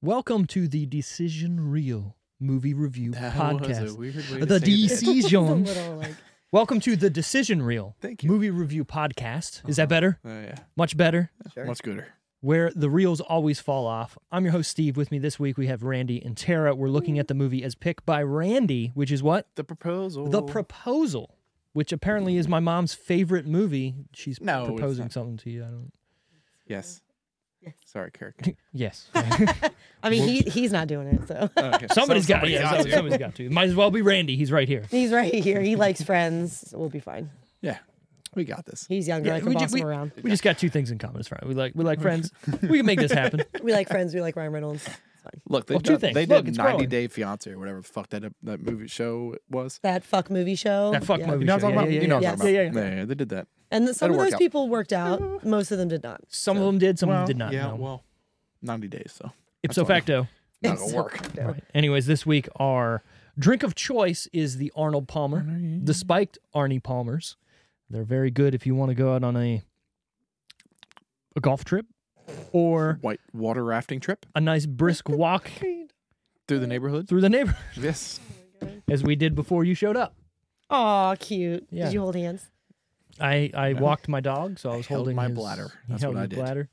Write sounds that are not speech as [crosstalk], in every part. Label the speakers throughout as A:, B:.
A: Welcome to the Decision Reel Movie Review Podcast.
B: was a weird way to
A: the
B: say that. [laughs]
A: Decision.
C: little like
A: Welcome to the Decision Reel
B: Thank you.
A: Movie Review Podcast. Is that better?
B: Oh yeah,
A: Much better.
C: Sure.
B: much gooder.
A: Where the reels always fall off. I'm your host Steve. With me this week we have Randy and Tara. We're looking at the movie as picked by Randy, which is what
B: The proposal.
A: the proposal, which apparently is my mom's favorite movie. She's
B: No, it's
A: proposing
B: not.
A: something to you. I
B: [laughs]
A: don't.
B: Yes.
C: Yes.
B: Sorry,
A: [laughs]
B: Kirk.
A: Yes.
C: I mean he he's not doing it, so
B: Oh, okay.
A: somebody's
B: Some-
A: got. Yeah,
B: got
A: somebody
B: to.
A: somebody's got to. Might as well be Randy. He's right
B: [laughs]
A: here.
C: [laughs] he's right here. He likes friends. We'll be fine.
B: Yeah, we got this.
C: He's younger. I
A: Yeah,
C: can
A: ju-
C: boss him
B: [laughs]
C: around.
A: we just got two things in common. It's fine. We like we like friends. we can make this
B: [laughs]
A: happen.
C: We like friends. We like Ryan Reynolds. It's fine.
B: Look, they,
A: Well, two
B: done,
A: things.
B: they
A: Look,
B: did
A: it's
B: 90
A: growing.
B: Day Fiance or whatever the fuck that that movie show was.
C: That fuck movie show.
A: That fuck
C: yeah.
A: movie.
B: You know what I'm
A: show.
B: talking
A: Yeah,
B: about?
A: yeah,
B: you know what
A: yeah,
B: I'm
C: yeah.
B: talking
A: Yeah,
B: about.
A: yeah, yeah.
B: Yeah, yeah, they did that.
C: And some
B: That'll
C: of
B: work
C: those
B: out. [laughs]
C: people worked out. Most of them did not.
A: Some of them did. Some of
B: Well,
A: them did not.
B: Yeah,
A: no.
B: well, 90 days, so
A: Ipso
B: that's all I know.
A: facto.
B: not
C: It's
B: gonna
C: so
B: work.
C: fucked up.
A: Right. Anyways, this week our drink of choice is the Arnold Palmer, the spiked Arnie Palmers. They're very good if you want to go out on a a golf trip or
B: White water rafting trip
A: a nice
B: [laughs]
A: brisk walk
B: through the neighborhood.
A: through the neighborhood,
B: Yes.
A: as we did before you showed up.
C: Aw, cute.
A: Yeah.
C: Did you hold hands?
A: I, I walked my dog, so I was
B: held
A: holding
B: my
A: his-
B: bladder.
A: he
B: That's
A: held
B: what I
A: his
B: did.
A: bladder,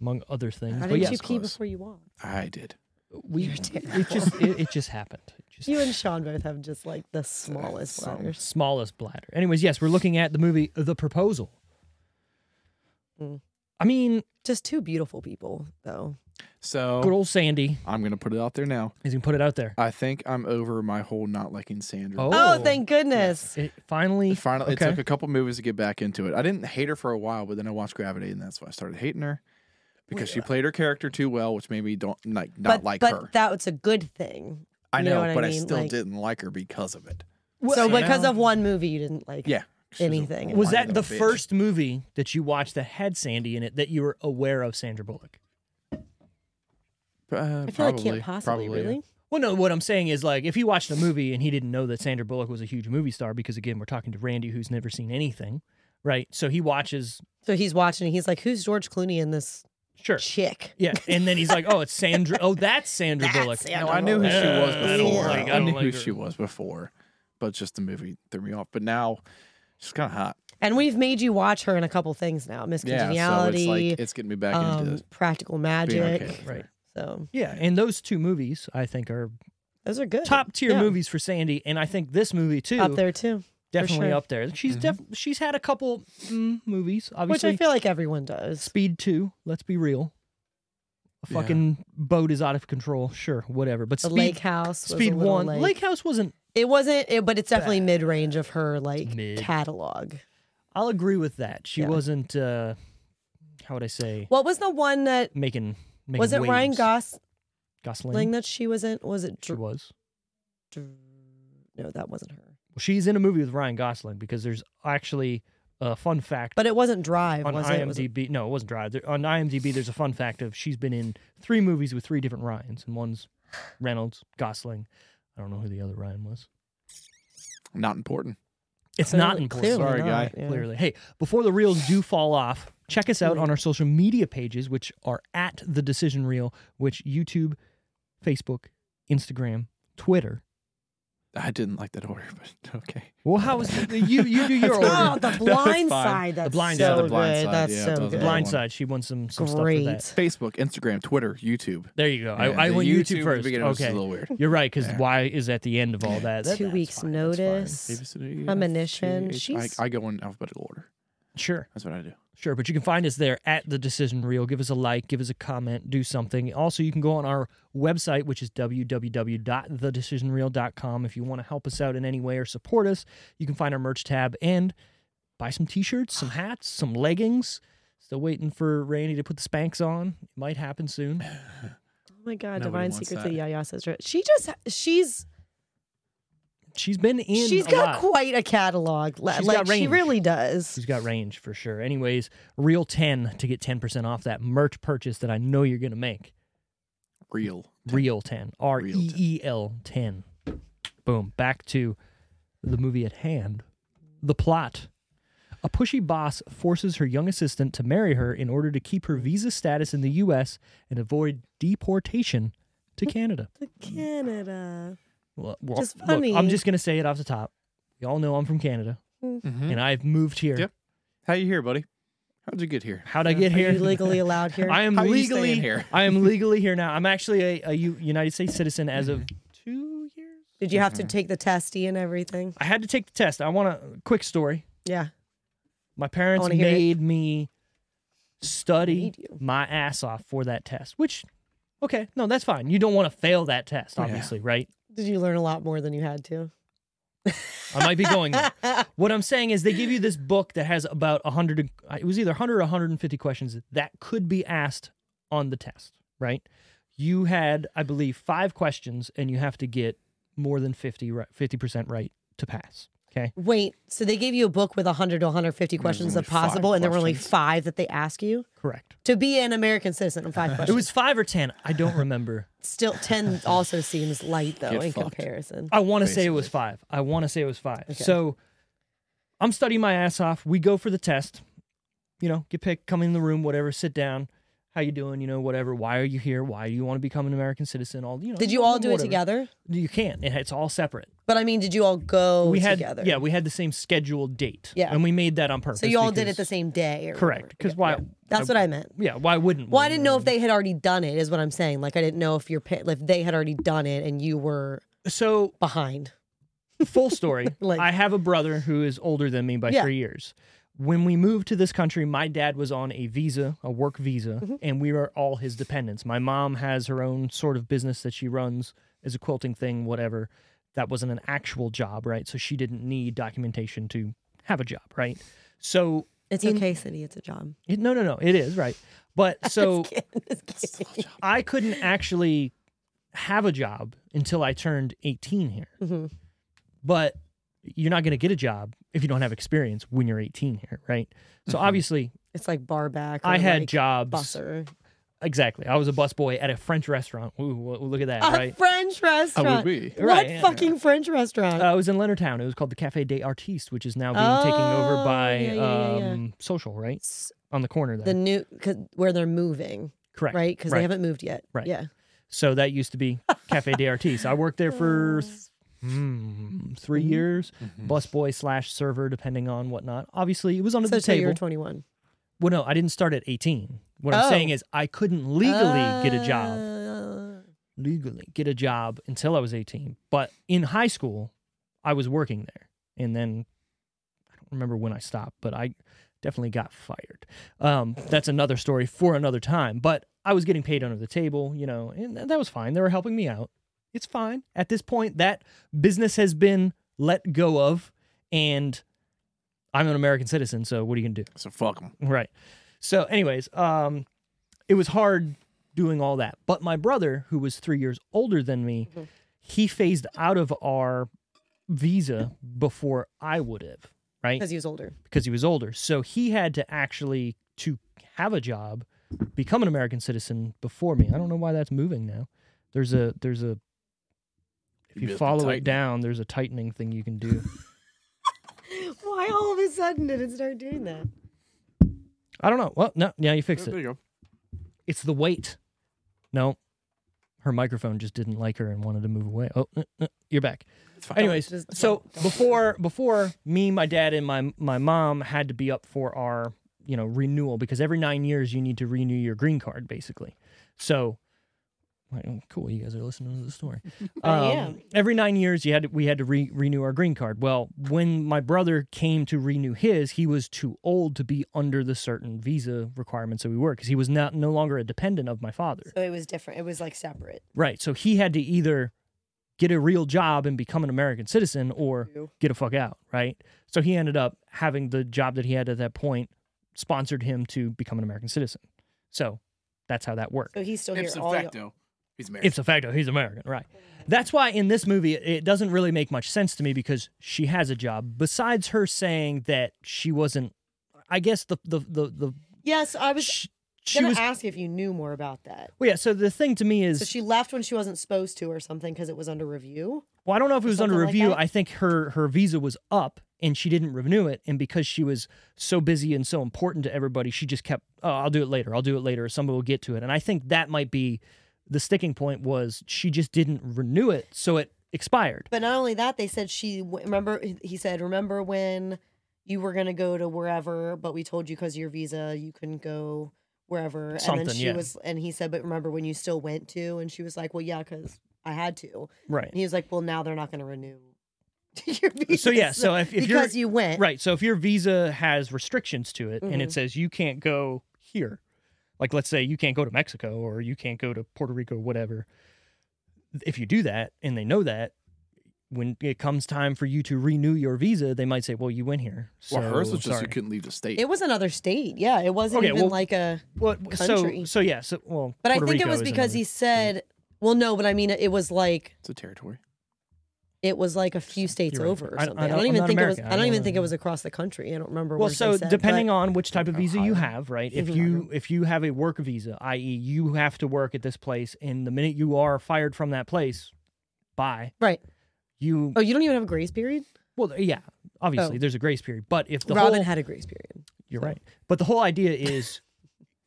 A: among other things.
C: How
A: But
C: did
A: yeah,
C: you pee
B: close.
C: before you walked?
B: I did.
A: we [laughs] it just it, it just happened. It just
C: You and Sean both have just like the smallest
B: Some-
C: bladders.
A: smallest bladder. Anyways, yes, we're looking at the movie The Proposal.
C: Mm.
A: I mean,
C: Just two beautiful people, though.
A: good
B: So
A: old Sandy.
B: I'm gonna put it out there now.
A: He's gonna put it out there.
B: I think I'm over my whole not liking Sandra.
A: Oh.
C: Oh, thank goodness.
A: It finally,
B: Finally,
A: okay.
B: it took a couple movies to get back into it. I didn't hate her for a while, but then I watched Gravity, and that's why I started hating her because she played her character too well, which made me don't like not
C: but
B: like
C: but
B: her.
C: that was a good thing.
B: I
C: you
B: know,
C: know what I
B: but I,
C: mean?
B: still
C: Like-
B: didn't like her because of it.
C: so
A: so
C: because
A: now-
C: of one movie, you didn't like.
B: Yeah. She's a
C: Anything.
B: whiny
A: was that the
B: little bitch.
A: first movie that you watched that had Sandy in it that you were aware of Sandra Bullock?
B: Uh,
C: I feel
B: probably,
C: like can't possibly
B: probably.
C: really.
A: Well, no. What I'm saying is, like, if he watched a movie and he didn't know that Sandra Bullock was a huge movie star, because again, we're talking to Randy, who's never seen anything, right? So he watches,
C: So he's watching. and He's like, "Who's George Clooney in this
A: sure,
C: chick?"
A: yeah, and then he's like, "Oh, it's Sandra. Oh, that's Sandra
C: That's
A: Bullock.
C: Sandra
B: No, I knew who she was
A: Uh,
B: before.
A: I
B: I,
A: don't
C: like-
A: I don't
B: knew
A: like
B: who
A: her.
B: she was before, but just the movie threw me off. But now she's kind of hot.
C: And we've made you watch her in a couple things now: Miss
B: Yeah, so it's
C: Congeniality,
B: like it's getting me back
C: um,
B: into
C: Practical
B: being
C: Magic.
B: okay. with her.
A: Right.
C: So
A: Yeah, and those two movies I think are
C: those are good.
A: top tier
C: Yeah.
A: movies for Sandy, and I think this movie too
C: up there too,
A: definitely
C: sure. Mm-hmm.
A: up there. She's def- she's had a couple mm, movies,
C: which
A: obviously.
C: I feel like everyone does.
A: Speed two. Let's be real. A
B: Yeah.
A: fucking boat is out of control. Sure, whatever. But
C: The
A: Speed
C: Lake House, was a
A: Speed
C: little,
A: one.
C: like-
A: Lake House wasn't.
C: It wasn't, it, but it's definitely mid range of her like
A: Mid.
C: catalog.
A: I'll agree with that. She
C: Yeah.
A: wasn't. uh How would I say?
C: What was the one that
A: Making. making
C: was it? Ryan
A: waves.
C: Gosling
A: Gosling?
C: that she was in? Was it?
A: She
C: Dr-
A: was.
C: Dr- no, that wasn't her.
A: Well, she's in a movie with Ryan Gosling because there's actually a fun fact.
C: But it wasn't Drive,
A: on
C: was it? Was it?
A: IMDb, no, it wasn't Drive. There, on IMDb, there's a fun fact of she's been in three movies with three different Ryans, and one's Reynolds, Gosling. I don't know who the other Ryan was.
B: Not important.
A: It's not
C: Clearly-
A: important.
C: clearly
B: Sorry, guy.
C: yeah.
A: Clearly. Hey, before the reels do fall off, check us out on our social media pages, which are at the decision reel, which YouTube, Facebook, Instagram, Twitter.
B: I didn't like that order, [laughs] but okay.
A: Well, how
C: [laughs]
A: is you you do your
B: That's
A: order? [laughs]
C: Oh, the
B: That was
C: blind
B: fine.
C: side. That's
A: blind
C: so
A: side, the
B: blind
C: good.
B: side,
C: That's
B: yeah,
C: so
B: those are
C: good.
B: the
A: Blind
B: one.
A: side. She won some some stuff for that.
C: Great.
B: Facebook, Instagram, Twitter, YouTube.
A: There you go.
B: Yeah,
A: I, I
B: the
A: went
B: at
A: YouTube,
B: the
A: first.
B: beginning was just
A: Okay.
B: a little weird.
A: You're right, because
B: Yeah.
A: why is at the end of all that? That-
C: Two
A: that's
C: weeks
A: fine.
C: notice. Premonition. She's-
B: I, I go in alphabetical order.
A: Sure,
B: That's what I do.
A: sure. But you can find us there at the decision reel. Give us a like, give us a comment, do something. Also, you can go on our website, which is www.thedecisionreel.com. If you want to help us out in any way or support us, you can find our merch tab and buy some t shirts, some hats, some leggings, Still waiting for Randy to put the spanks on. It might happen soon.
C: Oh my God,
B: Nobody
C: Divine
B: wants
C: Secrets
B: that.
C: of Yaya Sister. She just, she's,
A: She's been in.
C: she's
A: a
C: got
A: lot.
C: quite a catalog. Li-
A: She's
C: like,
A: got
C: she
A: range.
C: really does.
A: She's got range for sure. Anyways, real 10 to get 10% off that merch purchase that I know you're going to make.
B: Real.
A: Real 10. R E E L 10. Boom. Back to the movie at hand. The plot. A pushy boss forces her young assistant to marry her in order to keep her visa status in the U.S. and avoid deportation to Canada.
C: [laughs] Canada.
A: Well, well,
C: Hmm. Just
A: look,
C: funny.
A: I'm just going to say it off the top. Y'all know I'm from Canada
C: Mm-hmm.
B: Mhm.
A: and I've moved here.
B: Yep. How you here, buddy? How'd you get here?
A: How'd I get
C: Are
A: here?
C: you legally allowed
A: [laughs]
C: here?
A: I am
B: How are you staying
A: legally
B: here?
A: [laughs] I
B: [laughs]
A: am legally here now. I'm actually a, a U- United States citizen as of two years.
C: Did you have to take the testy and everything?
A: I had to take the test. I want a quick story.
C: Yeah.
A: My parents
C: wanna hear it.
A: made me study
C: Made you.
A: my ass off for that test, which, okay, no, that's fine. You don't want to fail that test,
B: Yeah.
A: obviously, right?
C: Did you learn a lot more than you had to?
A: I might be going. there. what I'm saying is, they give you this book that has about 100, and- it was either 100 or 150 questions that could be asked on the test, right? You had, I believe, five questions, and you have to get more than 50, ri- 50% right to pass. Okay.
C: Wait, so they gave you a book with 100 to 150 questions
B: only
C: of possible,
B: five
C: and there were only
B: questions.
C: five that they ask you?
A: Correct.
C: To be an American citizen,
A: [laughs]
C: five
A: It
C: questions.
A: was five or 10. I don't remember.
C: Still, 10 also seems light, though,
B: Get
C: in
B: fucked.
C: comparison.
A: I want to say it was five. I want to say it was five.
C: Okay.
A: So I'm studying my ass off. We go for the test. You know, get picked, come in the room, whatever, sit down. How you doing? You know, whatever. Why are you here? Why do you want to become an American citizen? All you know.
C: Did you all do it
A: whatever.
C: together?
A: You can't. It- It's all separate.
C: But I mean, did you all go
A: we had
C: together?
A: yeah, we had the same scheduled date.
C: Yeah.
A: and we made that on purpose.
C: So you all did it the
A: because-
C: same day? Or
A: Correct.
C: whatever.
A: Because
C: Yeah.
A: why?
C: That's what I meant.
A: Yeah. Why wouldn't?
C: Well, I
A: we?
C: didn't know if they had already done it, is what I'm saying. Like, I didn't know if your pa- if they had already done it and you were
A: So
C: behind.
A: full story.
C: [laughs] Like-
A: I have a brother who is older than me by
C: Yeah.
A: three years. When we moved to this country, my dad was on a visa, a work visa,
C: Mm-hmm.
A: and we were all his dependents. My mom has her own sort of business that she runs as a quilting thing, whatever. That wasn't an actual job, right? So she didn't need documentation to have a job, right? So
C: It's
A: In-
C: okay, Cindy. It's a [laughs] job.
A: it, no, no, no, it is right.
C: [laughs]
A: But so I couldn't actually have a job until I turned 18 here.
C: Mhm.
A: But you're not going to get a job if you don't have experience when you're 18 here, right? So obviously,
C: It's like bar back. or
A: I had
C: Mm-hmm. like
A: jobs.
C: busser.
A: Exactly. I was a busboy at a French restaurant. Ooh, w- look
C: [laughs]
A: at that,
C: A
A: right?
C: French restaurant.
B: we?
C: What
A: Right, yeah.
C: fucking French restaurant?
A: Uh, I was in Leonardtown. It was called the Cafe des Artistes, which is now being taken over
C: Oh,
A: by
C: yeah, yeah, yeah, yeah.
A: Um, Social, right?
C: S-
A: On the corner there.
C: the new cause where they're moving,
A: Correct.
C: right? Because they haven't moved yet.
A: Right.
C: Yeah.
A: So that used to be Cafe des Artistes. I worked there
C: [laughs]
A: for th- hmm, three
C: Mm-hmm.
A: years, busboy slash server, depending on whatnot. Obviously, it was under
C: So
A: the
C: till you
A: table.
C: were 21.
A: well, no, I didn't start at 18. What I'm
C: Oh.
A: saying is, I couldn't legally get a job,
C: Uh,
A: legally get a job until I was 18. But in high school, I was working there, and then I don't remember when I stopped, but I definitely got fired. Um, that's another story for another time. But I was getting paid under the table, you know, and th- that was fine. They were helping me out. It's fine. At this point, that business has been let go of, and I'm an American citizen, so what are you gonna do?
B: So fuck them.
A: Right. So, anyways, um, it was hard doing all that. But my brother, who was three years older than me, he phased out of our visa before I would have, right?
C: Because he was older.
A: Because he was older. So he had to actually to have a job, become an American citizen before me. I don't know why that's moving now. There's a there's a if you follow it down, there's a tightening thing you can do.
C: Why all of a sudden did it start doing that?
A: I don't know. Well, no, now you fixed it.
B: There you go.
A: It's the weight. No, her microphone just didn't like her and wanted to move away. Oh, uh, uh, you're back.
B: fine.
A: Anyways,
C: Don't- just
A: so before before me, my dad, and my my mom had to be up for our you know renewal because every nine years you need to renew your green card basically. So. Right, oh, cool, you guys are listening to the story.
C: I am.
A: Every nine years, you had to, we had to re- renew our green card. Well, when my brother came to renew his, he was too old to be under the certain visa requirements that we were because he was not no longer a dependent of my father.
C: So it was different. It was like separate.
A: Right. So he had to either get a real job and become an American citizen or
C: Ew.
A: get a fuck out. Right. So he ended up having the job that he had at that point sponsored him to become an American citizen. So that's how that worked.
C: So he's still here.
B: Ipso
C: All y'all-
B: facto, he's married.
A: It's a facto, he's American, right? That's why in this movie it- it doesn't really make much sense to me because she has a job. Besides her saying that she wasn't, I guess the the the the
C: yes, I was
A: she, she
C: gonna
A: was.
C: ask if you knew more about that.
A: Well, yeah. So the thing to me is,
C: So she left when she wasn't supposed to, or something, because it was under review.
A: well, I don't know if it was under
C: something like
A: review.
C: that?
A: I think her her visa was up and she didn't renew it, and because she was so busy and so important to everybody, she just kept, oh, I'll do it later. I'll do it later. Somebody will get to it. And I think that might be the sticking point was she just didn't renew it, so it expired.
C: But not only that, they said she w- remember. He said, "Remember when you were gonna go to wherever, but we told you because of your visa you couldn't go wherever." and
A: Something,
C: then she
A: yeah.
C: was, and he said, "But remember when you still went to?" And she was like, "Well, yeah, because I had to."
A: Right.
C: And he was like, "Well, now they're not gonna renew [laughs] your visa."
A: [laughs] So yeah, so if, if you're
C: because you went,
A: right, so if your visa has restrictions to it
C: Mm-hmm.
A: and it says you can't go here, like let's say you can't go to Mexico or you can't go to Puerto Rico, whatever. If you do that and they know that, when it comes time for you to renew your visa, they might say, "Well, you went here." So,
B: well, hers was just
A: sorry.
B: you couldn't leave the state.
C: It was another state. Yeah, it wasn't
A: Okay,
C: even
A: well-
C: like a.
A: What- so
C: country.
A: so yeah so well,
C: But
A: Puerto
C: I think
A: Rico
C: it was
A: is
C: because
A: another-
C: he said, "Well, no," but I mean, it was like
B: it's
A: [laughs]
B: a territory.
C: it was like a few states
A: You're right.
C: over or
A: I- I
C: something. I don't,
A: don't- I'm
C: even
A: not
C: think it
A: American. I
C: was. I don't
A: don't
C: even think it
A: know.
C: was across the country. I don't remember.
A: Well,
C: where
A: so
C: they said,
A: depending
C: but
A: on which type of visa you
B: Ohio.
A: have, right? If
C: Mhm.
A: you if you have a work visa, i.e., you have to work at this place, and the minute you are fired from that place, bye.
C: right.
A: You
C: Oh, you don't even have a grace period.
A: well, yeah, obviously
C: Oh.
A: there's a grace period, but if the
C: Robin
A: whole
C: had a grace period.
A: you're right, but the whole idea is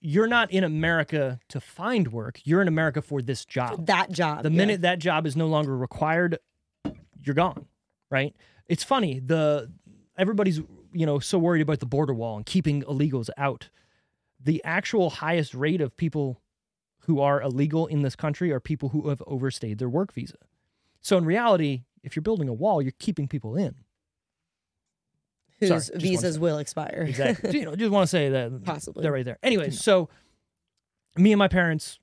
A: you're not in America to find work; you're in America for this job.
C: That job.
A: The
C: yeah.
A: minute that job is no longer required, you're gone, right? It's funny the everybody's you know so worried about the border wall and keeping illegals out. The actual highest rate of people who are illegal in this country are people who have overstayed their work visa. So in reality, if you're building a wall, you're keeping people in.
C: whose
A: sorry, just one
C: visas
A: second.
C: will expire.
A: Exactly. you know, just want to say that
C: Possibly.
A: they're right there. Anyway, so me and my parents,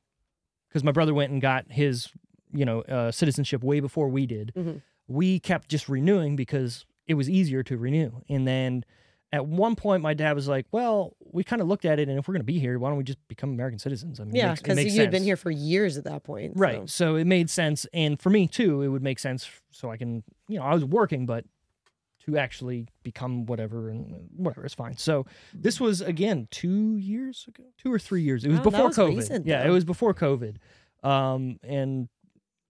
A: because my brother went and got his, you know, uh, citizenship way before we did.
C: Mhm.
A: We kept just renewing because it was easier to renew. And then at one point, my dad was like, "Well, we kind of looked at it, and if we're going to be here, why don't we just become American citizens?" I mean, it
C: [laughs] yeah,
A: makes- it
C: because
A: makes
C: you had been
A: sense.
C: here for years at that point.
A: Right.
C: so.
A: So it made sense. And for me too, it would make sense f- so I can, you know, I was working, but to actually become whatever and uh, whatever is fine. So this was again two years ago, two or three years. It was
C: Wow, that
A: before
C: was
A: COVID.
C: recent,
A: yeah, it
C: though.
A: was before COVID. Um, and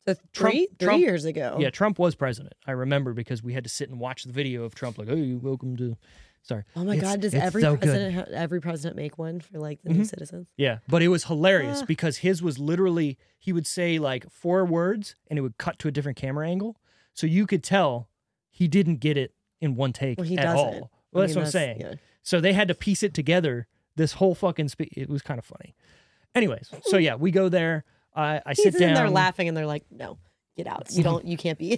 C: So
A: Trump-
C: three three
A: Trump-
C: years ago.
A: yeah, Trump was president. I remember because we had to sit and watch the video of Trump, like, "Hey, welcome to." Sorry.
C: Oh my
A: It's-
C: God! Does
A: it's
C: every
A: so good. Mm-hmm.
C: president ha- every president make one for like the new citizens?
A: Yeah, but it was hilarious
C: Ah.
A: because his was literally he would say like four words and it would cut to a different camera angle, so you could tell he didn't get it in one take
C: Well, he
A: at
C: doesn't.
A: all. Well,
C: I
A: that's
C: mean,
A: what I'm saying.
C: yeah.
A: So they had to piece it together. This whole fucking spe- it was kind of funny. Anyways, so yeah, we go there. I, I
C: He's
A: sit down.
C: in there laughing, and they're like, "No, get out!
A: [laughs]
C: You don't. You can't be."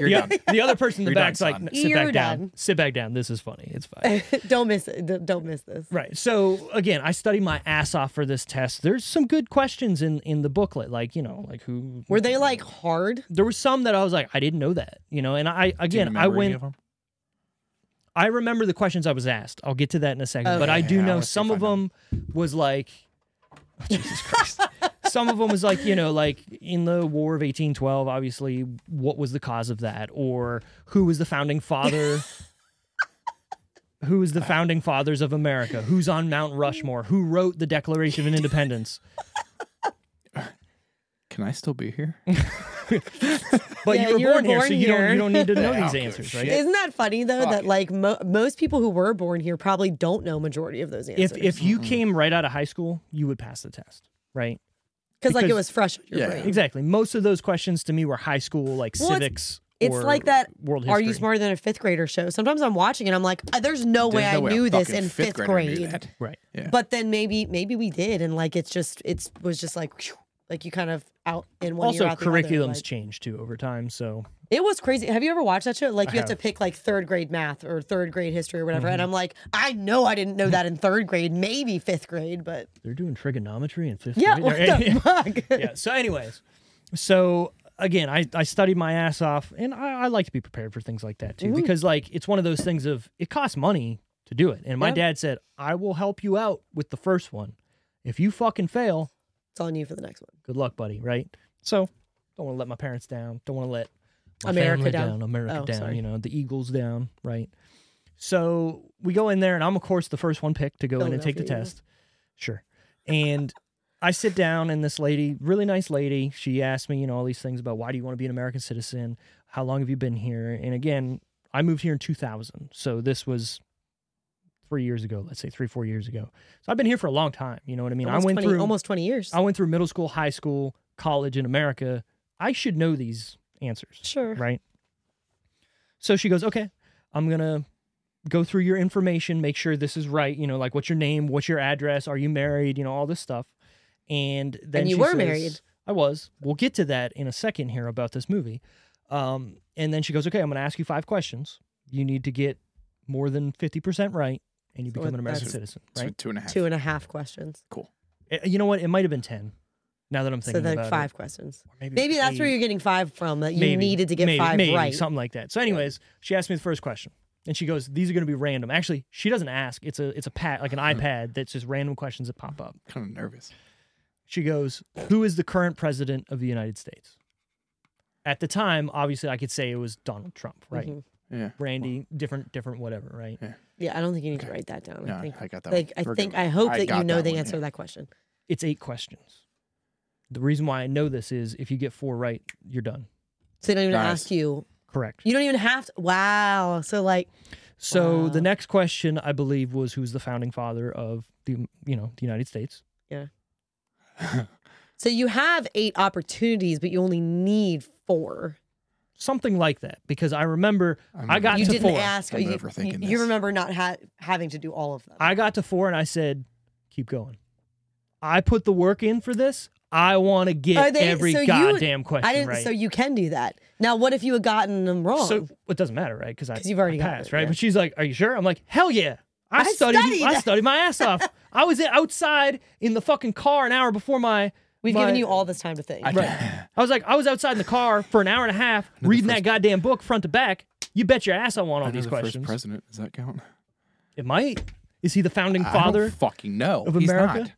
B: You're
A: The,
B: done.
A: the other person in the
B: You're done,
A: back's like,
B: son.
A: "No, sit
C: You're
A: back down,
C: done."
A: sit back down. This is funny. It's
C: [laughs]
A: fine.
C: [laughs] don't miss it. D- Don't miss this.
A: Right. So again, I studied my ass off for this test. There's some good questions in in the booklet, like you know, like who
C: Were they like hard?
A: there was some that I was like, I didn't know that, you know. And I
B: Do you
A: again, I
B: remember any
A: went.
B: of 'em?
A: I remember the questions I was asked. I'll get to that in a second, but I
B: Okay.
A: do
B: Yeah, I
A: know
B: wanna see
A: some
B: if
A: of
B: I know.
A: them was like, [laughs] Oh, Jesus Christ. some of them was like, you know, like in the War of eighteen twelve. Obviously, what was the cause of that, or who was the founding
B: [laughs]
A: father? Who was the founding fathers of America? Who's on Mount Rushmore? Who wrote the Declaration of Independence?
B: Can I still be here?
A: But
C: Yeah,
A: you were
C: you were
A: born, here,
C: born
A: so you don't
C: here.
A: you don't need to know
B: [laughs] Yeah,
A: these
B: okay,
A: answers, right?
B: shit.
C: Isn't that funny though
B: Fuck.
C: that like mo- most people who were born here probably don't know majority of those answers
A: if if you came right out of high school, you would pass the test, right?
C: because like it
A: because-
C: was fresh on your
B: Yeah.
C: brain.
A: Exactly. Most of those questions to me were high school, like
C: Well, it's-
A: civics.
C: It's
A: or
C: like that.
A: World history.
C: Are you smarter than a fifth grader show? Sometimes I'm watching and I'm like, "Uh, there's no way
B: There's no
C: I
B: way a
C: knew this
B: fucking
C: in fifth,
B: grader knew
C: grade.
B: that.
A: Right.
B: Yeah.
C: But then maybe maybe we did, and like it's just it's was just like phew, like you kind of out in one
A: Also,
C: year, out the other,
A: curriculums
C: like-
A: change too over time. So
C: It was crazy. Have you ever watched that show? Like
A: I
C: you have,
A: have.
C: to pick like third grade math or third grade history or whatever, and I'm like, I know I didn't know that in third grade, maybe fifth grade, but
A: they're doing trigonometry in fifth
C: yeah,
A: grade.
C: what
A: They're-
C: the
A: [laughs]
C: fuck?
A: yeah. So, anyways, so again, I, I studied my
C: Mm-hmm.
A: ass off, and I, I like to be prepared for things like that too, because like it's one of those things of it costs money to do it. And my
C: Yep.
A: dad said, I will help you out with the first one. If you fucking fail,
C: It's on you for the next one.
A: good luck, buddy, right? So don't want to let my parents down. Don't want to let my
C: America
A: family
C: down.
A: down. America
C: Oh,
A: down,
C: sorry.
A: you know, the Eagles down, right? So we go in there, and I'm, of course, the first one picked to go in and take the
C: Philadelphia Eagles.
A: test. Sure. And I sit down, and this lady, really nice lady, she asked me, you know, all these things about why do you want to be an American citizen? How long have you been here? And again, I moved here in 2000. So this was three years ago, let's say three, four years ago. So I've been here for a long time. You know what I mean?
C: Almost
A: I went
C: 20
A: through
C: almost 20 years.
A: I went through middle school, high school, college in America. I should know these answers,
C: sure.
A: right? So she goes, "Okay, I'm going to go through your information, make sure this is right, you know, like what's your name, what's your address, are you married, you know, all this stuff." And then
C: And you
A: she
C: were
A: says-
C: married.
A: I was. We'll get to that in a second here about this movie. Um, and then she goes, "Okay, I'm going to ask you five questions. You need to get more than 50% right and you
C: So
A: become an American
C: that's-
A: citizen,
B: So
A: right?
B: two and a half.
C: Two and a half questions.
A: Uh, You know what? It might have been 10. Now that I'm
C: So
A: thinking
C: then
A: about it.
C: five questions.
A: Or maybe,
C: Maybe that's where
A: eight.
C: you're getting five from that you
A: Maybe,
C: needed to get
A: maybe,
C: five
A: maybe,
C: right.
A: something like that. So, anyways, she asked me the first question, and she goes, "These are going to be random." Actually, she doesn't ask. It's a it's a pad like an iPad that's just random questions that pop up.
B: kind of nervous.
A: She goes, "Who is the current president of the United States?" At the time, obviously, I could say it was Donald Trump, right?
C: Mhm.
B: Yeah.
A: Randy, different, different, whatever, right?
C: Yeah, I don't think you need to write that down.
B: No,
C: I think
B: I got that.
C: like
B: one.
C: I
B: We're
C: think
B: good.
C: I hope that you
B: got
C: know the
B: one,
C: answer
B: yeah.
C: to that question.
A: It's eight questions. The reason why I know this is if you get four right, you're done.
C: So they don't even
B: Nice.
C: ask you.
A: Correct.
C: You don't even have to. Wow. So like
A: So
C: Wow.
A: the next question, I believe, was who's the founding father of the you know the United States?
C: so you have eight opportunities, but you only need four.
A: Something like that, because I remember
B: I'm
A: I got
C: you
A: to
C: didn't
A: four.
C: ask.
B: I'm
C: you,
B: overthinking
C: you- you
B: this.
C: remember not ha- having to do all of them.
A: I got to four, and I said, "Keep going." I put the work in for this. I want to
C: Are
A: get
C: they-
A: every
C: so you-
A: goddamn question
C: I didn't.
A: right.
C: So you can do that now. What if you had gotten them wrong?
A: So it doesn't matter, right? Because I
C: 'Cause you've already
A: I
C: got
A: passed,
C: it,
A: right?
C: yeah.
A: But she's like, "Are you sure?" I'm like, "Hell yeah." I,
C: I
A: studied, I
C: studied.
A: studied my ass
C: [laughs]
A: off. I was outside in the fucking car an hour before my
C: We've
A: my-
C: given you all this time to think.
B: [laughs]
A: Right. I was like, I was outside in the car for an hour and a half reading that goddamn book front to back. You bet your ass I want all
B: I know
A: these
B: the
A: questions.
B: First president. Does that count?
A: it might. Is he the founding
B: I don't
A: father?
B: fucking no.
A: of
B: He's
A: America?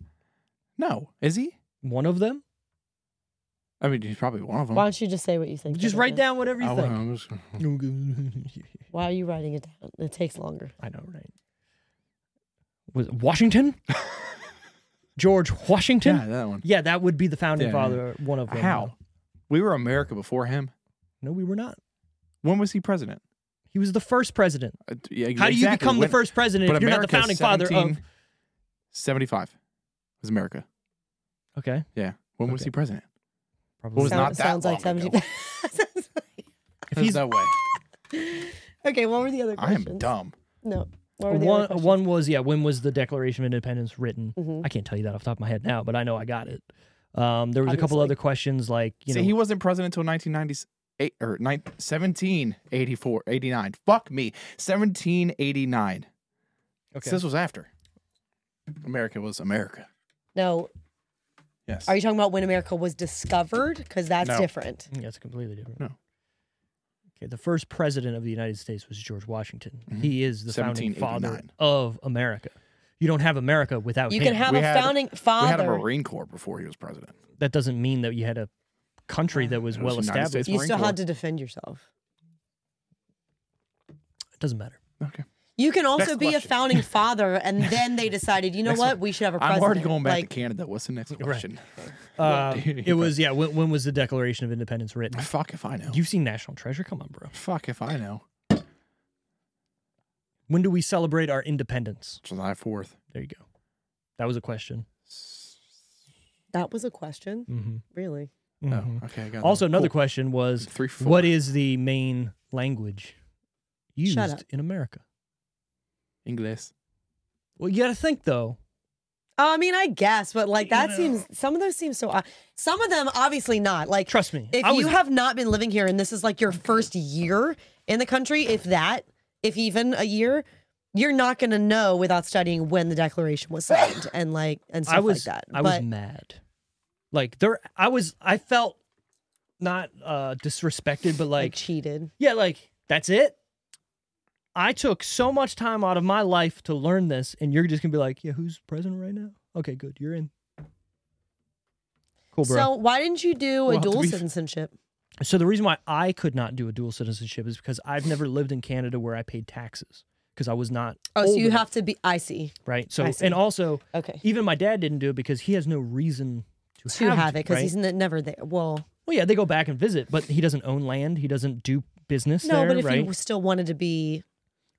B: not. No, is he?
A: One of them?
B: I mean, he's probably one of them.
C: Why don't you just say what you think?
A: Just
C: Jacob,
A: write
C: then?
A: down whatever you
B: I
A: think.
B: wanna- I'm just-
C: Why are you writing it down? It takes longer.
A: [laughs] I know, right? Was it
B: [laughs]
A: Washington? George Washington?
B: yeah, that one.
A: Yeah, that would be the founding
B: Yeah,
A: father, one of them.
B: How?
A: though.
B: We were America before him.
A: No, we were not.
B: When was he president?
A: He was the first president.
B: Uh, d- yeah,
A: How do you
B: exactly.
A: become
B: When-
A: the first president
B: but
A: if you're not the
B: America
A: founding father of
B: 75 was America.
A: Okay.
B: Yeah. When was
A: Okay.
B: he president?
A: Probably.
B: was It's
C: Sound-
B: not that
C: sounds like
B: long ago.
C: 70. Sounds like-
A: if
B: There's
A: he's
B: no way.
C: [laughs] okay, what were the other
B: I am
C: questions?
B: dumb.
C: No. What were the
A: One,
C: other questions?
A: one was yeah. When was the Declaration of Independence written?
C: Mhm.
A: I can't tell you that off the top of my head now, but I know I got it. Um, there was a couple
C: Obviously.
A: other questions like you
B: See,
A: know
B: he wasn't president until 1998 or 9, 1784, 89. Fuck me. 1789. So this was after. America was America.
C: No.
B: Yes.
C: Are you talking about when America was discovered? Because that's
B: No.
C: different.
A: Yeah, it's completely different.
B: No.
A: Okay, the first president of the United States was George Washington.
B: Mm-hmm.
A: He is the founding father
B: 1789.
A: of America. You don't have America without
C: You
A: him.
C: can have
B: We
C: a
B: had-
C: founding
B: we had a
C: father.
B: Marine Corps before he was president.
A: that doesn't mean that you had a country that was
B: It was
A: well
B: the United
A: established.
B: States
C: You
B: Marine
C: still
B: Corps.
C: had to defend yourself.
A: It doesn't
B: [laughs]
A: matter.
B: Okay.
C: You can also
B: Next
C: be
B: question.
C: a
B: [laughs]
C: founding father, and then they decided, you know
B: Next
C: what,
B: one.
C: we should have a president.
B: I'm already going back
C: Like,
B: to Canada. What's the next [laughs] question?
A: Uh,
B: dude,
A: it was yeah. When, when was the Declaration of Independence written?
B: Fuck if I know.
A: You've seen National Treasure? Come on, bro.
B: Fuck if I know.
A: When do we celebrate our independence?
B: July 4th.
A: There you go. That was a question.
C: that was a question,
A: Mm-hmm.
C: really.
A: Mhm.
B: Oh, okay. I got
A: Also,
B: that.
A: another
B: Cool.
A: question was
B: Three for
A: what
B: four.
A: is the main language used
C: Shut up.
A: in America?
B: English.
A: Well, you got to think though.
C: I mean, I guess, but like that
A: You know.
C: seems some of those seem so. odd. Some of them, obviously, not like.
A: Trust me.
C: If
A: I was,
C: you have not been living here and this is like your first year in the country, if that, if even a year, you're not going to know without studying when the declaration
A: [laughs]
C: was signed and like and stuff
A: I was
C: like that.
A: I
C: but
A: was mad. Like there I was I felt not uh disrespected but
C: like,
A: like
C: cheated.
A: yeah, like that's it. I took so much time out of my life to learn this, and you're just gonna be like, yeah, who's president right now? Okay, good, you're in. Cool, bro.
C: So why didn't you do a
B: Well, to
C: dual
B: be f-
C: citizenship?
A: So the reason why I could not do a dual citizenship is because I've never lived in Canada where I paid taxes because I was not.
C: Oh, so
A: old
C: you
A: enough,
C: have to be. I see.
A: right. So
C: I see.
A: and also,
C: Okay.
A: even my dad didn't do it because he has no reason to,
C: To have it because
A: right?
C: he's n- never there. Well,
A: well, yeah, they go back and visit, but he doesn't own land. He doesn't do business
C: no,
A: there,
C: but if
A: right?
C: you still wanted to be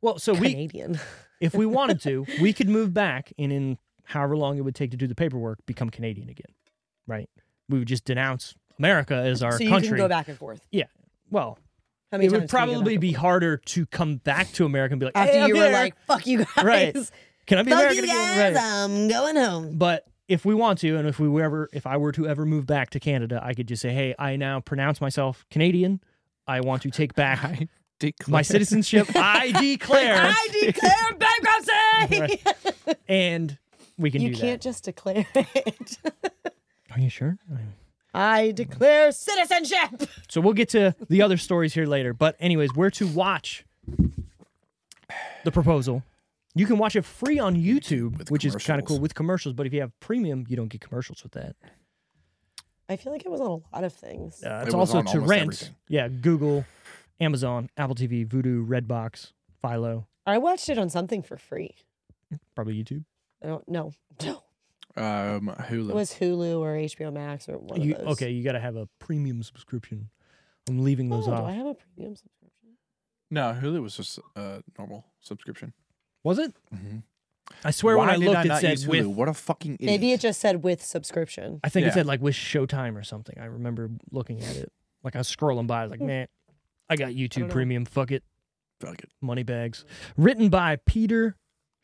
A: well, so we
C: Canadian, [laughs]
A: if we wanted to, we could move back and in however long it would take to do the paperwork, become Canadian again, right? We would just denounce America as our
C: so you
A: country.
C: can go back and forth.
A: Yeah. Well,
C: How many
A: it would
C: times can you go
A: probably
C: back
A: be harder to come back to America and be like,
C: and forth? after
A: "Hey, I'm
C: you were
A: here."
C: like, "Fuck you
A: [laughs]
C: guys,
A: Right. can I be
C: fuck
A: American
C: you
A: again?
C: guys,
A: Right.
C: I'm going home."
A: But if we want to, and if we were ever, if I were to ever move back to Canada, I could just say, "Hey, I now pronounce myself Canadian. I want to take back
B: [laughs] I declare.
A: my citizenship. I declare." [laughs]
C: I declare bankruptcy. [laughs]
A: and we can
C: You
A: do
C: can't
A: that.
C: just declare it.
A: Are you sure? I'm-
C: I declare citizenship.
A: So we'll get to the other stories here later. But anyways, where to watch the proposal? You can watch it free on YouTube,
B: with
A: which is kind of
B: commercials.
A: cool with commercials. But if you have premium, you don't get commercials with that.
C: I feel like it was on a lot of things.
A: Uh,
B: was
A: it's also
B: on
A: to
B: almost
A: rent.
B: everything.
A: Yeah, Google, Amazon, Apple TV, Vudu, Redbox, Philo,
C: I watched it on something for free.
A: probably YouTube.
C: I don't know. No. [laughs]
B: Um, Hulu.
C: It was Hulu or HBO Max or one
A: You-
C: of those.
A: okay, you got to have a premium subscription. I'm leaving
C: Oh,
A: those
C: do
A: off.
C: I have a premium subscription?
B: no, Hulu was just a normal subscription.
A: Was it? I swear when
B: Mm-hmm. Why
A: I
B: did
A: looked,
B: I
A: it
B: not
A: said
B: use
A: with.
B: Hulu? What a fucking idiot.
C: Maybe it just said with subscription.
A: I think it
B: Yeah.
A: said like with Showtime or something. I remember looking at it. Like I was scrolling by, I was
C: Hmm.
A: like, man, I got YouTube Premium. Fuck it,
B: Fuck it.
A: money bags. Written by Peter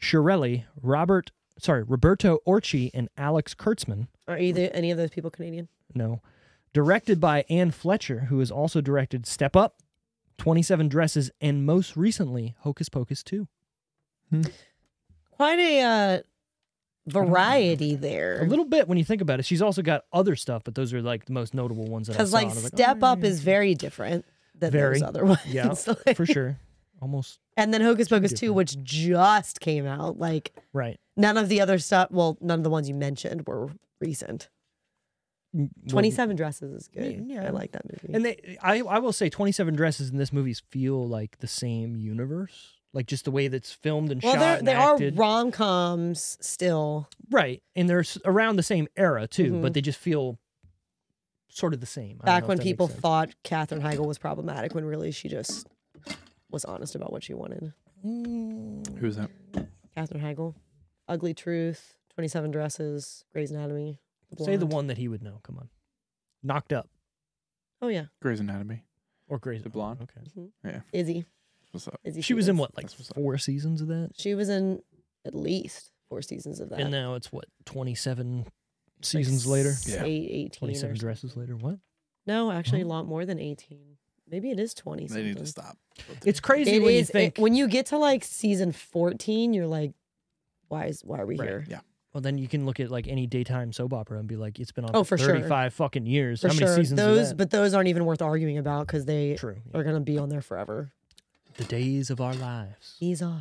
A: Shirelli, Robert, sorry, Roberto Orci and Alex Kurtzman.
C: Are either any of those people Canadian?
A: No, directed by Ann Fletcher, who has also directed Step Up, Twenty Seven Dresses, and most recently Hocus Pocus Two.
C: Quite a uh, variety there.
A: A little bit when you think about it. She's also got other stuff, but those are like the most notable ones that I
C: Because
A: saw. and
C: like
A: I was
C: Step
A: oh,
C: Up is very different than
A: Very.
C: those other [laughs] ones.
A: yeah,
C: Like-
A: for sure, almost
C: And then Hocus Pocus Two,
A: different.
C: which just came out. Like
A: right.
C: none of the other stuff. Well, none of the ones you mentioned were recent.
A: Well,
C: Twenty Seven Dresses is good.
A: Yeah, yeah.
C: I like that movie.
A: And they, I, I will say, Twenty Seven Dresses in this movies feel like the same universe, like just the way that's filmed and
C: well,
A: shot.
C: they're-
A: and
C: they are
A: acted.
C: rom coms still.
A: right, and they're s- around the same era too,
C: Mhm.
A: but they just feel sort of the same. I don't know
C: Back
A: if
C: when
A: that makes
C: people
A: sense.
C: thought Katherine Heigl was problematic, when really she just was honest about what she wanted.
B: Who's that?
C: Katherine Heigl, Ugly Truth, Twenty Seven Dresses, Grey's Anatomy.
A: say the
C: Blonde.
A: one that he would know. Come on, Knocked Up
C: Oh yeah, Mm-hmm.
B: Grey's Anatomy.
A: or Grey's
B: The
A: Anatomy.
B: blonde?
A: Okay,
C: Izzy.
B: What's up?
C: Izzy.
A: she was in what like
B: That's what's up.
A: four seasons of that,
C: She was in at least four seasons of that.
A: and
C: like
A: now it's what twenty seven seasons later,
C: s-
B: Yeah.
C: eight- 18 or
A: twenty seven
C: something.
A: dresses later. What?
C: No, actually,
A: Mm-hmm.
C: a lot more than 18. Maybe it is 20.
B: They need to
C: something.
B: stop.
A: It's crazy
C: It
A: when you
C: is- it-
A: think.
C: when you get to like season 14, you're like, why is why are we
A: Right.
C: here?
A: Well, then you can look at like any daytime soap opera and be like, it's been on
C: Oh,
A: for
C: for sure.
A: 35 fucking years.
C: For
A: How many
C: sure.
A: seasons? of
C: those,
A: that?
C: but those aren't even worth arguing about because they
A: true.
C: are going to be on there forever.
A: The days of our lives.
C: These are.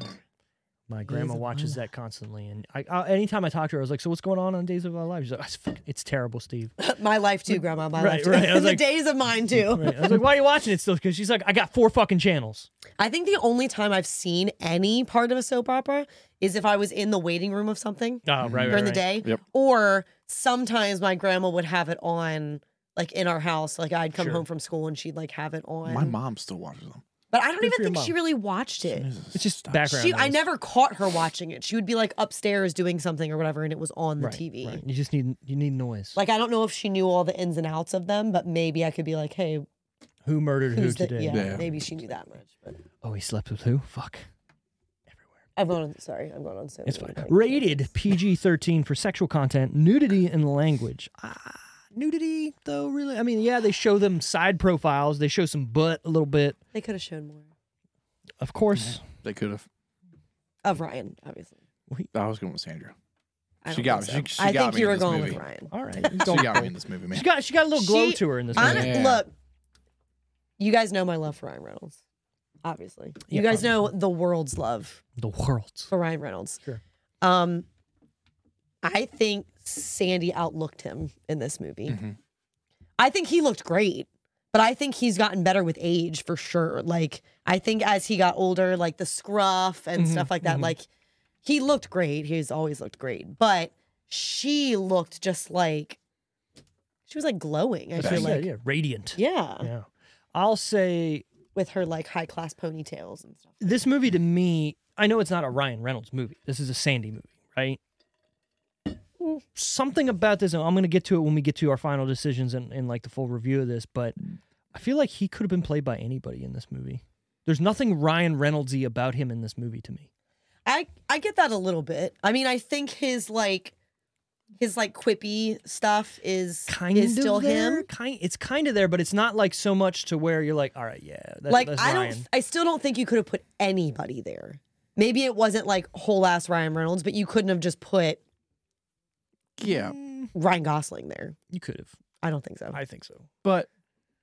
A: My grandma
C: of our
A: watches that constantly, and I, I anytime I talk to her, I was like, "So what's going on on Days of Our Lives?" She's like, "It's fuck- "It's terrible, Steve."
C: [laughs]
A: [laughs]
C: my life too, Grandma. My
A: Right,
C: life too.
A: right. I was
C: [laughs] the
A: like-
C: days
A: [laughs]
C: of mine too.
A: Right. I was like, "Why are you watching it still?" Because she's like, "I got four fucking channels."
C: I think the only time I've seen any part of a soap opera is if I was in the waiting room of something.
A: Oh, right, right,
C: during the
A: right.
C: day.
B: Yep.
C: Or sometimes my grandma would have it on like in our house. Like I'd come
A: Sure.
C: home from school and she'd like have it on.
B: My mom still watches them.
C: but I don't
A: Good
C: even
A: for your
C: think she
A: mom.
C: really watched it.
A: It's just background.
C: She I
A: noise.
C: never caught her watching it. She would be like upstairs doing something or whatever and it was on the
A: Right,
C: TV.
A: right. You just need you need noise.
C: Like I don't know if she knew all the ins and outs of them, but maybe I could be like, "Hey,
A: who murdered who
C: who's the,
A: today?
C: yeah,
B: Yeah.
C: Maybe she knew that much. But
A: Oh, he slept with who? Fuck.
C: I'm going. On, sorry, I'm going on. So
A: It's fine.
C: many tangents.
A: Rated PG 13 for sexual content, nudity, and language. Ah, nudity, though, really? I mean, yeah, they show them side profiles. They show some butt a little bit.
C: They could have shown more
A: Of course.
B: They could have.
C: of Ryan, obviously.
B: I was going with Sandra.
C: I
B: She
C: don't
B: got
C: think
B: me.
C: so.
B: She- she
C: I
B: got
C: think
B: me
C: you
B: in
C: were
B: this
C: going
B: movie.
C: with Ryan.
A: All [laughs] right.
B: She got me in this movie, man.
A: She got she got a little glow
C: She-
A: to her in this
C: Hon-
A: movie.
B: Yeah.
C: Look, you guys know my love for Ryan Reynolds. obviously.
A: Yeah,
C: you guys know the world's love
A: The world's.
C: for Ryan Reynolds.
A: Sure.
C: Um, I think Sandy outlooked him in this movie.
A: Mm-hmm.
B: Mhm.
C: I think he looked great, but I think he's gotten better with age for sure. Like I think as he got older, like the scruff and
A: Mm-hmm.
C: stuff like that, like he looked great. He's always looked great, but she looked just like she was like glowing. I
A: Yeah,
C: feel like
A: yeah, radiant.
C: yeah.
A: yeah. I'll say
C: with her like high class ponytails and stuff.
A: this movie to me, I know it's not a Ryan Reynolds movie. This is a Sandy movie, right? Something about this, and I'm going to get to it when we get to our final decisions and, and like the full review of this, but I feel like he could have been played by anybody in this movie. There's nothing Ryan Reynoldsy about him in this movie to me.
C: I I get that a little bit. I mean, I think his like his like quippy stuff is
A: Kind
C: is
A: of
C: still
A: there,
C: him.
A: Kind, it's kind of there, but it's not like so much to where you're like, all right, yeah, that's,
C: like
A: that's
C: I
A: Ryan.
C: don't I still don't think you could have put anybody there. Maybe it wasn't like whole ass Ryan Reynolds, but you couldn't have just put
B: Yeah,
C: Ryan Gosling there.
A: you could have.
C: I don't think so.
A: I think so.
B: but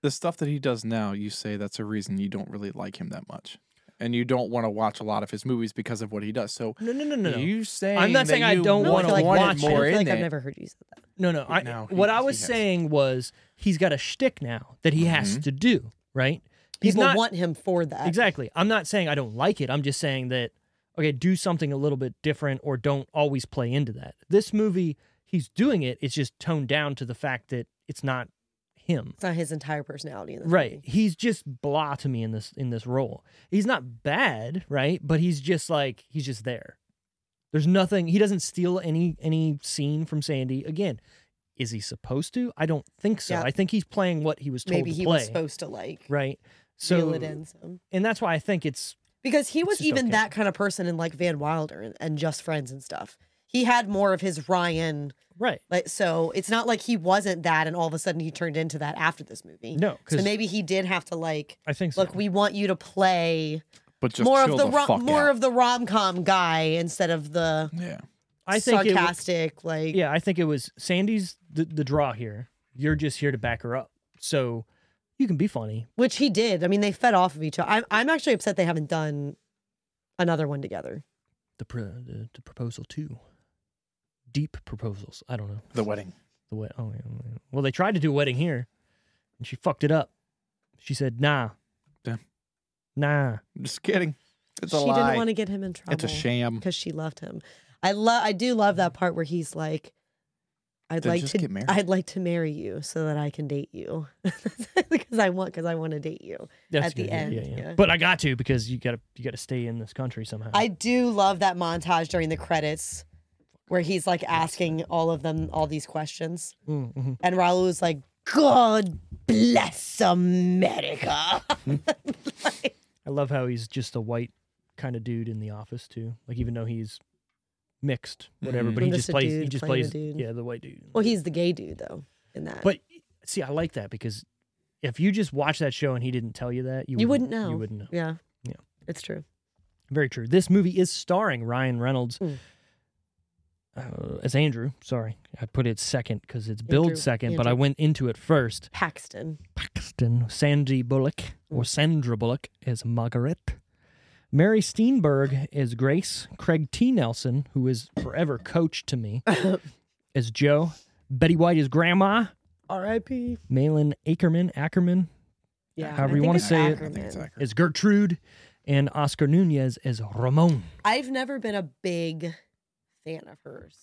B: the stuff that he does now, you say that's a reason you don't really like him that much, and you don't want to watch a lot of his movies because of what he does. So
A: No, no, no, no.
B: you saying
A: I'm not
B: that
A: saying I
B: you
A: don't
C: No, I
A: wanna
C: feel like,
A: watch
B: wanted
A: it.
C: I
B: more
C: feel
B: in
C: like I've
B: it.
C: never heard you say that.
A: No, no. I,
B: No, he-
A: what I
B: he
A: was
B: has. Mm-hmm.
A: saying was he's got a shtick now that he has to do, right? He's
C: People
A: not
C: want him for that.
A: exactly. I'm not saying I don't like it. I'm just saying that okay, do something a little bit different or don't always play into that. This movie, he's doing it. It's just toned down to the fact that it's not him.
C: It's not his entire personality. In this
A: Right.
C: movie.
A: He's just blah to me in this in this role. He's not bad, right? But he's just like he's just there. There's nothing he doesn't steal any any scene from Sandy. Again, is he supposed to? I don't think so.
C: Yeah.
A: I think he's playing what he was told
C: Maybe
A: to
C: he
A: play.
C: was supposed to like
A: right.
C: reel
A: So
C: it in some.
A: and that's why I think it's
C: Because he was
A: just
C: even
A: okay.
C: that kind of person in like Van Wilder and, and Just Friends and stuff. He had more of his Ryan,
A: right.
C: like so. It's not like he wasn't that, and all of a sudden he turned into that after this movie.
A: No,
C: so
A: 'cause-
C: maybe he did have to like
A: I think so.
C: look. We want you to play
B: but just
C: more of
B: chill
C: the, rom-
B: fuck
C: more
B: out.
C: of the rom com guy instead of the
B: yeah.
A: I think it, wa-
C: sarcastic. like
A: yeah, I think it was Sandy's the, the draw here. You're just here to back her up. So you can be funny.
C: which he did. I mean, they fed off of each other. I'm I'm actually upset they haven't done another one together.
A: The pro- the, the proposal too. Deep proposals. I don't know.
B: The wedding.
A: The wed- oh, yeah, yeah. Well, they tried to do a wedding here, and she fucked it up. She said, "Nah,
B: Yeah.
A: nah."
B: I'm just kidding. It's a
C: she
B: lie.
C: didn't want to get him in trouble.
B: it's a
A: Mm-hmm.
B: sham.
C: because she loved him. I love. I do love that part where he's like, "I'd
B: Then
C: like
B: just
C: to.
B: get married.
C: I'd like to marry you so that I can date you [laughs] because I want because I want to date you."
A: That's
C: At the
A: good. Yeah,
C: end,
A: yeah, yeah.
C: yeah.
A: But I got to because you got to you got to stay in this country somehow.
C: I do love that montage during the credits where he's like asking all of them all these questions,
A: Mm, mhm.
C: and Raul's like, "God bless America."
A: I
C: [laughs]
A: love how he's just a white kind of dude in the office too. Like even though he's mixed, whatever,
B: Mhm.
A: but he
C: Well,
A: just
C: just a
A: plays. He
C: dude
A: just
C: playing a
A: plays.
C: dude.
A: Yeah, the white dude.
C: well, he's the gay dude though in that.
A: But see, I like that because if you just watch that show and he didn't tell you that, you,
C: you wouldn't know.
A: You wouldn't know.
C: Yeah.
A: Yeah.
C: It's true.
A: Very true. This movie is starring Ryan Reynolds
C: Mm.
A: uh, as Andrew. Sorry, I put it second because it's billed
C: Andrew-
A: second, but I
C: Andrew.
A: went into it first.
C: Paxton.
A: Paxton, Sandy Bullock,
C: Hmm.
A: or Sandra Bullock as Margaret. Mary Steenburg as Grace. Craig T. Nelson, who is forever coach to
C: [laughs]
A: me, as Joe. Betty White as Grandma.
C: R.I.P.
A: Malin Ackerman, Ackerman
C: Yeah.
A: However
C: I
A: you
C: think
A: wanna
C: it's
A: say it. I
B: I think it's
C: Ackerman.
B: accurate.
A: as Gertrude. And Oscar Nunez as Ramon.
C: I've never been a big fan of hers.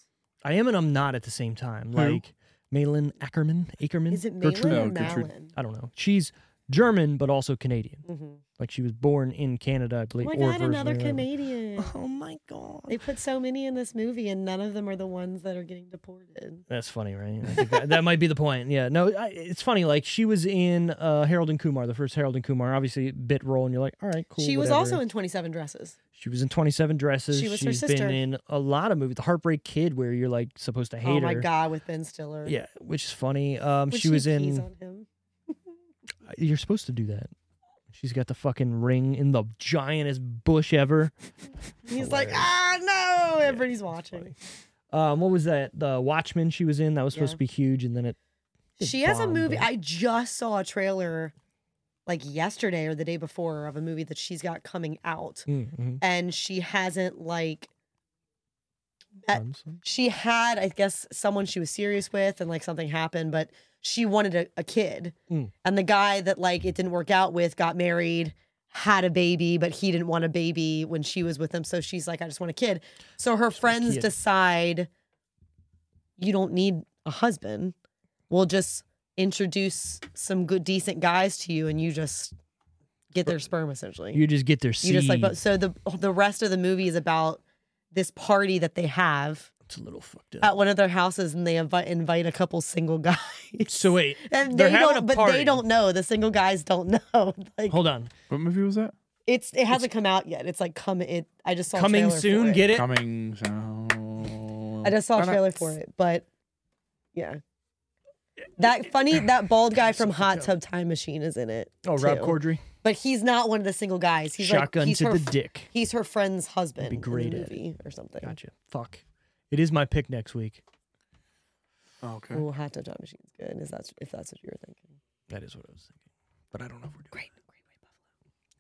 A: I am and I'm not at the same time. Like Malin Ackerman, Ackerman.
C: Is it
A: Gertrude?
C: Malin or
B: No, Gertrude.
C: Malin?
A: I don't know. She's German, but also Canadian.
C: Mhm.
A: Like she was born in Canada, I
C: Oh
A: believe.
C: my
A: or
C: god, another
A: originally- [laughs]
C: Canadian.
A: Oh my god.
C: They put so many in this movie, and none of them are the ones that are getting deported.
A: That's funny, right? I think that, that might be the point. Yeah. No, I, it's funny. Like she was in uh, Harold and Kumar, the first Harold and Kumar. Obviously, bit role, and you're like, all right, cool.
C: she was
A: whatever.
C: also in 27 Dresses.
A: She was in 27 Dresses.
C: She was her
A: She's
C: sister.
A: been in a lot of movies. The Heartbreak Kid, where you're like supposed to hate
C: oh my
A: her.
C: god, with Ben Stiller.
A: Yeah, which is funny. Um,
C: When
A: she was
C: pees
A: in.
C: on him.
A: You're supposed to do that. She's got the fucking ring in the giantest bush ever.
C: He's like, ah, no, everybody's watching.
A: Um, what was that? The Watchmen she was in that was supposed
C: Yeah.
A: to be huge, and then it. It's
C: She has a
A: bomb,
C: movie.
A: but-
C: I just saw a trailer like yesterday or the day before of a movie that she's got coming out
A: Mm-hmm.
C: and she hasn't like At- she had i guess someone she was serious with and like something happened but she wanted a, a kid
A: Mm.
C: and the guy that like it didn't work out with got married had a baby but he didn't want a baby when she was with him so she's like i just want a kid so her friends
A: kid.
C: decide you don't need a husband we'll just introduce some good decent guys to you and you just get their sperm essentially
A: You just get their seed.
C: you just like but so the the rest of the movie is about this party that they have
A: it's a little fucked up.
C: at one of their houses and they invite invite a couple single [laughs] guys.
A: so wait,
C: [laughs] and
A: they're
C: they
A: having
C: don't
A: a
C: but
A: party.
C: they don't know. The single guys don't [laughs] know. Like
A: Hold on,
B: What movie was that?
C: it's it hasn't come out yet. It's like come it I just saw a
A: coming
C: trailer for
A: soon.
C: it.
A: Get it?
B: Coming
C: I just saw a trailer for it, but yeah.
A: [coughs]
C: That funny that bald guy from Hot Tub Time Machine is in it.
A: Oh, Rob
C: too.
A: Corddry,
C: But he's not one of the single guys. He's
A: shotgun
C: like he's
A: to
C: her,
A: the dick.
C: he's her friend's husband
A: great
C: in the
A: at it.
C: movie or something.
A: Gotcha. Fuck. It is my pick next week.
B: Okay.
C: Oh, Hot Tub Time Machine's good. Is that if that's what you were thinking?
A: That is what I was thinking, but I don't know if we're doing
C: Great, great, great.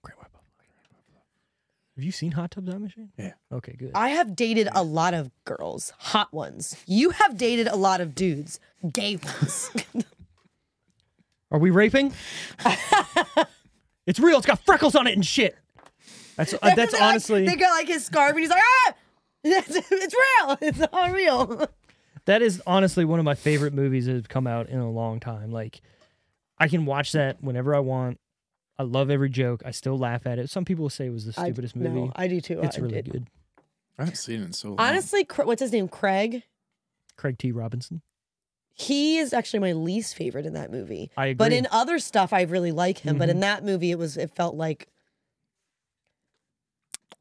A: Great White Buffalo. Have you seen Hot Tub Time Machine?
B: Yeah.
A: Okay, good.
C: I have dated a lot of girls, hot ones. You have dated a lot of dudes, gay
A: [laughs]
C: ones.
A: Uh, Are we
C: [laughs]
A: raping? it's real. It's got freckles on it and shit. That's uh, that's
C: [laughs] They're like-
A: honestly
C: they got like his scarf, and he's like, ah, [laughs] it's, it's real, it's all real.
A: that is honestly one of my favorite movies that has come out in a long time. Like I can watch that whenever I want. I love every joke. I still laugh at it. Some people say it was the
C: I-
A: stupidest movie.
C: No, I do too.
A: it's
C: I-
A: really
C: it-
A: good.
B: I haven't seen it in so long.
C: Honestly, Cra- what's his name? Craig.
A: Craig T. Robinson.
C: He is actually my least favorite in that movie.
A: I
C: But
A: agree. Mm-hmm.
C: in other stuff, I really like him. But in that movie, it was it felt like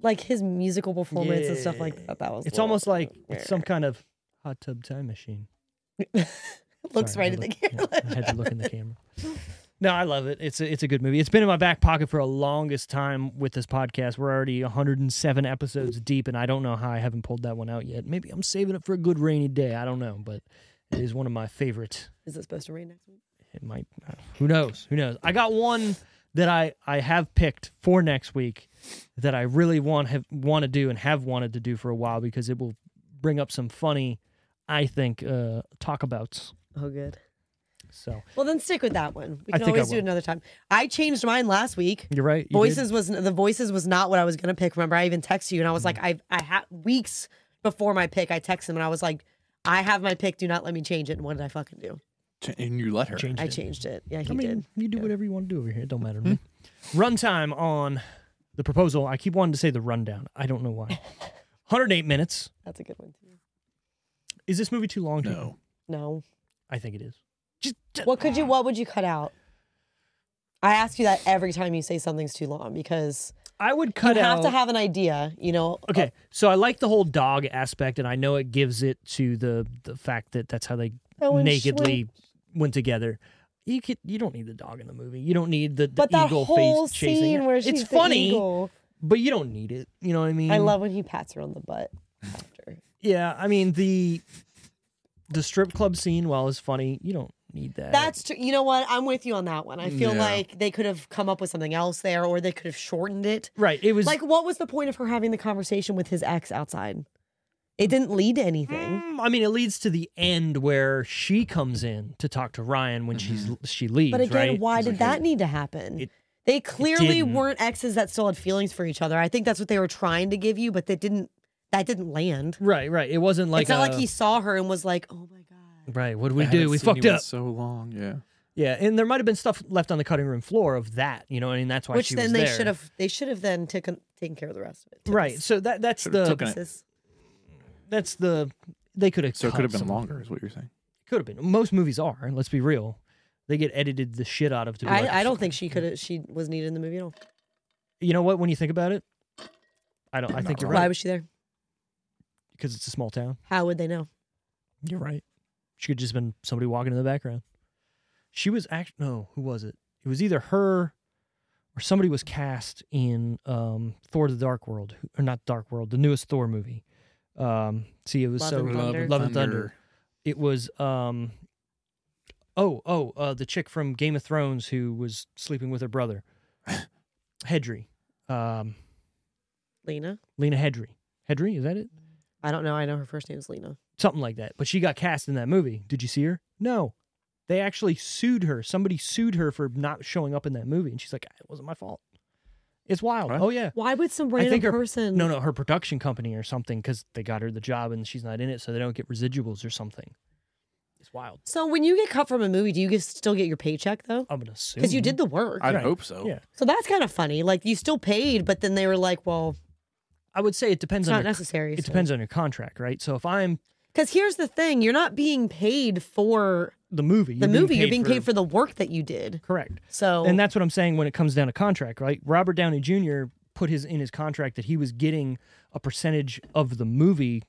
C: like his musical performance and stuff like
A: Yeah.
C: that. That was a
A: It's
C: little-
A: almost like it's some kind of hot tub time machine.
C: looks
A: Sorry,
C: right
A: I
C: at the
A: looked-
C: camera.
A: yeah, I had to look
C: [laughs]
A: in the camera. No, I love it. It's a, it's a good movie. It's been in my back pocket for a longest time with this podcast. We're already 107 episodes deep, and I don't know how I haven't pulled that one out yet. Maybe I'm saving it for a good rainy day. I don't know, but it is one of my favorites.
C: Is it supposed to rain next week?
A: It might. uh, Who knows? Who knows? I got one that I I have picked for next week that I really want have want to do and have wanted to do for a while because it will bring up some funny, I think, uh, talk abouts.
C: Oh, good.
A: So
C: Well, then stick with that one. We
A: I
C: can
A: think I
C: always do
A: will.
C: it another time. I changed mine last week.
A: you're right. you did.
C: Voices was the voices was not what I was gonna pick. Remember, I even texted you and I was
A: Mm-hmm.
C: like, I I had weeks before my pick. I texted him and I was like, I have my pick. Do not let me change it. And what did I fucking do?
B: Ch- and you let her.
A: Changed
C: I
A: it.
C: changed it. Yeah, Hmm. he
A: I mean,
C: did.
A: you do whatever you want to do over here. It don't matter to me. Runtime on the proposal. I keep wanting to say the rundown. I don't know why.
C: [laughs]
A: 108 minutes.
C: That's a good one too.
A: Is this movie too long? to you?
B: No.
C: No.
A: I think it is. Just, just-
C: What could you? What would you cut out? I ask you that every time you say something's too long because
A: I would cut
C: you
A: out.
C: have to have an idea. You know.
A: okay, so I like the whole dog aspect, and I know it gives it to the the fact that that's how they
C: Oh, and
A: nakedly went together. You could you don't need the dog in the movie. You don't need the, the
C: But that
A: eagle
C: whole
A: face chasing.
C: scene
A: it.
C: where she's
A: it's
C: the
A: funny, Mm.
C: eagle.
A: but you don't need it. You know what I mean?
C: I love when he pats her on the butt after.
A: Yeah, I mean the the strip club scene, while it's funny, you don't need that.
C: That's true. You know what? I'm with you on that one. I feel
B: Yeah.
C: like they could have come up with something else there, or they could have shortened it.
A: right. It was
C: Like, what was the point of her having the conversation with his ex outside? It didn't lead to anything.
A: Mm, I mean, it leads to the end where she comes in to talk to Ryan when
B: Mm-hmm.
A: she's she leaves.
C: But again,
A: right?
C: why did
B: like,
C: that
B: hey,
C: need to happen?
A: it-
C: they clearly
A: didn't.
C: weren't exes that still had feelings for each other. I think that's what they were trying to give you, but that didn't. That didn't land.
A: Right, right. It wasn't like uh,
C: it's not
A: a-
C: like he saw her and was like, "Oh my god."
A: Right. What did
B: I
A: we do?
B: haven't
A: We
B: seen
A: fucked
B: you in
A: up.
B: So long. Yeah.
A: Yeah, and there might have been stuff left on the cutting room floor of that. You know, I mean, that's why
C: Which
A: she
C: then
A: was
C: they
A: there.
C: should have. They should have then taken taken care of the rest of it.
A: Right. So that that's
B: Should've
A: the
B: taken it.
C: This-
A: that's the they could have.
B: So it
A: cut
B: could have been
A: some-
B: longer, is what you're saying.
A: Could have been. Most movies are. Let's be real. They get edited the shit out of. To be like,
C: I, I don't think she could have. She was needed in the movie at all.
A: you know what? When you think about it, I
C: [clears throat]
A: don't. I
B: Not
A: think you're
B: wrong.
C: Why
A: right
C: was she there?
A: because it's a small town.
C: How would they know?
A: You're right. She could just been somebody walking in the background. She was act. No, who was it? It was either her or somebody was cast in um, Thor: The Dark World, who- or not Dark World, the newest Thor movie. Um, see, it was
C: Love
A: so
C: and Thunder.
A: Love and Thunder. It was um, Oh, oh, uh, the chick from Game of Thrones who was sleeping with her brother,
C: [laughs]
A: Hedry, um,
C: Lena.
A: Lena Hedry. Hedry, is that it?
C: I don't know. I know her first name is Lena.
A: Something like that. But she got cast in that movie. Did you see her? No. They actually sued her. Somebody sued her for not showing up in that movie, and she's like, "It wasn't my fault." It's wild.
B: What?
A: Oh yeah.
C: Why would some
A: I
C: random
A: think her-
C: person?
A: No, no, her production company or something because they got her the job and she's not in it, so they don't get residuals or something. It's wild.
C: So when you get cut from a movie, do you get, still get your paycheck though?
A: I'm gonna assume
C: Because you did the work.
B: I'd
A: Right.
B: hope so.
A: Yeah.
C: so that's kind of funny. Like you still paid, but then they were like, "Well,
A: I would say it depends
C: it's
A: on
C: not
A: your,
C: necessary."
A: it depends on your contract, right? So if I'm
C: Because here's the thing: you're not being paid for
A: the movie,
C: the movie. You're being paid for the work that you did.
A: correct.
C: So
A: And that's what I'm saying when it comes down to contract, right? Robert Downey Jr. put his in his contract that he was getting a percentage of the movie,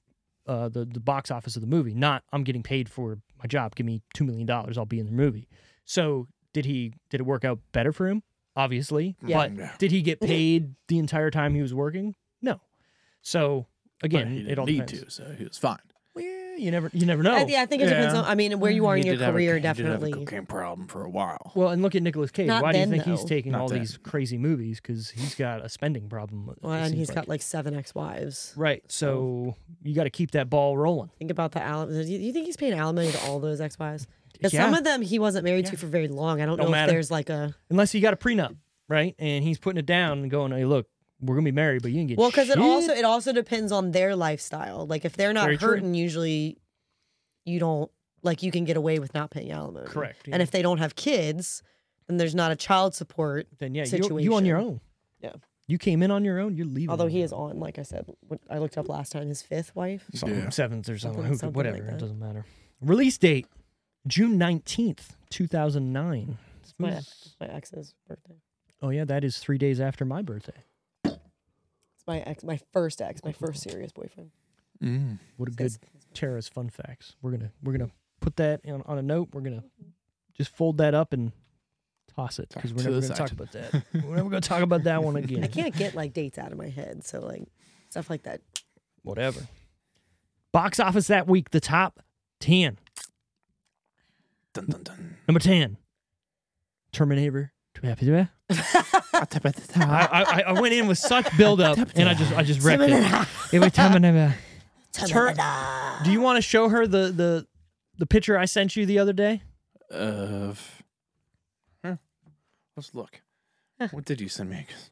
A: uh, the the box office of the movie. Not I'm getting paid for my job. Give me two million dollars, I'll be in the movie. So did he? Did it work out better for him? Obviously,
C: Yeah.
A: but did he get paid the entire time he was working? No. So
B: But
A: again,
B: he
A: it
B: didn't
A: all
B: need
A: depends.
B: to, so he was fine.
A: Well, you never you never know.
C: I, yeah, I think it depends
B: Yeah.
C: on. I mean, where you are
B: Mm, He
C: in your
B: did have a-
C: career,
B: he did have a
C: definitely.
B: cocaine problem for a while.
A: Well, and look at Nicolas Cage.
C: Not
A: Why do you
C: then,
A: think he's
C: though.
A: taking
B: Not
A: all
B: then.
A: these crazy movies? Because he's got a spending problem. it
C: Well, and
A: seems
C: he's
A: like.
C: got like seven ex-wives.
A: Right. So you got to keep that ball rolling.
C: Think about the alimony. Do you think he's paying alimony to all those ex-wives? Because some
A: Yeah.
C: of them he wasn't married to for very long. I don't,
A: Don't
C: know
A: matter.
C: if there's like a
A: Unless you got a prenup, right? And he's putting it down and going, hey, look, we're going to be married, but you can get
C: well, because
A: shit."
C: it also it also depends on their lifestyle. Like if they're not
A: Very true.
C: hurting, usually you don't like you can get away with not paying alimony.
A: Correct, yeah.
C: And if they don't have kids, then there's not a child support.
A: Then, yeah, you you on your own.
C: Yeah.
A: You came in on your own. You're leaving.
C: Although he is on, like I said, what I looked up last time, his fifth wife.
A: something,
B: Yeah.
A: seventh or something,
C: Something-
A: who could-
C: something like
A: whatever. it
C: that.
A: doesn't matter. Release date June 19th, 2009.
C: My,
A: Hmm.
C: ex- my ex's birthday.
A: Oh, yeah, that is three days after my birthday.
C: It's my ex, my first ex, my first serious boyfriend.
B: Mm.
A: What a good
C: Says-
A: Tara's fun facts. We're gonna we're gonna put that on, on a note. We're gonna just fold that up and toss it because we're
B: To
A: never
B: the
A: gonna talk
B: side.
A: about
B: [laughs]
A: that. we're never gonna talk about that one again.
C: I can't get like dates out of my head, so like stuff like that.
A: Whatever. Box office that week, the top ten.
B: Dun, dun, [laughs] dun.
A: Number ten. Terminator. I, I, I- I went in with
B: [laughs]
A: such buildup and I just I just wrecked it. It was Terminator. Ter- Do you want to show her the the the picture I sent you the other day?
B: Of. Huh. Let's look. What did you send me? 'Cause-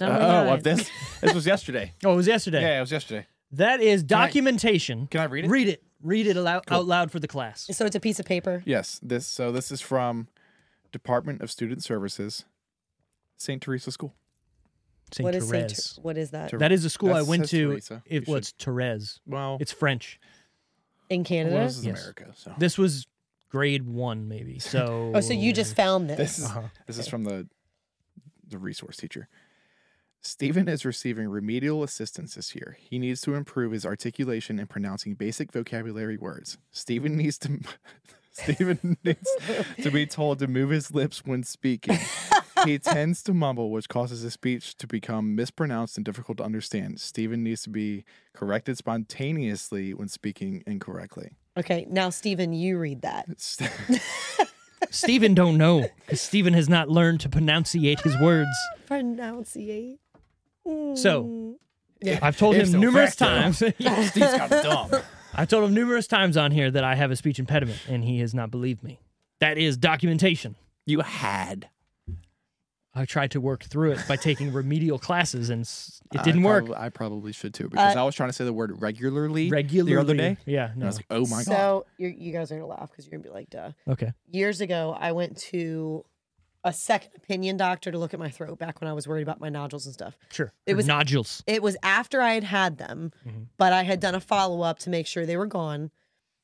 B: Uh, oh, of
C: [laughs]
B: this. This was yesterday.
A: Oh, it was yesterday.
B: Yeah, it was yesterday.
A: That is
B: I-
A: documentation.
B: Can I read it?
A: Read it. Read it aloud, out loud for the class.
C: So it's a piece of paper.
B: Yes. This. So this is from Department of Student Services, St. Teresa School.
A: Saint
C: What is
A: Therese.
C: Saint Ter- what is that
B: Ter-
A: that is a school I
B: That's-
A: went
B: that's
A: to.
B: Teresa. You
A: It
B: should-
A: was Therese.
B: Well,
A: It's French.
C: in Canada?
B: well, this is
A: Yes.
B: America. So
A: This was grade one,
B: [laughs]
A: maybe. So.
C: Oh, so you just found this?
B: This is
A: Uh-huh.
B: this is from the the resource teacher. Stephen is receiving remedial assistance this year. He needs to improve his articulation and pronouncing basic vocabulary words. Stephen needs to [laughs] Stephen [laughs] needs to be told to move his lips when speaking. He tends to mumble, which causes his speech to become mispronounced and difficult to understand. Stephen needs to be corrected spontaneously when speaking incorrectly. [laughs]
C: okay, now Stephen, you read that.
B: St-
A: [laughs] Stephen don't know because Stephen has not learned to pronunciate his words.
C: Pronunciate.
A: Oh So. I've told
B: If
A: him
B: so
A: numerous times. [laughs]
B: facto. [laughs] Steve's got dumb.
A: I've told him numerous times on here that I have a speech impediment, and he has not believed me. That is documentation.
B: You had.
A: I tried to work through it by taking remedial classes, and s- it
B: I
A: didn't work.
B: probably- I probably should too because
C: Uh,
B: I was trying to say the word regularly
A: regularly.
B: the other day.
A: Yeah.
B: And I
A: No.
B: was like, oh my god.
C: so you're, you guys are gonna laugh because you're gonna be like, "Duh."
A: okay.
C: Years ago, I went to a second opinion doctor to look at my throat back when I was worried about my nodules and stuff.
A: Sure.
C: It was-
A: nodules.
C: It was after I had had them,
A: Mm-hmm.
C: but I had done a follow up to make sure they were gone.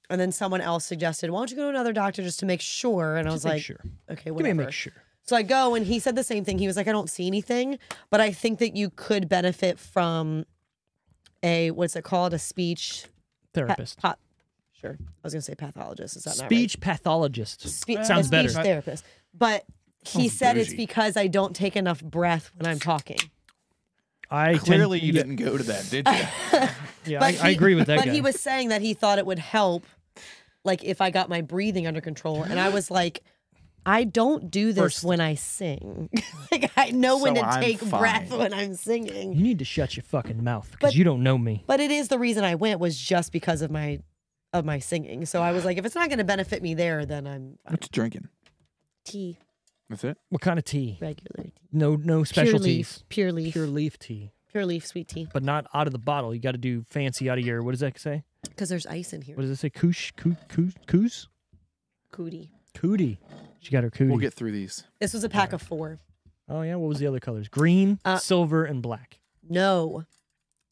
C: And then someone else suggested, "Why don't you go to another doctor just to make sure?" And I was
A: make
C: like,
A: sure.
C: "Okay,
A: Give me
C: whatever."
A: a make sure.
C: So I go and he said the same thing. He was like, I don't see anything, but I think that you could benefit from a what's it called? A speech
A: Therapist.
C: pa- sure. I was gonna say pathologist. Is that not right?
A: Speech pathologist.
C: Spe- a
A: sounds better.
C: Speech therapist. But he
B: Sounds
C: said it's
B: bougie.
C: because I don't take enough breath when I'm talking.
A: I tend-
B: [laughs] Clearly, you
A: yeah,
B: didn't go to that, [laughs] did you?
A: Yeah, I,
C: But
A: I
C: he-
A: agree with that
C: But
A: guy.
C: he was saying that he thought it would help, like if I got my breathing under control. And I was like, I don't do this
A: First-
C: when I sing. [laughs] like I know when
B: So
C: to
B: I'm
C: take breath
B: fine.
C: when I'm singing.
A: you need to shut your fucking mouth because
C: But-
A: you don't know me.
C: But it is the reason I went was just because of my of my singing. So I was like, if it's not going to benefit me there, then I'm fine.
B: What's drinking?
C: tea
B: That's it.
A: What kind of tea?
C: regular tea.
A: No, no
C: Pure
A: specialties.
C: leaf, pure leaf,
A: Pure
C: pure,
A: leaf tea,
C: leaf sweet tea.
A: but not out of the bottle. You got to do fancy out of your. What does that say?
C: Because there's ice in here.
A: What does it say? Koosh, koo, koo, koos,
C: Cootie.
A: cootie. She got her cootie.
B: We'll get through these.
C: This was a pack of four.
A: oh yeah, what was the other colors? Green,
C: Uh,
A: silver, and black.
C: No.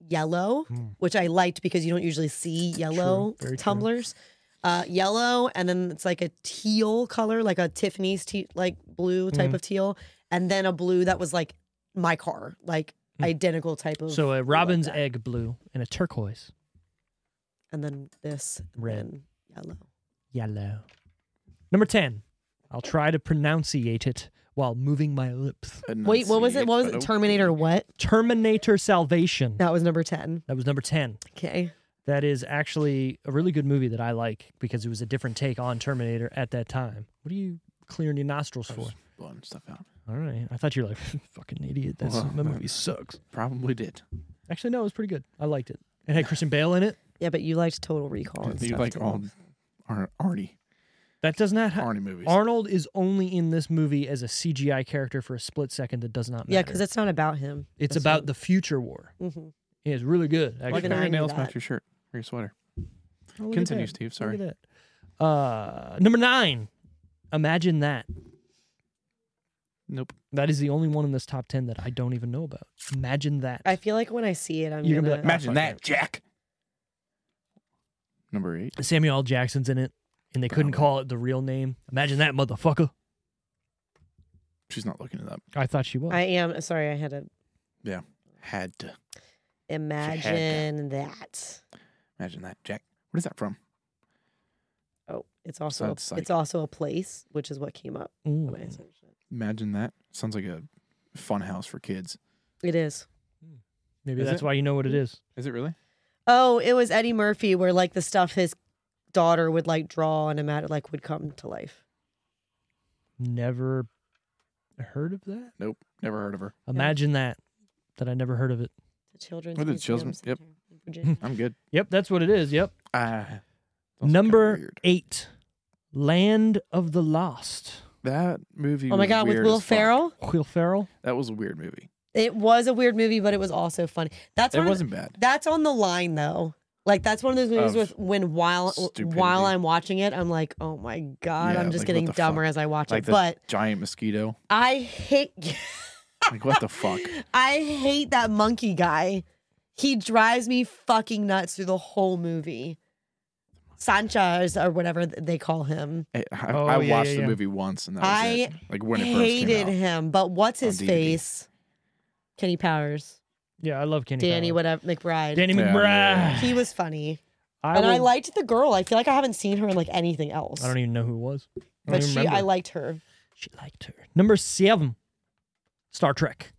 C: Yellow, which I liked because you don't usually see yellow
A: very Hmm. true.
C: tumblers. Uh, yellow, and then it's like a teal color, like a Tiffany's tea, like blue type
A: Hmm.
C: of teal, and then a blue that was like my car, like
A: Hmm.
C: identical type of.
A: So
C: blue
A: a
C: like
A: robin's
C: that.
A: egg blue and a turquoise
C: and then this, and
A: Red.
C: then yellow.
A: yellow. Number ten. I'll try to pronunciate it while moving my lips. [laughs]
C: Wait, what was it? What was it?
B: Enunciate,
C: Terminator? [laughs] What?
A: Terminator Salvation.
C: That was number ten.
A: That was number ten.
C: Okay.
A: that is actually a really good movie that I like because it was a different take on Terminator at that time. What are you clearing your nostrils
B: but I
A: for?
B: was blowing stuff out.
A: All right. I thought you were like, [laughs] fucking idiot. That's,
B: Well,
A: that movie sucks.
B: Probably did.
A: Actually, no, it was pretty good. I liked it. It had Christian Bale in it.
C: Yeah, but you liked Total Recall.
B: [laughs]
C: And
B: you
C: stuff
B: like
C: too.
B: all Ar- Arnie,
A: That does not have.
B: Arnie movies?
A: Arnold is only in this movie as a CGI character for a split second that does not matter.
C: Yeah, because it's not about him.
A: it's about the future war.
C: Mhm.
A: Yeah, it's really good. Actually.
B: like
C: even I
B: your
C: knew
B: nails
C: that.
B: match your shirt or your sweater.
A: Oh, look at
B: Continue,
A: that.
B: Steve.
A: Look
B: Sorry.
A: at that. Uh, number nine. Imagine that.
B: Nope.
A: That is the only one in this top ten that I don't even know about. Imagine that.
C: I feel like when I see it, I'm
A: You're gonna be like,
C: gonna-
A: Imagine fuck that, it.
B: Jack. Number eight.
A: Samuel L. Jackson's in it, and they couldn't
B: Probably.
A: call it the real name. Imagine that, motherfucker.
B: She's not looking it up.
A: I thought she was.
C: I am sorry. I had to
B: Yeah. Had to
C: imagine that.
B: imagine that, Jack. What is that from?
C: Oh, it's also
B: Sounds
C: a,
B: psych.
C: it's also a place, which is what came up.
A: Ooh.
C: when I searched it.
B: Imagine that. Sounds like a fun house for kids.
C: It is.
A: Maybe
B: Is
A: that's
B: it?
A: why you know what it is.
B: Is it really?
C: Oh, it was Eddie Murphy, where like the stuff his daughter would like draw and imagine like would come to life.
A: Never heard of that.
B: Nope. Never heard of her.
A: Imagine that. That I never heard of it.
C: The children's
B: What are the
C: Museum
B: children- yep.
C: Center in Virginia.
B: I'm good.
A: Yep, that's what it is. Yep.
B: Ah. that's kinda
A: Number
B: weird.
A: eight, Land of the Lost.
B: That movie.
C: oh my
B: was
C: god, with
B: weird
C: Will
B: as fuck.
C: Ferrell.
A: Will Ferrell.
B: That was a weird movie.
C: It was a weird movie, but it was also funny. That's
B: It
C: one of the-
B: wasn't bad.
C: that's on the line though. Like that's one of those movies
B: Of
C: with when while
B: stupidity.
C: while I'm watching it, I'm like, oh my god,
B: Yeah,
C: I'm just
B: like, what
C: getting
B: the
C: dumber
B: fuck?
C: as I watch
B: Like
C: it.
B: the
C: But
B: giant mosquito.
C: I hate [laughs]
B: Like what the fuck?
C: I hate that monkey guy. He drives me fucking nuts through the whole movie. Sanchez or whatever th- they call him.
B: I, I,
A: Oh,
B: I
A: yeah, yeah,
B: watched the
A: yeah.
B: movie once and that was
C: I
B: it. Like when it first
C: Hated
B: came out.
C: him, but what's
B: On
C: his
B: DVD.
C: face? Kenny Powers,
A: Yeah, I love Kenny.
C: Danny,
A: Powell.
C: whatever, McBride.
A: Danny
B: Yeah,
A: McBride.
B: yeah,
C: He was funny,
A: I,
C: and I
A: will-
C: liked the girl. I feel like I haven't seen her in like anything else.
A: I don't even know who it was. I don't
C: but
A: even
C: she,
A: remember.
C: I liked her.
A: She liked her. Number seven, Star Trek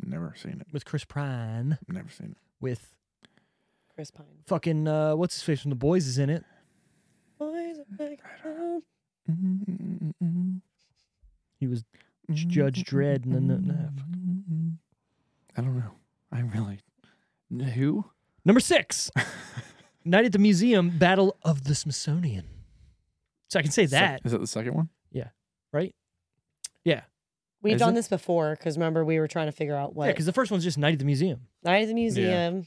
B: Never seen it.
A: with Chris Pine
B: Never seen it.
A: with
C: Chris Pine.
A: fucking uh, what's his face from the boys is in it.
C: Boys are like, oh.
A: He was J- Judge Dredd, and then the- nah,
C: Mm-hmm.
A: fuck.
B: [laughs] I don't know. I really who?
A: number [laughs] six. Night at the Museum, Battle of the Smithsonian. So I can say
B: Sec-
A: that,
B: is that the second one?
A: right? Yeah,
C: We've
B: Is
C: done
B: it?
C: this before because remember we were trying to figure out
A: yeah.
C: what
A: Because the first one's just Night at the Museum,
C: Night at the Museum.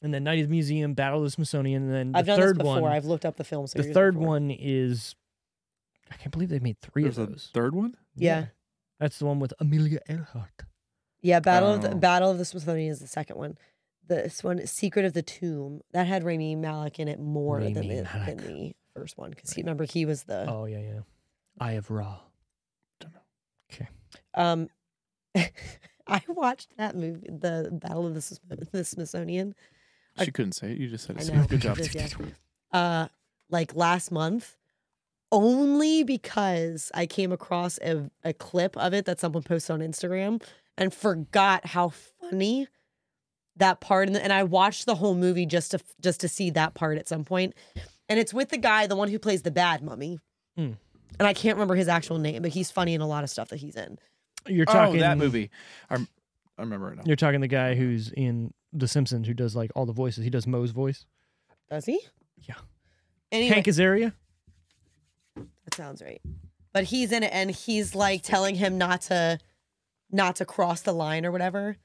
A: and then Night at the Museum, Battle of the Smithsonian, and then the
C: I've done this
A: third
C: before.
A: one.
C: I've looked up the film
A: the
C: series.
A: third
C: before.
A: one is. I can't believe they made three
B: There's
A: of
B: a
A: those.
B: third one?
C: Yeah.
A: that's the one with Amelia Earhart.
C: Yeah, Battle of the,
B: Oh.
C: Battle of the Smithsonian is the second one. This one, Secret of the Tomb, that had Rami Malek in it more
A: Rami
C: than the,
A: Malek.
C: than the first one because he remember he was the
A: Oh yeah, yeah. Eye of Ra. Oh.
C: um. [laughs] I watched that movie, the Battle of the, Smith- the Smithsonian, I-
B: She couldn't say it. You just said
C: I
B: it.
C: know.
B: Good job.
C: It is, yeah. uh, like last month, only because I came across a, a clip of it that someone posted on Instagram and forgot how funny that part, and, and I watched the whole movie just to just to see that part at some point. And it's with the guy, the one who plays the bad mummy,
A: Mm.
C: and I can't remember his actual name, but he's funny in a lot of stuff that he's in.
A: You're talking
B: oh, that movie. I'm, I remember it now.
A: You're talking the guy who's in The Simpsons who does like all the voices. He does Moe's voice.
C: Does he?
A: Yeah.
C: Anyway,
A: Hank Azaria.
C: that sounds right. But he's in it, and he's like telling him not to, not to cross the line or whatever.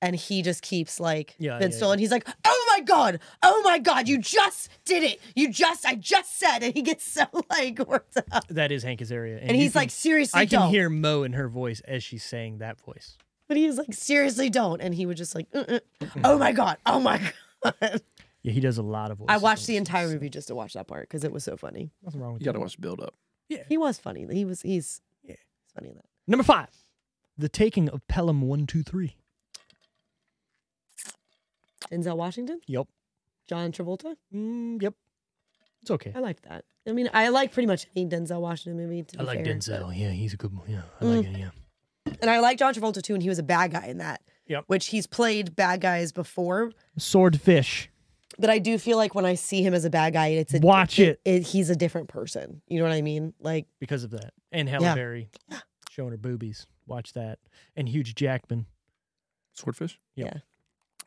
C: And he just keeps like
A: Yeah,
C: Ben
A: yeah,
C: still, and he's like, "Oh my god, oh my god, you just did it! You just, I just said," and [laughs] he gets so like worked up,
A: That is Hank Azaria.
C: and,
A: you
C: he's
A: can-
C: like, "Seriously,
A: I can
C: don't."
A: hear Mo in her voice as she's saying that voice.
C: But he was like, "Seriously, don't," and he would just like, [laughs] "Uh-uh. "Oh my god, oh my god." [laughs]
A: Yeah, he does a lot of voices.
C: I watched the
A: It's-
C: entire movie just to watch that part because it was so funny.
A: Nothing wrong with
B: You gotta
A: that.
B: watch the build up.
C: He was funny. He was he's yeah, he's funny in that.
A: Number five, The Taking of Pelham One Two Three.
C: Denzel Washington,
A: Yep.
C: John Travolta.
A: Mm, yep. It's okay.
C: I liked that. I mean, I like pretty much any Denzel Washington movie. To
A: I
C: be
A: like
C: fair.
A: Denzel. Yeah, he's a good one. Yeah, I
C: Mm.
A: like it. Yeah.
C: and I like John Travolta too, and he was a bad guy in that.
A: Yep.
C: Which he's played bad guys before,
A: Swordfish.
C: but I do feel like when I see him as a bad guy, it's a,
A: Watch it.
C: it, he's a different person. You know what I mean? Like,
A: because of that. And Halle
C: Yeah. [gasps]
A: Berry showing her boobies. Watch that. And Huge Jackman.
B: Swordfish.
A: Yep.
C: Yeah.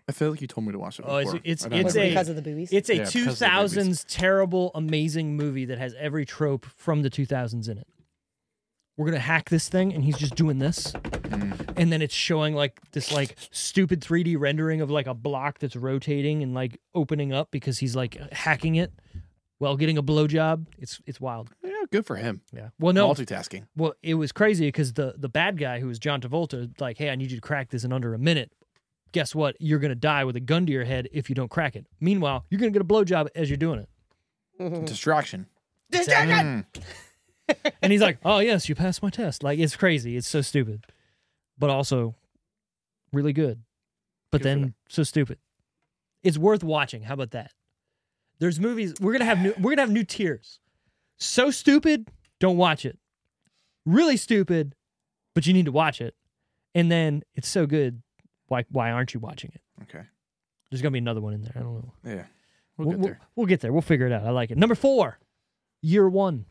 B: I feel like you told me to watch it.
A: Oh, it's-
B: before.
A: it's-
B: I don't
A: it's
C: was it
A: a-
B: remember.
C: because of the boobies.
A: It's a
B: Yeah, because of the
A: 2000s
B: boobies.
A: terrible, amazing movie that has every trope from the 2000s in it. We're gonna hack this thing, and he's just doing this,
B: Mm.
A: and then it's showing like this like stupid 3D rendering of like a block that's rotating and like opening up because he's like hacking it while getting a blowjob. It's it's wild.
B: yeah, good for him.
A: Yeah. Well, no,
B: Multitasking.
A: Well, it was crazy because the the bad guy who was John Travolta, like, hey, I need you to crack this in under a minute. Guess what? You're gonna die with a gun to your head if you don't crack it. Meanwhile, you're gonna get a blowjob as you're doing it.
C: Mm-hmm.
B: Distraction. Mm.
A: And he's like, "Oh yes, you passed my test." Like, it's crazy. It's so stupid, but also really good. But
B: Good for
A: then
B: them.
A: so stupid. It's worth watching. How about that? There's movies we're gonna have new. We're gonna have new tiers. So stupid, don't watch it. Really stupid, but you need to watch it. And then it's so good. Why? Why aren't you watching it?
B: Okay.
A: There's gonna be another one in there. I don't know.
B: Yeah. We'll, get there.
A: we'll get there. We'll figure it out. I like it. Number four, year one.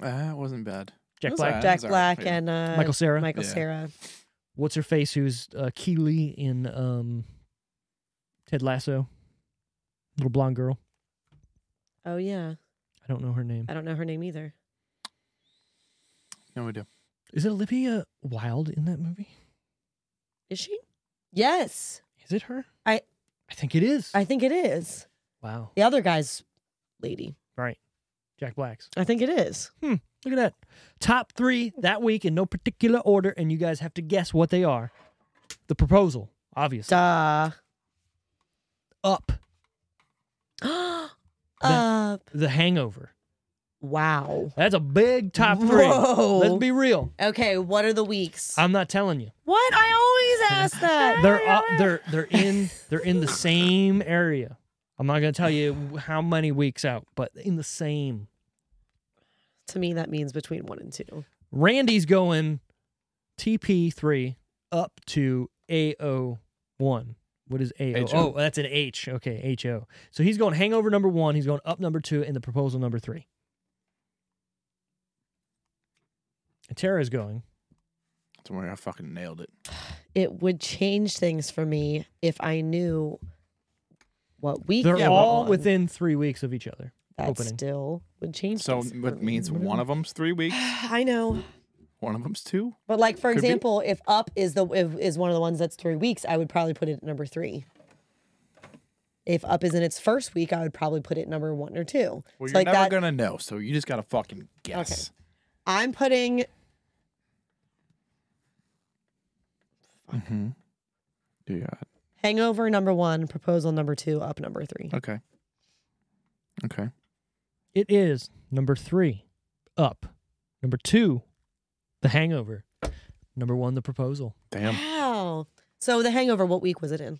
B: Ah, it wasn't bad.
A: Jack
B: It was
A: Black.
B: alright.
C: Jack
B: Yeah.
C: Black
B: Yeah.
C: and uh,
A: Michael Cera.
C: Michael
B: Yeah.
C: Cera.
A: what's her face who's uh, Keely in um, Ted Lasso, little blonde girl.
C: Oh yeah,
A: I don't know her name.
C: I don't know her name either.
B: No, we do.
A: Is it Olivia Wilde in that movie?
C: Is she? Yes,
A: Is it her?
C: I-
A: I think it is.
C: I think it is.
A: wow.
C: The other guy's lady.
A: Right. Jack Black's.
C: I think it is.
A: Look at that. Top three that week in no particular order, and you guys have to guess what they are. The proposal, obviously.
C: Duh. [gasps]
A: Up.
C: Up.
A: The hangover.
C: Wow.
A: That's a big top three.
C: Whoa.
A: Let's be real.
C: Okay, what are the weeks?
A: I'm not telling you.
C: what? I always ask that.
A: they're up, they're they're in they're in the same area. I'm not gonna tell you how many weeks out, but in the same.
C: to me, that means between one and two.
A: Randy's going TP three up to AO one. What is AO?
B: HO.
A: Oh, that's an H. Okay, HO. So he's going hangover number one. He's going up number two, and the proposal number three. And Tara's going.
B: Don't worry, I fucking nailed it.
C: It would change things for me if I knew what week
A: They're
C: they were
A: all
C: on.
A: within three weeks of each other.
C: that
A: opening.
C: still would change.
B: So
C: things for
B: what
C: me.
B: means one of them's three weeks,
C: I know,
B: one of them's two.
C: but like for
B: Could be.
C: example, if up is the if, is one of the ones that's three weeks, I would probably put it at number three. If up is in its first week, I would probably put it number one or two.
B: Well,
C: So,
B: you're
C: like
B: never
C: that,
B: gonna know, so you just gotta fucking guess.
C: I'm putting
B: Do you got?
C: Hangover number one, proposal number two, up number three.
B: Okay. Okay.
A: It is number three, Up. Number two, The Hangover. Number one, The Proposal.
B: Damn.
C: Wow. So the Hangover, what week was it in?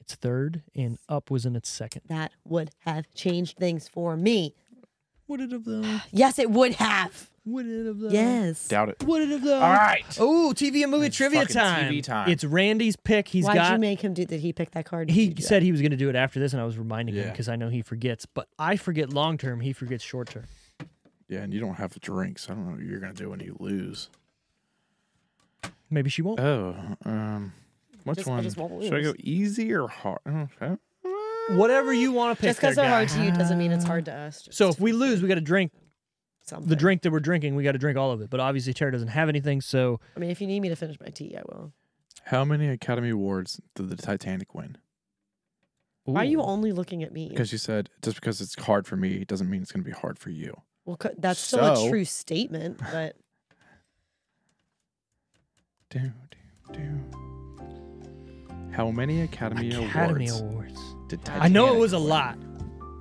A: It's third, and Up was in its second.
C: That would have changed things for me. [sighs]
A: Would it have though?
C: Yes, it would have.
A: Would it have though?
C: Yes.
B: Doubt it.
A: Would it have though?
B: All right.
A: Oh, TV and movie
B: It's
A: trivia
B: fucking
A: time.
B: TV time.
A: It's Randy's pick. He's
C: Why'd you
A: got.
C: make him do? Did he pick that card? Did you
A: he
C: do that?
A: said he was going to do it after this, and I was reminding him
B: Yeah.
A: because I know he forgets. But I forget long term. He forgets short term.
B: Yeah, and you don't have drinks. I don't know what you're gonna do when you lose.
A: Maybe she won't.
B: Oh, um, which
C: Just- I
B: one?
C: just won't
B: Should I go
C: lose.
B: easy or hard? Okay.
A: Whatever you want to pick.
C: Just because
A: there,
C: they're hard
A: guy.
C: to you doesn't mean it's hard to us. Just
A: So if we lose, we got to drink
C: something.
A: the drink that we're drinking. We got to drink all of it. But obviously, Tara doesn't have anything, so
C: I mean, if you need me to finish my tea, I will.
B: How many Academy Awards did the Titanic win?
C: Why are you
A: Ooh.
C: only looking at me?
B: Because you said just because it's hard for me doesn't mean it's gonna be hard for you.
C: Well, c- that's still
B: So-
C: a true statement,
A: [laughs]
C: but
B: Do, do, do. How many Academy,
A: Academy
B: Awards
A: Awards?
B: did Titanic?
A: I know it was a
B: win?
A: lot,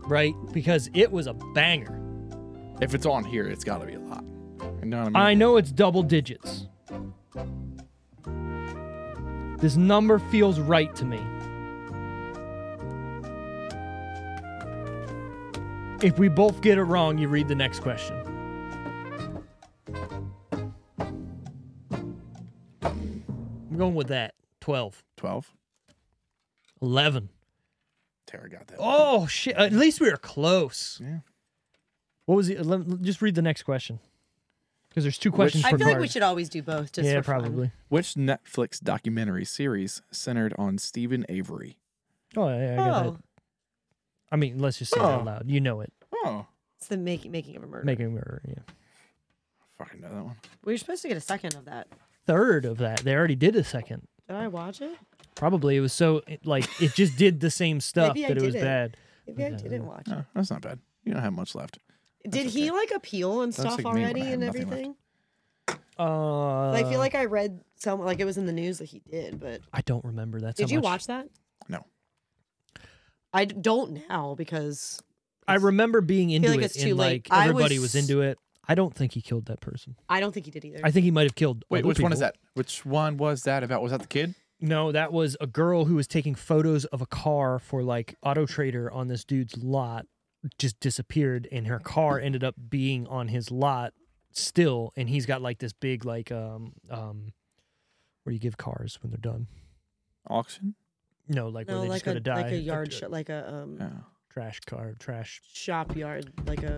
A: right? Because it was a banger.
B: If it's on here, it's got to be a lot. You know what I mean?
A: I know it's double digits. This number feels right to me. If we both get it wrong, you read the next question. I'm going with that. 12.
B: Twelve.
A: 11.
B: Tara got that.
A: Oh, shit. At least we were close.
B: Yeah.
A: What was it? Let- Just read the next question. Because there's two questions
C: I
A: per
C: feel like
A: card.
C: we should always do both. Just
A: yeah,
C: for fun.
A: probably.
B: Which Netflix documentary series centered on Stephen Avery?
A: Oh, yeah, yeah, I got that.
C: Oh,
A: I mean, let's just say it
B: Oh.
A: out loud. You know it.
B: Oh,
C: it's the making making of a murder.
A: Making a murder. Yeah.
B: fucking know that one.
C: We were supposed to get a second of that.
A: Third of that, they already did a second.
C: Did I watch it?
A: Probably it was so it- like it just did the
C: [laughs]
A: same stuff
C: Maybe I
A: that it was
C: didn't.
A: bad.
C: Maybe I didn't watch it.
B: Oh, that's not bad. You don't have much left.
C: Did he like appeal and
B: Don't
C: stuff
B: stick me when I
C: already
B: have
C: and
B: nothing left.
C: everything?
A: Uh,
C: I feel like I read some like it was in the news that he did, but
A: I don't remember. That's
C: did
A: how
C: you
A: much-
C: watch that?
B: No.
C: I d- don't now because
A: I remember being into
C: like
A: it.
C: it's
A: and,
C: too
A: like
C: late. I
A: everybody was...
C: was-
A: into it. I don't think he killed that person.
C: I don't think he did either.
A: I think he might have killed.
B: Wait,
A: other
B: which one is
A: people.
B: that? Which one was that about? Was that the kid?
A: No, that was a girl who was taking photos of a car for like Auto Trader on this dude's lot, just disappeared, and her car ended up being on his lot still, and he's got like this big like um um where you give cars when they're done.
B: Auction.
A: No, like
C: no,
A: where they
C: like
A: just gotta
C: a
A: die.
C: like a
A: Like
C: yard
A: a
C: sh- like a um
B: Yeah.
A: trash car, trash.
C: shop yard like a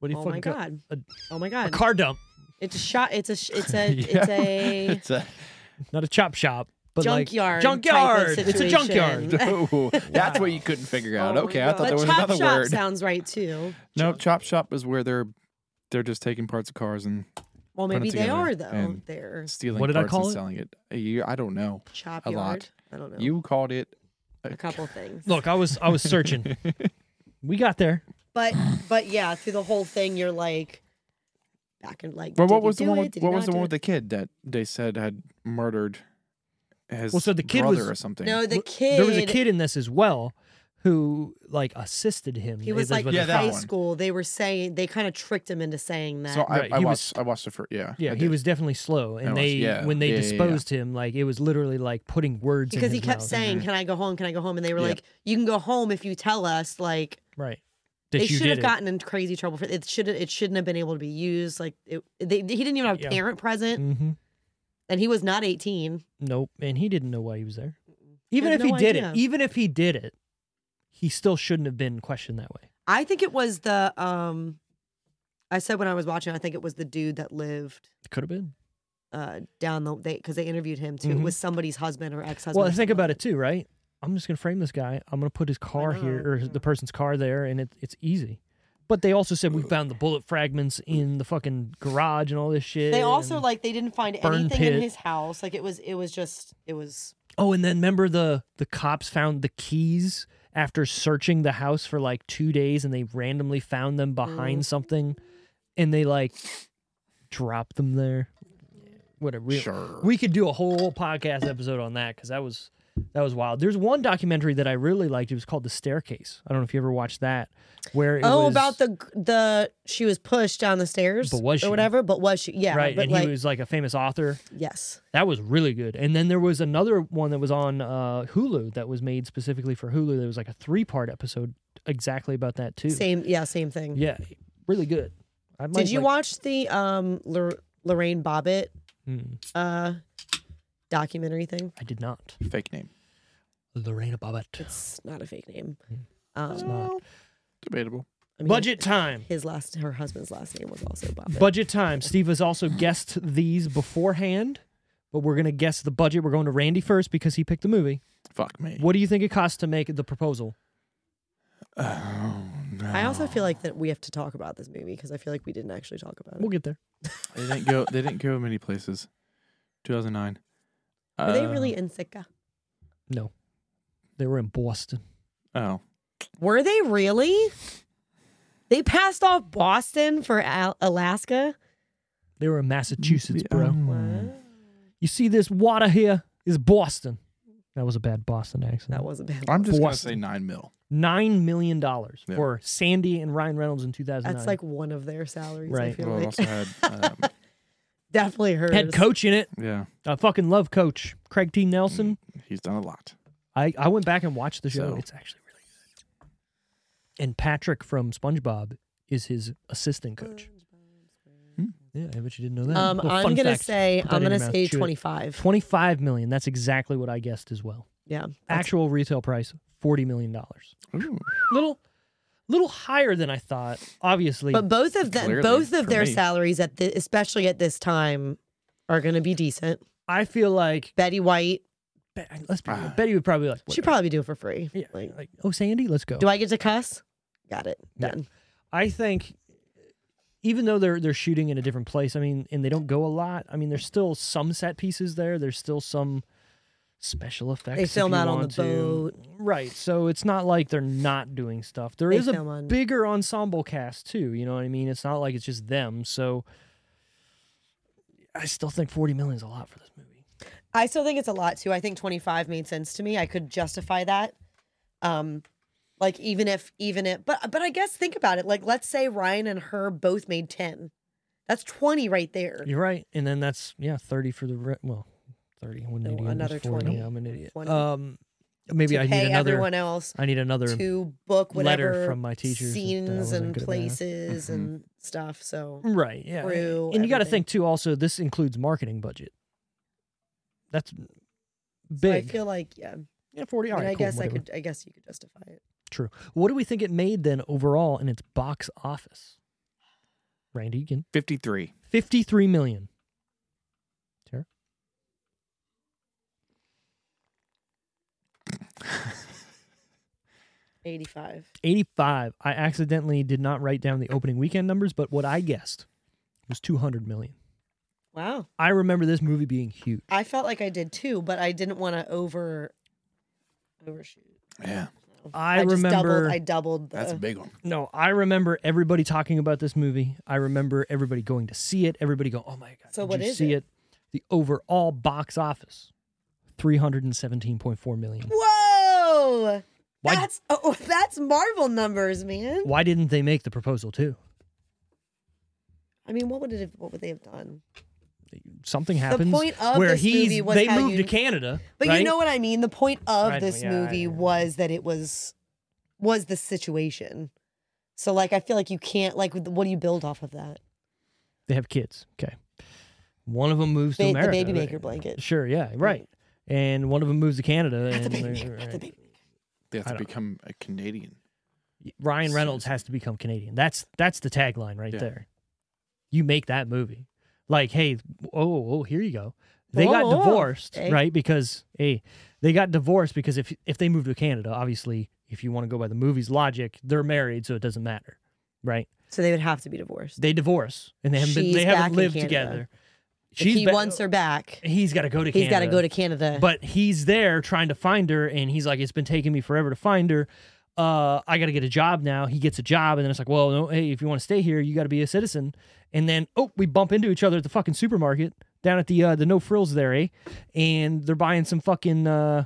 A: What do you
C: oh my
A: fucking call-
C: god
A: a-
C: oh my
A: A
C: god
A: car dump,
C: it's a shot
B: [laughs]
C: it's a sh- it's a
B: Yeah.
C: [laughs]
B: [laughs]
C: it's a
B: It's a,
A: not a chop shop, but like
C: Junkyard type of
A: Junkyard. It's a junkyard.
C: situation.
B: oh, that's what you couldn't figure out.
C: Oh my
B: okay, I
C: God.
B: thought
C: but
B: there was
C: chop
B: another
C: shop
B: word.
C: sounds right too.
B: no, chop shop is where they're they're just taking parts of cars and
C: Well,
B: Put it
C: maybe they
B: together
C: are though.
B: and-
C: They're
B: stealing.
A: What did I
B: parts
A: call
B: and
A: it?
B: Selling it. Uh, you- I don't know.
C: chop
B: a
C: yard.
B: lot.
C: I don't know.
B: You called it.
C: a couple things.
A: Look, I was I was searching. we got there.
C: But but yeah, through the whole thing, you're like back and like.
B: Well,
C: did
B: what
C: he
B: was the
C: do
B: one?
C: it?
B: With,
C: Did he
B: what was
C: not
B: the
C: do
B: one
C: it?
B: with the kid that they said had murdered his
A: Well, so the kid
B: brother
A: was-
B: or something?
C: No, the kid.
A: There was a kid in this as well who like assisted him.
C: He was
A: That's
C: like
A: what
B: Yeah,
A: they
B: that
C: high
A: found.
B: one.
C: school. They were saying they kind of tricked him into saying that.
B: So I,
A: Right,
B: I
A: he was-
B: watched. I watched the first. Yeah. I
A: Yeah, he
B: did.
A: was definitely slow, and
B: was,
A: they
B: yeah,
A: when they
B: yeah, yeah, yeah.
A: disposed him, like it was literally like putting words in
C: because he
A: his
C: kept
A: mouth.
C: saying, "Can I go home? Can I go home?" And they were
B: Yeah.
C: like, "You can go home if you tell us." Like
A: right that
C: they
A: you
C: should
A: did
C: have
A: it.
C: gotten in crazy trouble for it. Should it shouldn't have been able to be used. Like it, they, he didn't even have a
A: Yeah.
C: parent present,
A: Mhm.
C: and he was not 18.
A: Nope, and he didn't know why he was there. Even
C: had
A: if he
C: no
A: did it,
C: idea.
A: even if he did it, he still shouldn't have been questioned that way.
C: I think it was the um. I said when I was watching, I think it was the dude that lived
A: Could have been.
C: uh, down the they because they interviewed him too.
A: Mhm.
C: It was somebody's husband or ex husband.
A: Well, think about it too, right? I'm just gonna frame this guy. I'm gonna put his car here
C: know,
A: or his- the person's car there, and it, it's easy. But they also said we found the bullet fragments in the fucking garage and all this shit.
C: They also
A: and-
C: like they didn't find
A: Burn
C: anything in
A: pit.
C: his house. Like it was it was just it was
A: Oh, and then remember the the cops found the keys after searching the house for like two days, and they randomly found them
C: Mm-hmm.
A: behind something, and they like dropped them there. Whatever. We,
B: Sure.
A: we could do a whole podcast episode on that because that was that was wild. There's one documentary that I really liked. It was called The Staircase. I don't know if you ever watched that. Where it
C: oh
A: was-
C: about the the she was pushed down the stairs
A: But was she?
C: or whatever. But was she? Yeah,
A: right,
C: But
A: and
C: like
A: he was like a famous author.
C: yes,
A: That was really good. And then there was another one that was on uh, Hulu that was made specifically for Hulu. There was like a three part episode exactly about that too.
C: same yeah same thing.
A: Yeah, really good. I might,
C: Did you
A: like-
C: watch the um Lor- Lorraine Bobbitt
A: Hmm,
C: uh documentary thing?
A: I did not.
B: Fake name.
A: Lorena Bobbitt.
C: It's not a fake name.
A: It's
C: Um,
A: not.
B: Debatable.
C: I mean,
A: Hmm. Budget time.
C: His last, her husband's last name was also Bobbitt.
A: Budget time. Steve has also guessed these beforehand, but we're gonna guess the budget. We're going to Randy first because he picked the movie.
B: Fuck me.
A: What do you think it costs to make the proposal?
B: Oh no.
C: I also feel like that we have to talk about this movie because I feel like we didn't actually talk about it. [laughs]
A: We'll get there.
B: they didn't go. They didn't go many places. 2009.
C: Were
B: uh,
C: they really in Sitka?
A: No, they were in Boston.
B: Oh,
C: Were they really? They passed off Boston for Al- Alaska.
A: They were in Massachusetts,
B: Yeah.
A: bro.
C: What?
A: You see this water here is Boston. That was a bad Boston accent.
C: That wasn't bad.
B: I'm just gonna
A: Boston.
B: say nine mil.
A: Nine million dollars
B: Yeah.
A: for Sandy and Ryan Reynolds in 2009.
C: That's like one of their salaries. I
A: Right.
C: feel
B: Well, it
C: like
B: also had. Um,
C: [laughs] definitely hers.
A: head coach in it.
B: yeah,
A: I fucking love Coach Craig T. Nelson.
B: he's done a lot.
A: I, I went back and watched the show.
B: So-
A: It's actually really good. And Patrick from SpongeBob is his assistant coach. Yeah, I bet you didn't know that.
C: Um,
A: Little
C: I'm
A: fun
C: gonna
A: fact.
C: say
A: Put that
C: I'm
A: in your
C: gonna
A: mouth.
C: say
A: Chew it.
C: 25.
A: 25 million. That's exactly what I guessed as well.
C: Yeah, that's-
A: Actual retail price, $40 million. dollars.
B: Ooh.
A: Little little higher than I thought, obviously.
C: But both of them,
B: Clearly,
C: both of
B: for
C: their
B: me.
C: salaries at the, especially at this time, are gonna be decent.
A: I feel like
C: Betty White,
A: Bet- let's be real.
B: Ah.
A: Betty would probably like.
C: she'd
A: whatever.
C: probably do it for free.
A: Yeah,
C: Like,
A: like, oh Sandy, let's go.
C: do I get to cuss? Got it.
A: Yeah.
C: Done.
A: I think even though they're they're shooting in a different place, I mean, and they don't go a lot. I mean, there's still some set pieces there. There's still some special effects.
C: They
A: if
C: film
A: you
C: out on the
A: want to.
C: boat.
A: right? So it's not like they're not doing stuff. There
C: They
A: is a
C: film on-
A: bigger ensemble cast too. You know what I mean? It's not like it's just them. So I still think forty million is a lot for this movie.
C: I still think it's a lot too. I think 25 made sense to me. I could justify that. Um like even if even if but but I guess think about it. Like let's say Ryan and her both made 10. That's 20 right there.
A: You're right, and then that's yeah, thirty for the re- well, thirty. One eighty.
C: another
A: 40.
C: 20.
A: Yeah, I'm an idiot.
C: 20.
A: Um, maybe
C: to
A: I
C: pay
A: need another.
C: everyone else
A: I need another.
C: to book
A: letter
C: whatever
A: from my teachers that I
C: scenes
A: wasn't
C: and
A: good at math. Mm-hmm. Mm,
C: places
B: Mhm.
C: and stuff. So
A: right. Yeah.
C: Through
A: and you got to
C: everything.
A: think too. Also, this includes marketing budget. That's
C: so I
A: big.
C: feel like yeah.
A: yeah, forty.
C: I,
A: All
C: mean,
A: right,
C: I
A: cool,
C: guess I
A: whatever.
C: could I guess you could justify it.
A: True. What do we think it made then overall in its box office? Randy again,
B: Fifty-three.
A: fifty-three million. Tara?
C: Eighty five.
A: 85. I accidentally did not write down the opening weekend numbers, but what I guessed was 200 million.
C: Wow.
A: I remember this movie being huge.
C: I felt like I did too, but I didn't want to over overshoot.
B: Yeah,
A: I,
C: just
A: remember
C: doubled, I doubled the
B: that's a big one.
A: No, I remember everybody talking about this movie. I remember everybody going to see it. Everybody go, "Oh my god!"
C: So
A: did
C: what
A: you
C: is
A: see
C: it?
A: it? The overall box office, three hundred and seventeen point four million.
C: Whoa!
A: Why-
C: That's oh, that's Marvel numbers, man.
A: Why didn't they make the proposal too?
C: I mean, what would it have, what would they have done?
A: Something happens
C: point of
A: where
C: this
A: he's
C: movie was
A: they
C: how
A: moved to
C: you-
A: Canada,
C: But
A: right?
C: you know what I mean. The point of
A: I know,
C: this
A: yeah, I
C: movie
A: know.
C: was that it was was the situation. So like, I feel like you can't like. What do you build off of that?
A: they have kids. Okay, one of them moves to
C: Ba-
A: America.
C: the baby
A: right?
C: maker blanket.
A: Sure, yeah, right. And one of them moves to Canada,
C: Not the
A: and
C: baby
A: they're-
C: maker. Not the baby.
B: They have
A: I
B: to
A: don't-
B: become a Canadian.
A: Ryan Reynolds has to become Canadian. That's that's the tagline right
B: Yeah.
A: there. You make that movie. Like, hey, oh, oh here you go. They
C: Oh,
A: got
C: oh,
A: divorced,
C: okay.
A: right? Because hey, they got divorced because if if they moved to Canada, obviously, if you want to go by the movie's logic, they're married, so it doesn't matter, right?
C: So they would have to be divorced.
A: They divorce and they haven't been,
C: She's
A: they
C: back
A: haven't
C: in
A: lived
C: Canada.
A: together.
C: If he
A: ba-
C: wants her back.
A: He's got to go to
C: He's got
A: Canada.
C: to go to Canada.
A: [laughs] But he's there trying to find her, and he's like, "It's been taking me forever to find her. Uh, I got to get a job now." He gets a job, and then it's like, "Well, no, hey, if you want to stay here, you got to be a citizen." And then, oh, we bump into each other at the fucking supermarket down at the uh, the no frills there, eh? And they're buying some fucking uh,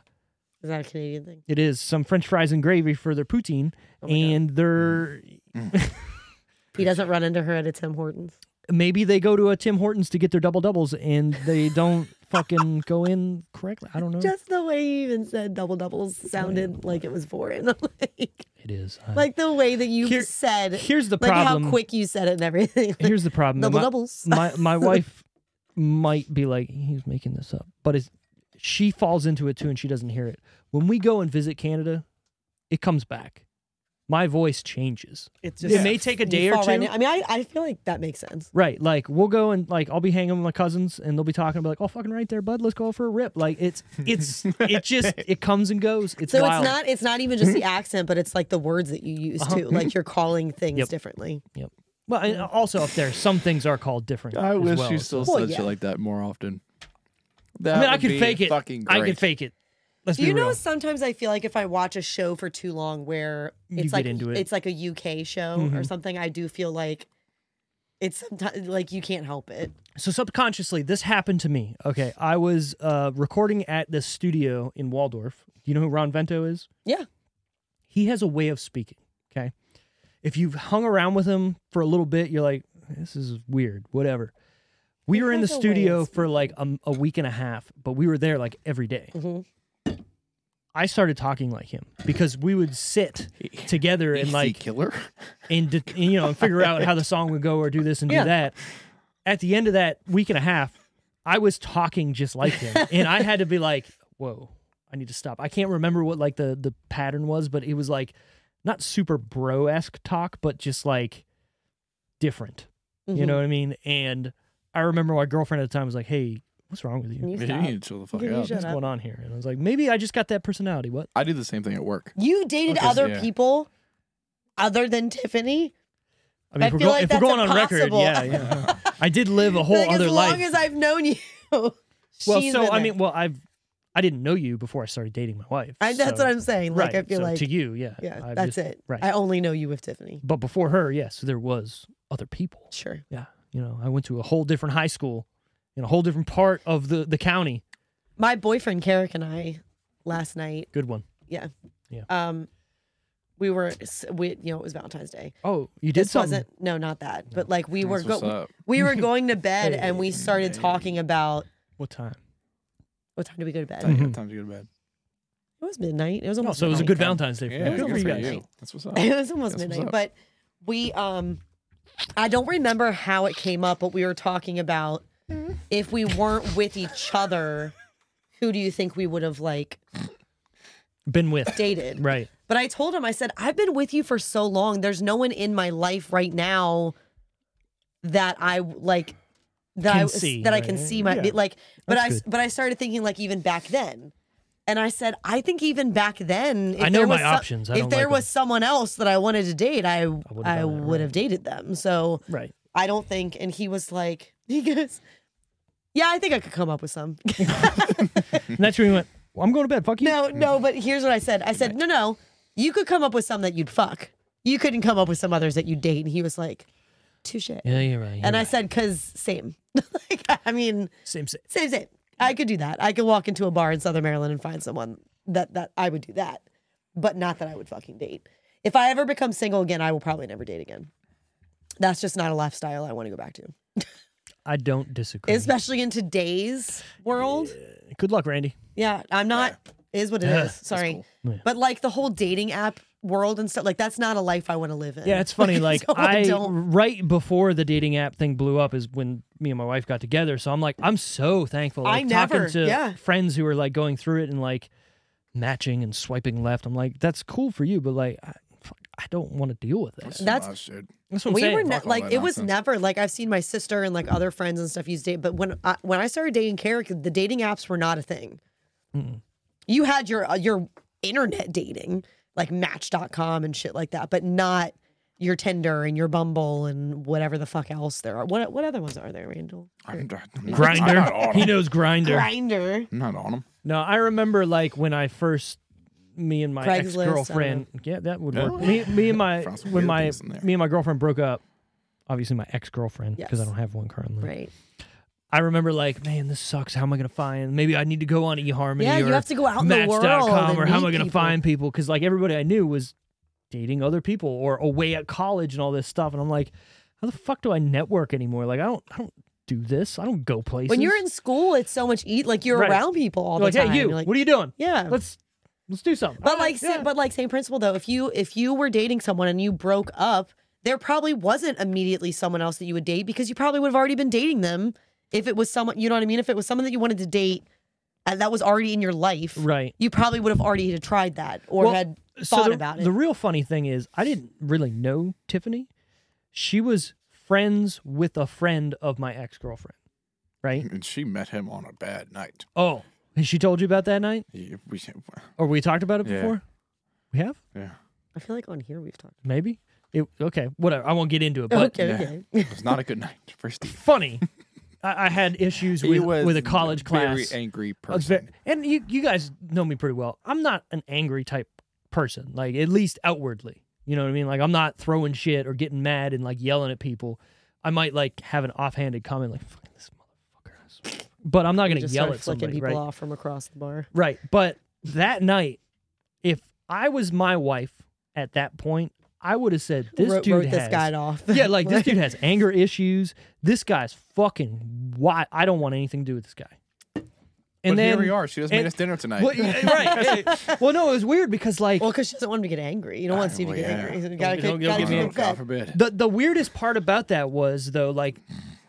C: Is that a Canadian thing?
A: it is some French fries and gravy for their poutine,
C: Oh my God.
A: and they're
C: He doesn't run into her at a Tim Hortons. [laughs]
A: maybe they go to a Tim Hortons to get their double doubles, and they don't fucking go in correctly. I don't know.
C: Just the way you even said double doubles sounded like it was foreign. [laughs] like,
A: it is. I-
C: like the way that you
A: Here-
C: said,
A: here's the
C: like
A: problem.
C: how quick you said it and everything. [laughs]
A: here's the problem. though.
C: double
A: My-
C: doubles.
A: my
C: [laughs]
A: my wife might be like he's making this up, but it's, she falls into it too and she doesn't hear it. When we go and visit Canada, it comes back. My voice changes.
C: It's
A: it may take a day or two.
C: I mean, I, I feel like that makes sense.
A: Right, like we'll go and like I'll be hanging with my cousins and they'll be talking about like, oh fucking right there, bud, let's go for a rip. Like it's it's it just it comes and goes. It's
C: So
A: wild. Uh-huh.
C: it's not it's not even
A: [laughs]
C: just the accent, but it's like the words that you use too. Like you're calling things
A: Yep.
C: differently.
A: Yep. Well, and also up there, some things are called different.
B: I
A: as
B: wish
A: well,
B: you
A: so-
B: still
C: Well,
B: said
C: yeah.
B: shit like that more often. That
A: I mean, I
B: would
A: can
B: be
A: fake it.
B: Fucking great.
A: I can fake it. Let's
C: Do
A: be
C: you know
A: real.
C: sometimes I feel like if I watch a show for too long where
A: You
C: it's
A: get
C: like
A: into it. Mm-hmm.
C: it's like a UK show or something, I do feel like it's sometimes like you can't help it.
A: so subconsciously this happened to me okay i was uh, recording at this studio in waldorf do you know who ron vento is
C: Yeah.
A: he has a way of speaking okay if you've hung around with him for a little bit you're like this is weird whatever we
C: He
A: were in the
C: has a way of
A: studio for like a, a week and a half but we were there like every day.
C: Mhm.
A: i started talking like him because we would sit
C: [laughs]
A: together and
B: Easy
A: like
B: [laughs] killer.
A: and, d- and, you know and figure out how the song would go or do this and
C: Yeah.
A: do that. At the end of that week and a half, I was talking just like him,
C: [laughs]
A: and I had to be like, "Whoa, I need to stop." I can't remember what like the the pattern was, but it was like not super bro esque talk, but just like different. You
C: Mhm.
A: know what I mean? And I remember my girlfriend at the time was like, "Hey, what's wrong with [laughs]
C: Can
A: you?
C: you
B: You
C: stop?
B: need to chill the fuck
C: Can you
B: out.
C: shut
A: What's
C: up?
A: going on here?" And I was like, "Maybe I just got that personality. What?"
B: I do the same thing at work.
C: You dated
B: Okay,
C: other
B: yeah.
C: people other than Tiffany?
A: I mean,
C: I
A: if we're,
C: feel
A: go-
C: like
A: if we're
C: that's
A: going
C: impossible.
A: on record, yeah, yeah. I did
C: [laughs]
A: live a whole
C: like
A: other
C: as
A: life.
C: long as I've known you. [laughs] well,
A: Well, so I mean, well, I've I didn't know you before I started dating my wife.
C: I, that's
A: so-
C: what I'm saying.
A: right.
C: Like I feel
A: so
C: like
A: to you, yeah,
C: yeah,
A: I've
C: that's
A: just-
C: it.
A: right.
C: I only know you with Tiffany.
A: But before her, yes, there was other people.
C: Sure.
A: Yeah, you know, I went to a whole different high school in a whole different part of the the county.
C: My boyfriend Carrick and I last night,
A: Good one.
C: yeah.
A: Yeah.
C: Um we were s- we you know, it was Valentine's Day.
A: Oh, you did
C: this
A: something.
C: wasn't no, not that. But like we were
B: That's what's
C: go-
B: up.
C: we
A: [laughs]
C: were going to bed and we started
B: Hey.
C: talking about
A: What time?
C: what time did we go to bed?
B: Time-
C: It
A: Mhm.
B: Times you go to bed.
C: was midnight. It was
A: Oh,
C: almost
A: so it was a good
C: midnight.
A: Valentine's Day for
B: Yeah,
A: you.
C: good
A: Good for you
C: for
A: guys.
C: you.
B: you. That's
C: [laughs]
B: what's up.
C: it was almost
B: That's what's
C: midnight
B: up.
C: but we um i don't remember how it came up but we were talking about if we weren't with each other who do you think we would have like
A: Been with. [laughs]
C: dated
A: Right.
C: but i told him i said i've been with you for so long there's no one in my life right now that i like that
A: Can
C: i
A: see,
C: that i can
A: right?
C: see my
A: Yeah.
C: like but
A: That's
C: i
A: good.
C: but i started thinking like even back then and I said, I think even back then, if
A: I know
C: there
A: my
C: was
A: options. I
C: if
A: don't
C: there
A: like
C: was someone else that I wanted to date, I
A: would've
C: I
A: done that,
C: would
A: right.
C: have dated them. So
A: Right.
C: I don't think. And he was like, [laughs] he goes, Yeah, I think I could come up with some. [laughs]
A: And that's when we went. Well, I'm going to bed. Fuck you. [laughs]
C: no, no, but here's what I said. I said, No, no, you could come up with some that you'd fuck. You couldn't come up with some others that you'd date. And he was like, Touche.
A: Yeah, you're right.
C: and I said, Cause same. [laughs] like, I mean,
A: same, same.
C: same, same. I could do that. I could walk into a bar in Southern Maryland and find someone that that I would do that, but not that I would fucking date. If I ever become single again, I will probably never date again. That's just not a lifestyle I want to go back to,
A: Mm-hmm. I don't disagree.
C: especially in today's world.
A: Good luck, Randy.
C: Yeah, I'm not. Is what it is.
A: Yeah, that's
C: Sorry,
A: cool. Yeah.
C: but like the whole dating app world and stuff, like that's not a life I want to live in.
A: Yeah, it's
C: [laughs]
A: funny. Like
C: so
A: I,
C: don't.
A: right before the dating app thing blew up is when me and my wife got together. So I'm like, I'm so thankful.
C: I
A: Like,
C: never-
A: talking to
C: yeah.
A: friends who are like going through it and like matching and swiping left. I'm like, that's cool for you, but like, I, fuck, I don't want to deal with that.
C: That's-
B: That's dude.
A: That's what I'm
C: we
A: saying.
C: were ne-
B: Fuck all
C: like
B: that
C: it was
B: nonsense.
C: never like I've seen my sister and like other friends and stuff use date, but when I, when I started dating Carrick, the dating apps were not a thing. You had your uh, your internet dating like Match.com and shit like that, but not your Tinder and your Bumble and whatever the fuck else there are. What what other ones are there, Randall?
B: I'm, not- [laughs] I'm not- I'm
A: [laughs]
B: not
A: grinder.
B: on
A: he
B: 'em.
A: knows grinder.
C: Grinder.
B: I'm not on him.
A: No, I remember like when I first, me and my
C: Craigslist, I
A: ex
C: don't know.
A: girlfriend. Yeah, that would
B: No.
A: work. Me, me and my
B: Found some
A: when
B: weird
A: my
B: things in there.
A: me and my girlfriend broke up. Obviously, my ex girlfriend because I
C: Yes.
A: don't have one currently.
C: Right.
A: I remember like, man, this sucks. How am I going to find? Maybe I need to go on eHarmony
C: Yeah,
A: or
C: you have to go out in the world
A: Match.com
C: and
A: or how am
C: meet
A: I going to
C: people.
A: find people? Because like everybody I knew was dating other people or away at college and all this stuff, and I'm like, how the fuck do I network anymore? Like I don't, I don't do this. I don't go places.
C: When you're in school, it's so much eat like you're
A: Right.
C: around people all
A: You're
C: the
A: like,
C: time.
A: hey, you,
C: You're like,
A: what are you doing?
C: yeah.
A: Let's let's do something.
C: But
A: All
C: like,
A: right,
C: sa-
A: yeah.
C: but like, same principle though. If you if you were dating someone and you broke up, there probably wasn't immediately someone else that you would date because you probably would have already been dating them. If it was someone, you know what I mean. If it was someone that you wanted to date, and that was already in your life,
A: right.
C: you probably would have already had tried that or
A: Well,
C: had
A: so
C: thought
A: the,
C: about it.
A: The real funny thing is, I didn't really know Tiffany. She was friends with a friend of my ex girlfriend, right?
B: And she met him on a bad night.
A: Oh, has she told you about that night,
B: He- we-
A: or we talked about it
B: Yeah.
A: before? We have,
B: yeah.
C: I feel like on here we've talked.
A: maybe. It, okay, whatever. I won't get into it. But
C: okay,
B: yeah.
A: [laughs]
C: okay.
B: It was not a good night for Steve.
A: funny, I, I had issues
B: He
A: with
B: was
A: with a college class.
B: Very angry
A: I was ve-
B: person.
A: and you, you guys know me pretty well. I'm not an angry type person, like at least outwardly. You know what I mean? Like I'm not throwing shit or getting mad and like yelling at people. I might like have an offhanded comment like "fucking this motherfucker," but I'm not gonna
C: Just
A: yell
C: start
A: at
C: flicking
A: somebody,
C: people
A: right?
C: off from across the bar.
A: Right. But that night, if I was my wife at that point, I would have said this
C: wrote,
A: dude
C: wrote
A: has
C: this guy off.
A: [laughs] yeah, like
C: [laughs]
A: this dude has anger issues. This guy's fucking why I don't want anything to do with this guy.
B: And
A: And
B: but
A: then
B: here we are. She does
A: and-
B: made us dinner tonight.
A: Well, [laughs] yeah,
B: [laughs]
A: right. It- well, no, it was weird because like
C: Well, because she doesn't want him to get angry. You don't want
B: Ah,
C: Steve
B: well,
C: to get
B: yeah.
C: angry. So you gotta
A: Don't-
C: keep-
A: don't
C: gotta
A: give
C: keep
A: me
C: him
B: Oh, God
C: fed.
B: forbid.
A: the the weirdest part about that was though like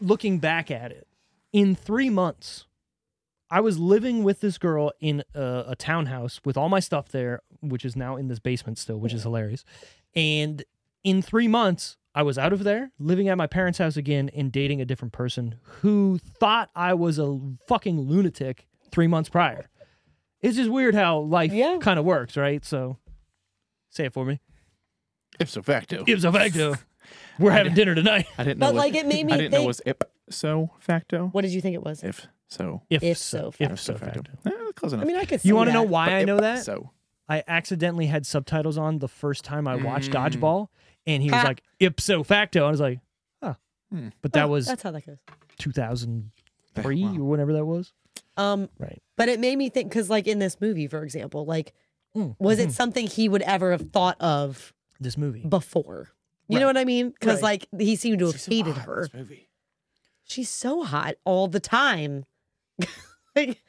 A: looking back at it in 3 months I was living with this girl in a, a townhouse with all my stuff there which is now in this basement still which is hilarious. And in 3 months I was out of there, living at my parents' house again and dating a different person who thought I was a fucking lunatic 3 months prior. It's just weird how life
C: Yeah.
A: kind of works, right? So say it for me.
B: Ipso facto.
A: Ipso facto. We're having dinner tonight.
B: I didn't know.
C: But
B: what-
C: like, it made me
B: I didn't know
C: think.
B: it was ipso facto.
C: what did you think it was?
B: If so.
A: If,
C: If
A: so,
C: so
A: if
B: Ipso
A: so facto.
B: Eh, close enough.
C: I mean, I could. See
A: You want to know
C: that.
A: why
B: But
A: I know that?
B: So.
A: I accidentally had subtitles on the first time I watched
B: Mm.
A: Dodgeball, and he was
C: Ha.
A: like ipso facto. I was like, huh.
B: Hmm.
A: But that
C: Oh,
A: was
C: that's how that goes.
A: 2003
B: Wow.
A: or whenever that was.
C: Um,
A: Right.
C: but it made me think because, like, in this movie, for example, like,
A: Mm,
C: was it something he would ever have thought of
A: This movie.
C: before? You know
A: Right.
C: what I mean? Because like he seemed to have
B: She's so
C: hated
B: hot in
C: her.
B: this movie.
C: She's so hot all the time. [laughs] like,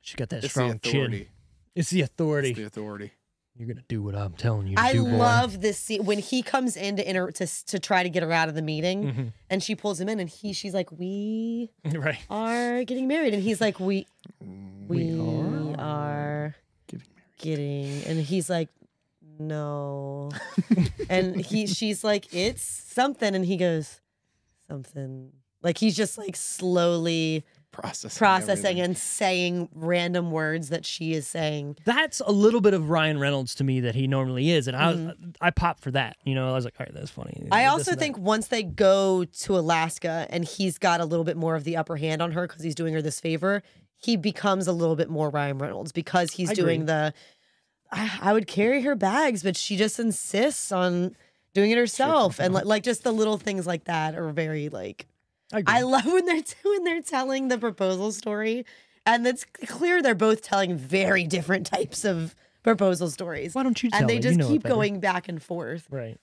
A: She got that
B: It's the
A: strong chin.
B: authority.
A: It's the authority.
B: It's the authority.
A: You're gonna do what I'm telling you. To
C: I
A: do, boy.
C: love this scene when he comes in to inter to s- to try to get her out of the meeting,
A: Mhm.
C: and she pulls him in, and he she's like, "We
A: [laughs] Right.
C: are getting married," and he's like, "We we,
A: are
C: are,
B: Getting married.
C: getting," and he's like, "No," and he she's like, "It's something," and he goes, "Something." Like he's just like slowly
B: Processing.
C: processing
B: everything.
C: and saying random words that she is saying.
A: That's a little bit of Ryan Reynolds to me that he normally is, and I was, I popped for that. You know, I was like, all right, that's funny.
C: I
A: This
C: also
A: and that.
C: think once they go to Alaska and he's got a little bit more of the upper hand on her because he's doing her this favor, he becomes a little bit more Ryan Reynolds because he's
A: I agree.
C: doing the. I, I would carry her bags, but she just insists on doing it herself, and
A: Mm-hmm.
C: like, like just the little things like that are very like.
A: agree.
C: I love when they're when they're telling the proposal story, and it's clear they're both telling very different types of proposal stories.
A: Why don't you tell
C: and they
A: it? You
C: just
A: know it
C: keep
A: better.
C: going back and forth.
A: Right.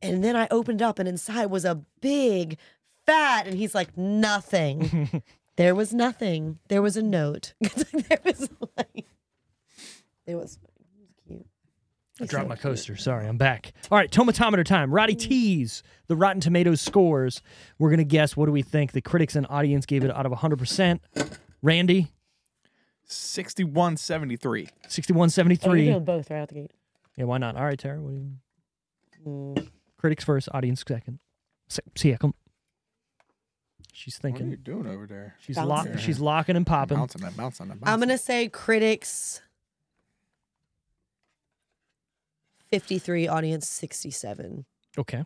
C: And then I opened up, and inside was a big fat, and he's like, nothing. [laughs] there was nothing. There was a note. [laughs] there was like, it was, it was cute.
A: I dropped my coaster. Sorry, I'm back. All right, tomatometer time. Roddy T's the Rotten Tomatoes scores. We're gonna guess what do we think the critics and audience gave it out of 100. percent Randy,
B: 6173.
A: 6173.
C: both right out the gate.
A: yeah, why not? All right, Tara. What do you... Critics first, audience second. Se- Second. She's
B: What are you
A: thinking.
B: doing over there?
A: She's
C: Bouncing.
A: lock.
C: Yeah.
A: She's locking and popping.
B: Bouncing that, bouncing that,
C: I'm
B: bouncing.
C: going to say critics 53, audience 67.
A: Okay.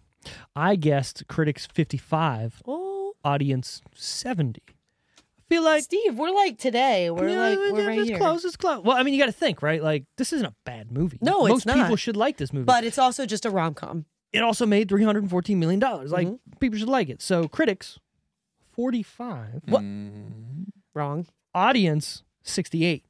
A: I guessed critics 55,
C: Oh,
A: audience 70. I feel like
C: Steve, we're like today. We're
A: Yeah,
C: like,
A: it-
C: we're right
A: it's
C: here.
A: close. It's close. Well, I mean, you got to think, right? Like, this isn't a bad movie.
C: No,
A: most
C: it's not.
A: people should like this movie.
C: But it's also just a rom com.
A: it also made three hundred and fourteen million dollars. Like,
C: Mhm.
A: people should like it. So, critics, forty-five. What
B: Mm,
C: Wrong.
A: audience? Sixty-eight.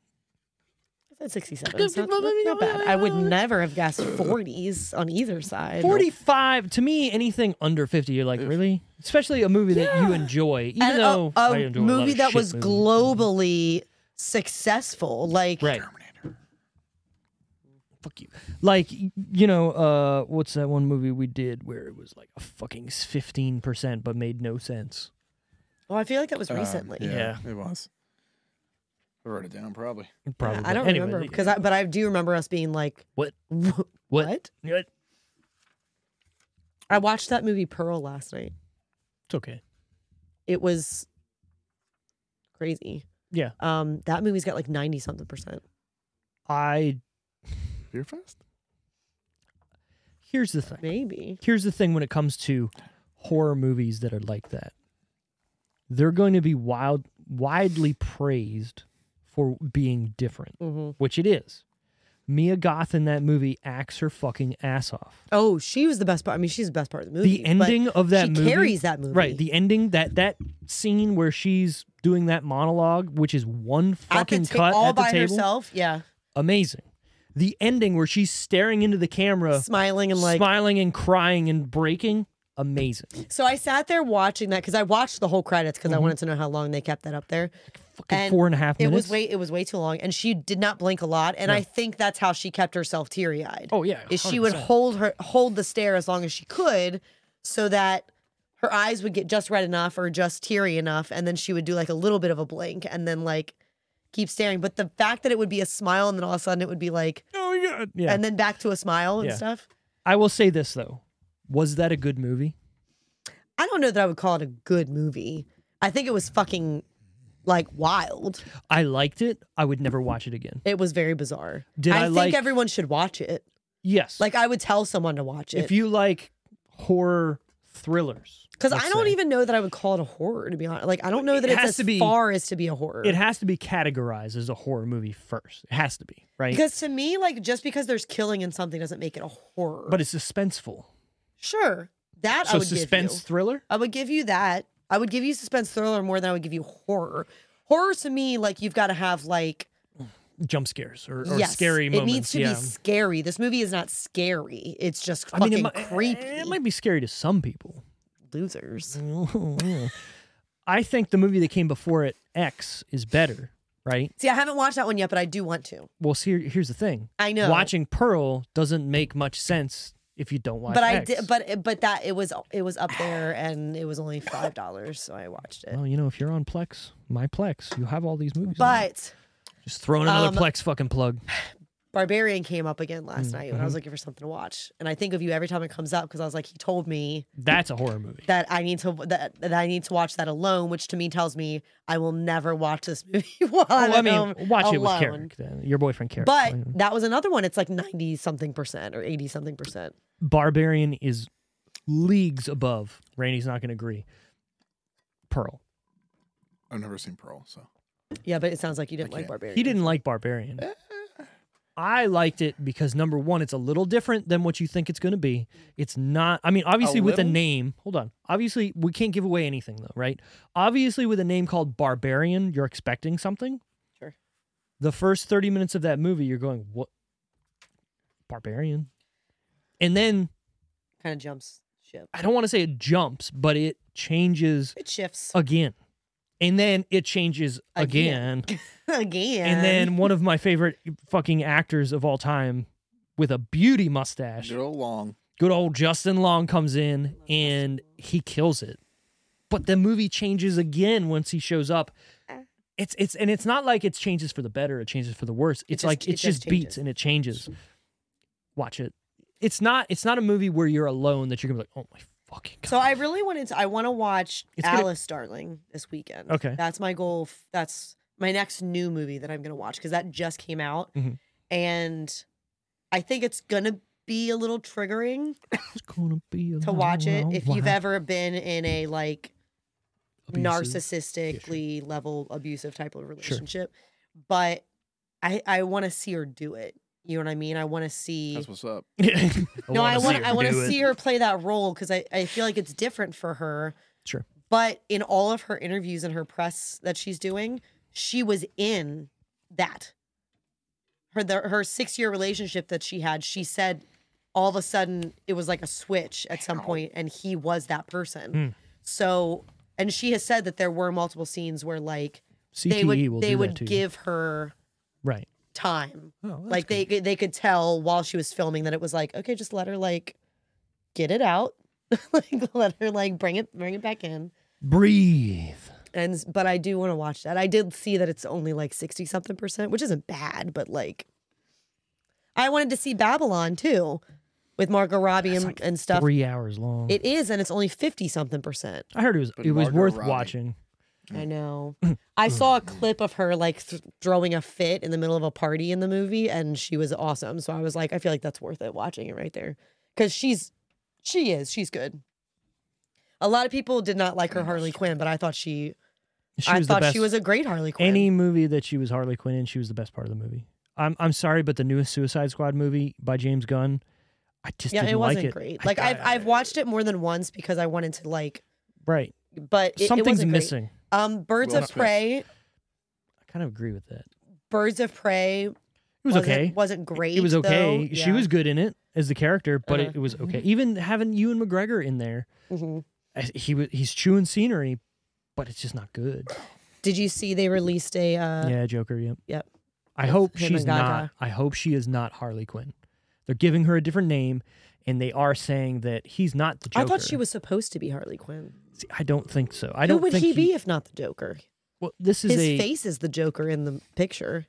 C: said 67. It's not, that's not bad. I would never have guessed 40s on either side.
A: 45 to me anything under 50 you're like really especially a movie that you enjoy even
C: And
A: though
C: a,
A: I
C: a
A: enjoy a lot of
C: movie that
A: shit
C: was
A: movies.
C: globally successful. Like,
A: right
B: Terminator.
A: fuck you like y- you know uh what's that one movie we did where it was like a fucking 15% but made no sense
C: well, I feel like that was
A: Uh,
B: Um,
C: recently.
B: yeah, it was. I wrote it down probably.
A: probably
C: I don't
A: Anyway,
C: remember because, I, but I do remember us being like,
A: What?
C: "What?"
A: what? what
C: [laughs] I watched that movie Pearl last night.
A: it's okay
C: It was crazy.
A: Yeah.
C: Um, that movie's got like ninety something percent.
A: i
B: Beer fest.
A: here's the thing
C: Maybe.
A: here's the thing when it comes to horror movies that are like that they're going to be wild widely praised for being different
C: hmm
A: which it is mia goth in that movie acts her fucking ass off
C: Oh, she was the best part. I mean, she's the best part of the movie.
A: the
C: but
A: ending of that
C: she
A: movie
C: carries that movie.
A: right the ending that that scene where she's doing that monologue which is one
C: at the
A: fucking
C: ta-
A: cut
C: all
A: at the
C: by
A: table
C: herself. Yeah,
A: amazing the ending where she's staring into the camera
C: smiling and like.
A: smiling and crying and breaking amazing
C: So I sat there watching that because I watched the whole credits because I wanted to know how long they kept that up there.
A: Mm-hmm. fucking
C: And
A: four and a half
C: It
A: minutes
C: was way it was way too long, and she did not blink a lot. And I think that's how she kept herself teary eyed.
A: Oh yeah,
C: is she would
A: 100%.
C: hold her hold the stare as long as she could, so that her eyes would get just red enough or just teary enough, and then she would do like a little bit of a blink, and then like keep staring. But the fact that it would be a smile, and then all of a sudden it would be like,
A: Oh yeah, yeah.
C: and then back to a smile and
A: Yeah.
C: stuff.
A: I will say this though, was that a good movie?
C: I don't know that I would call it a good movie. I think it was fucking like wild.
A: I liked it. I would never watch it again.
C: It was very bizarre.
A: Did I
C: think
A: like-
C: everyone should watch it.
A: Yes,
C: Like I would tell someone to watch
A: if
C: it.
A: you like horror thrillers,
C: Because
A: let's
C: I don't
A: say.
C: even know that I would call it a horror, to be honest. Like I don't know that
A: It
C: it's
A: has
C: as
A: to be-
C: far as to be a horror.
A: It has to be categorized as a horror movie first. It has to be right,
C: because to me, like just because there's killing in something doesn't make it a horror.
A: but it's suspenseful.
C: sure, that I
A: So
C: would
A: suspense
C: give you.
A: thriller.
C: I would give you that. I would give you suspense thriller more than I would give you horror. Horror to me, like you've got to have like
A: jump scares or, or
C: yes,
A: scary
C: It
A: moments.
C: needs to
A: yeah.
C: be scary. This movie is not scary. It's just
A: I
C: fucking
A: mean, it, mi-
C: creepy.
A: it might Mm-hmm. be scary to some people.
C: Losers.
A: I think the movie that came before it, X, is better. Right?
C: See, I haven't watched that one yet, but I do want to.
A: Well, see, here- here's the thing.
C: I know.
A: watching Pearl doesn't make much sense if you don't watch.
C: but I
A: X.
C: did, but but that it was it was up there, and it was only five dollars, so I watched it.
A: well, you know, if you're on Plex, my Plex, you have all these movies. on there.
C: But
A: just throwing another
C: um,
A: Plex fucking plug.
C: Barbarian came up again last night when I was
A: Mm-hmm.
C: looking for something to watch, and I think of you every time it comes up because I was like, he told me
A: That's a horror
C: [laughs]
A: movie.
C: that I need to that, that I need to watch that alone, which to me tells me I will never watch this [laughs] movie. While
A: Well, I
C: I'm at
A: mean,
C: home
A: watch it with
C: alone.
A: Carrick, then, your boyfriend Carrick. I
C: But
A: mean,
C: that was another one. It's like ninety something percent or eighty something percent.
A: Barbarian is leagues above. Rainey's not going to agree. Pearl.
B: I've never seen Pearl, so
C: Yeah, but it sounds like you didn't like
B: can't.
C: Barbarian.
A: He didn't like Barbarian. I liked it because number one, it's a little different than what you think it's going to be. It's not. I mean, obviously with a
B: little?
A: name. Hold on. Obviously, we can't give away anything though, right? Obviously, with a name called Barbarian, you're expecting something.
C: Sure.
A: The first thirty minutes of that movie, you're going, "What? Barbarian?" And then
C: Kind of jumps ship.
A: I don't want to say it jumps, but it changes
C: [laughs] It shifts
A: again, and then it changes
C: Again.
A: again.
C: Oh, [laughs] again.
A: and then
C: [laughs]
A: one of my favorite fucking actors of all time with a beauty mustache
B: Joe Long.
A: good old justin long comes in and he kills it but the movie changes again once he shows up
C: Uh.
A: it's it's and it's not like it changes for the better it changes for the worse it's
C: just-
A: like
C: it
A: it's just,
C: just changes.
A: beats and it changes watch it it's not it's not a movie where you're alone that you're gonna be like oh my fucking god
C: So I really wanted to. I want to watch
A: It's gonna-
C: Alice, Darling, this weekend.
A: Okay.
C: that's my goal. f- That's my next new movie that I'm gonna watch because that just came out,
A: Mhm.
C: and I think it's gonna be a little triggering
A: it's gonna be a
C: to watch it
A: long
C: if you've
A: while.
C: ever been in a like
A: Abusive.
C: narcissistically level abusive type of relationship. But I I want to see her do it. You know what I mean? I want to see.
B: That's what's up.
A: [laughs]
C: no, I want I want
A: do
C: to
A: it.
C: see her play that role because I, I feel like it's different for her.
A: Sure.
C: But in all of her interviews and her press that she's doing, she was in that. her the, her six year relationship that she had, she said all of a sudden it was like a switch at some point, and he was that person.
A: Hmm.
C: So, and she has said that there were multiple scenes where like
A: CTE
C: they would
A: E will do
C: they
A: that
C: would
A: to you.
C: give her
A: Right.
C: time.
A: well, that's
C: like they could- they could tell while she was filming that it was like okay, just let her like get it out, [laughs] like let her like bring it bring it back in.
A: Breathe.
C: And s- but I do want to watch that. I did see that it's only like sixty something percent, which isn't bad, but like I wanted to see Babylon too with Margot Robbie and, and stuff.
A: Three hours long.
C: It is, and it's only fifty something percent.
A: I heard it was
B: But
A: it was
B: Margot
A: worth
B: Robbie.
A: watching.
C: I
A: Mm. [clears throat]
C: know. I saw a clip of her like th- throwing a fit in the middle of a party in the movie, and she was awesome. So I was like, I feel like that's worth it watching it right there because she's she is she's good. A lot of people did not like her Harley Quinn, but I thought she,
A: She
C: I
A: was the
C: thought
A: best.
C: she was a great Harley Quinn.
A: any movie that she was Harley Quinn in, she was the best part of the movie. I'm I'm sorry, but the newest Suicide Squad movie by James Gunn, I just
C: yeah,
A: didn't
C: it wasn't
A: like it.
C: great.
A: I-
C: Like I've
A: I-
C: I've watched it more than once because I wanted to like,
A: right,
C: but it, it
A: something's
C: wasn't great.
A: missing.
C: Um, Birds
B: Will
C: of
B: Smith.
C: Prey,
A: I kind of agree with that. It
C: Birds of Prey it
A: was okay.
C: Wasn't great.
A: It was okay.
C: though.
A: She
C: Yeah.
A: was good in it as the character, but
C: Uh-huh.
A: it, it was okay. Even having Ewan McGregor in there,
C: Mhm.
A: I- he was he's chewing scenery, but it's just not good.
C: Did you see they released a uh,
A: yeah, Joker. Yep.
C: yep.
A: I hope
C: him
A: she's
C: and Gaga.
A: not. I hope she is not Harley Quinn. They're giving her a different name, and they are saying that he's not the Joker.
C: I thought she was supposed to be Harley Quinn.
A: See, I don't think so. I
C: Who
A: don't
C: would
A: think
C: he, be if not the Joker?
A: Well, this is
C: His
A: a
C: face is the Joker in the picture.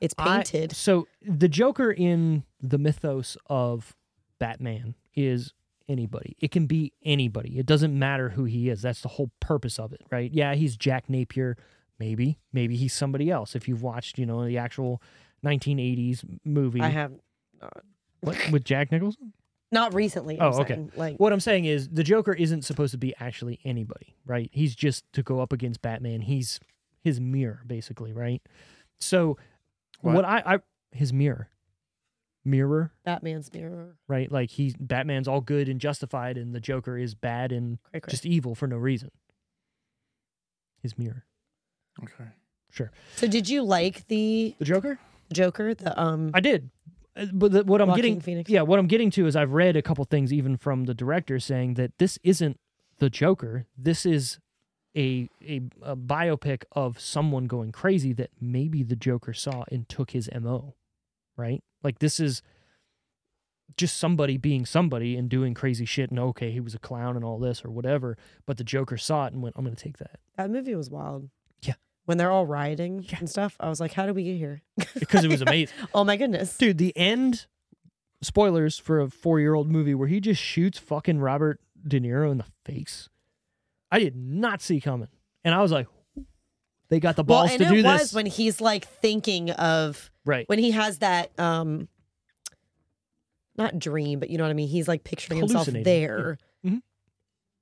C: It's
A: I-
C: painted.
A: so the Joker in the mythos of Batman is anybody. It can be anybody. It doesn't matter who he is. That's the whole purpose of it, right? Yeah, he's Jack Napier. Maybe, maybe he's somebody else. If you've watched, you know, the actual 1980s movie
C: I have
A: What, with Jack Nicholson.
C: not recently.
A: Oh,
C: I'm
A: okay.
C: saying, Like
A: What I'm saying is the Joker isn't supposed to be actually anybody, right? He's just to go up against Batman. He's his mirror, basically, right? So
B: What?
A: what, I, I his mirror. Mirror,
C: Batman's mirror.
A: right? Like he's Batman's all good and justified and the Joker is bad and
C: Cray, cray.
A: just evil for no reason. His mirror.
B: Okay.
A: Sure.
C: So did you like the
A: The Joker?
C: Joker? The um.
A: I did. Uh, But the, what I'm
C: Joaquin
A: getting,
C: Phoenix.
A: yeah, what I'm getting to is I've read a couple things even from the director saying that this isn't the Joker. This is a, a a biopic of someone going crazy that maybe the Joker saw and took his mo, right? Like this is just somebody being somebody and doing crazy shit. And okay, he was a clown and all this or whatever. But the Joker saw it and went, "I'm going to take that."
C: that movie was wild.
A: Yeah.
C: When they're all riding and stuff, I was like, "How did we get here?"
A: because it
C: [laughs]
A: was amazing.
C: Oh my goodness.
A: Dude, the end spoilers for a four year old movie where he just shoots fucking Robert De Niro in the face. I did not see coming. And I was like, they got the balls
C: well, and
A: to
C: it
A: do
C: was
A: this.
C: when he's like thinking of
A: right.
C: when he has that um not dream but you know what i mean he's like picturing himself
A: Hallucinating,
C: there
A: yeah. Mhm.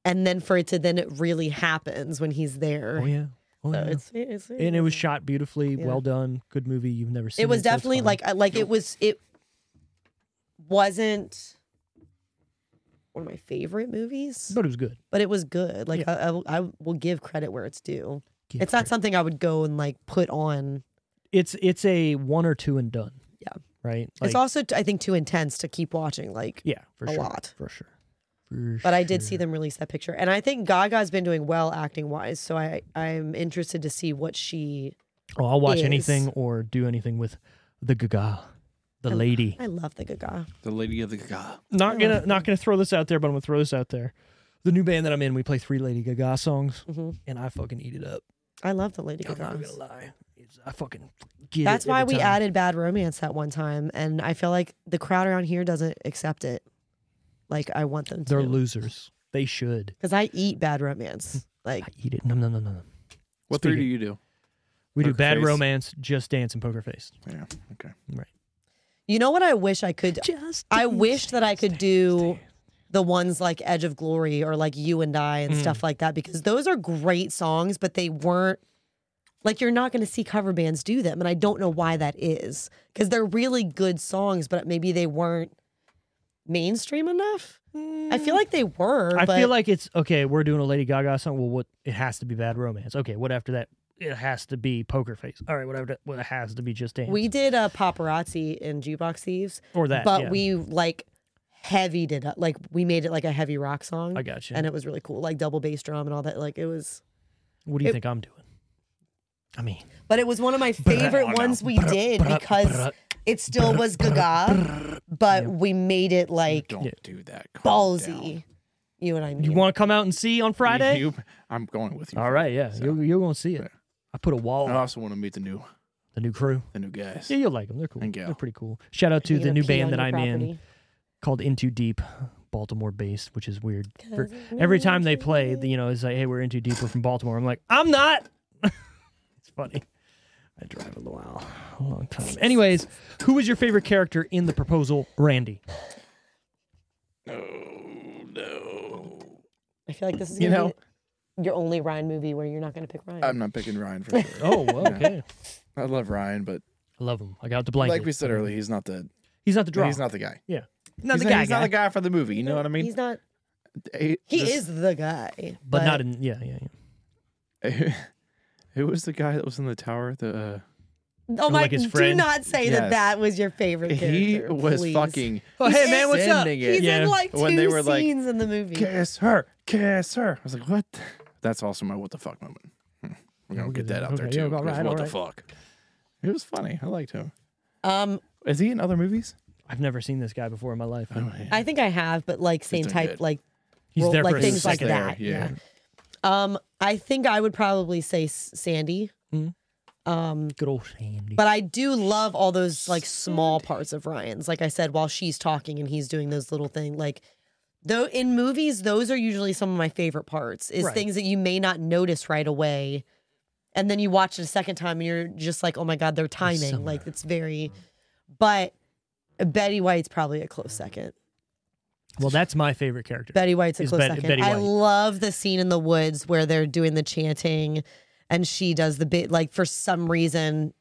C: and then for it to then it really happens when he's there
A: oh, yeah. Oh,
C: So
A: yeah.
C: it's- it's-
A: and it was shot beautifully,
C: Yeah.
A: well done, good movie. You've never seen.
C: it was
A: so it's
C: definitely
A: fine.
C: like I- like it was it wasn't one of my favorite movies
A: but it was good.
C: but it was good like I I, will- I will give credit where it's due
A: Give
C: it's not
A: credit.
C: something i would go and like put on
A: It's it's a one or two and done.
C: Yeah.
A: right.
C: it's also t- i think too intense to keep watching like
A: yeah, for
C: a
A: sure,
C: lot.
A: for sure. For
C: but I did see
A: sure.
C: them release that picture, and I think Gaga's been doing well acting wise. So I I'm interested to see what she.
A: Oh, I'll watch
C: is-
A: anything or do anything with the Gaga, the
C: Oh, I-
A: lady.
C: I love the Gaga.
B: The Lady of the Gaga.
A: not gonna not gonna throw this out there, but I'm gonna throw this out there. The new band that I'm in, we play three Lady Gaga songs,
C: Mhm.
A: and I fucking eat it up.
C: I love the Lady
A: I'm not
C: Gaga.
A: gonna lie, It's- I fucking get
C: That's
A: it
C: why
A: every
C: we
A: time.
C: added Bad Romance that one time, and I feel like the crowd around here doesn't accept it. Like I want them
A: They're
C: to,
A: losers. They should.
C: because I eat
A: [laughs]
C: Bad Romance. Like
A: I eat it. No, no, no, no. no.
B: What
A: Speaking-
B: three do you do?
A: We do
B: Poker
A: Bad
B: Face.
A: Romance, Just Dance, and Poker Face.
B: Yeah. Okay.
C: you know what I wish I could.
A: Just
C: I wish that I could do the ones like Edge of Glory or like You and I and
A: Mm.
C: stuff like that because those are great songs, but they weren't like you're not going to see cover bands do them. And I don't know why that is because they're really good songs, but maybe they weren't mainstream enough. I feel like they were.
A: Mm. I
C: but
A: feel like it's okay. We're doing a Lady Gaga song. Well, what it has to be Bad Romance. Okay, what after that? it has to be poker face. All right, whatever. Well, it has to be just dance.
C: We did a paparazzi in jukebox thieves,
A: or that.
C: but
A: yeah.
C: we like heavy did it. Like we made it like a heavy rock song,
A: I got you.
C: and it was really cool, like double bass drum and all that. Like it was,
A: what do you
C: it-
A: think I'm doing? I mean,
C: but it was one of my
A: oh,
C: favorite ones we did because it still was Gaga, but we made it like
B: Don't do that. Calm down.
C: ballsy. You and I.
A: you want to come out and see on Friday?
B: You- I'm going with you.
A: All right, yeah, you're, you're gonna see it. I put a wall.
B: I
A: up,
B: also want to meet the new
A: the new crew.
B: the new guys.
A: Uh, Yeah, you'll like them. They're cool.
B: And gal.
A: They're pretty cool. Shout out to
C: Peter
A: the new
C: P
A: band
C: on
A: that
C: your
A: I'm in
C: property.
A: called Into Deep, Baltimore based, which is weird. For- every time they play, the- you know, it's like, hey, we're Into Deep, we're from Baltimore. I'm like, I'm not. [laughs] it's funny. I drive a while, a long time. Anyways, who was your favorite character in the proposal? Randy.
C: I feel like this is
B: You
C: gonna
B: know-
C: be your only Ryan movie where you're not going to pick Ryan.
A: Um,
B: I'm not picking Ryan for
A: [laughs]
B: sure.
A: Oh, well, okay.
B: I love Ryan, but
A: I love him. I got the blanket.
B: like we said earlier, he's not the
A: he's not the draw.
B: he's not the guy.
A: Yeah. Not
B: he's
A: the guy.
B: he's
A: guy.
B: not the guy for the movie. You know what I mean?
C: He's not.
B: Eh,
C: He
B: this-
C: is the guy,
A: but, not in. Yeah, yeah, yeah.
B: [laughs] Who was the guy that was in the tower? The uh,
C: Oh my!
A: like his
C: do
A: friend?
C: not say
B: Yes.
C: that that was your favorite character.
B: he was
C: please.
B: fucking.
A: Oh, hey, man, what's up?
B: sending
C: He's
B: It.
A: Yeah.
C: in like two
B: When they were like,
C: scenes in the movie.
B: Kiss her, kiss her. I was like, what? That's also my what the fuck moment. Hmm. We're gonna
A: we'll
B: get
A: get
B: that
A: there.
B: out there
A: Okay,
B: too.
A: yeah, all
B: because
A: right,
B: what
A: all
B: the
A: right.
B: fuck? It was funny. I liked him.
C: Um,
B: Is he in other movies?
A: I've never seen this guy before in my life.
C: I think I have, but like same
B: doing
C: type,
B: good.
C: like
A: He's
C: role-
A: there
C: like
A: for a
C: things like
A: second.
B: there,
C: that.
B: yeah.
C: Um, I think I would probably say S- Sandy,
A: Good old Sandy.
C: but I do love all those like small parts of Ryan's. Like I said, while she's talking and he's doing those little thing, like though in movies, those are usually some of my favorite parts. Is
A: Right.
C: things that you may not notice right away, and then you watch it a second time and you're just like, oh my god, their timing, like it's very. But Betty White's probably a close second.
A: well, that's my favorite character.
C: Betty White's a
A: Is
C: close
A: Bet-
C: second.
A: Betty
C: I
A: White.
C: love the scene in the woods where they're doing the chanting, and she does the bit like for some reason.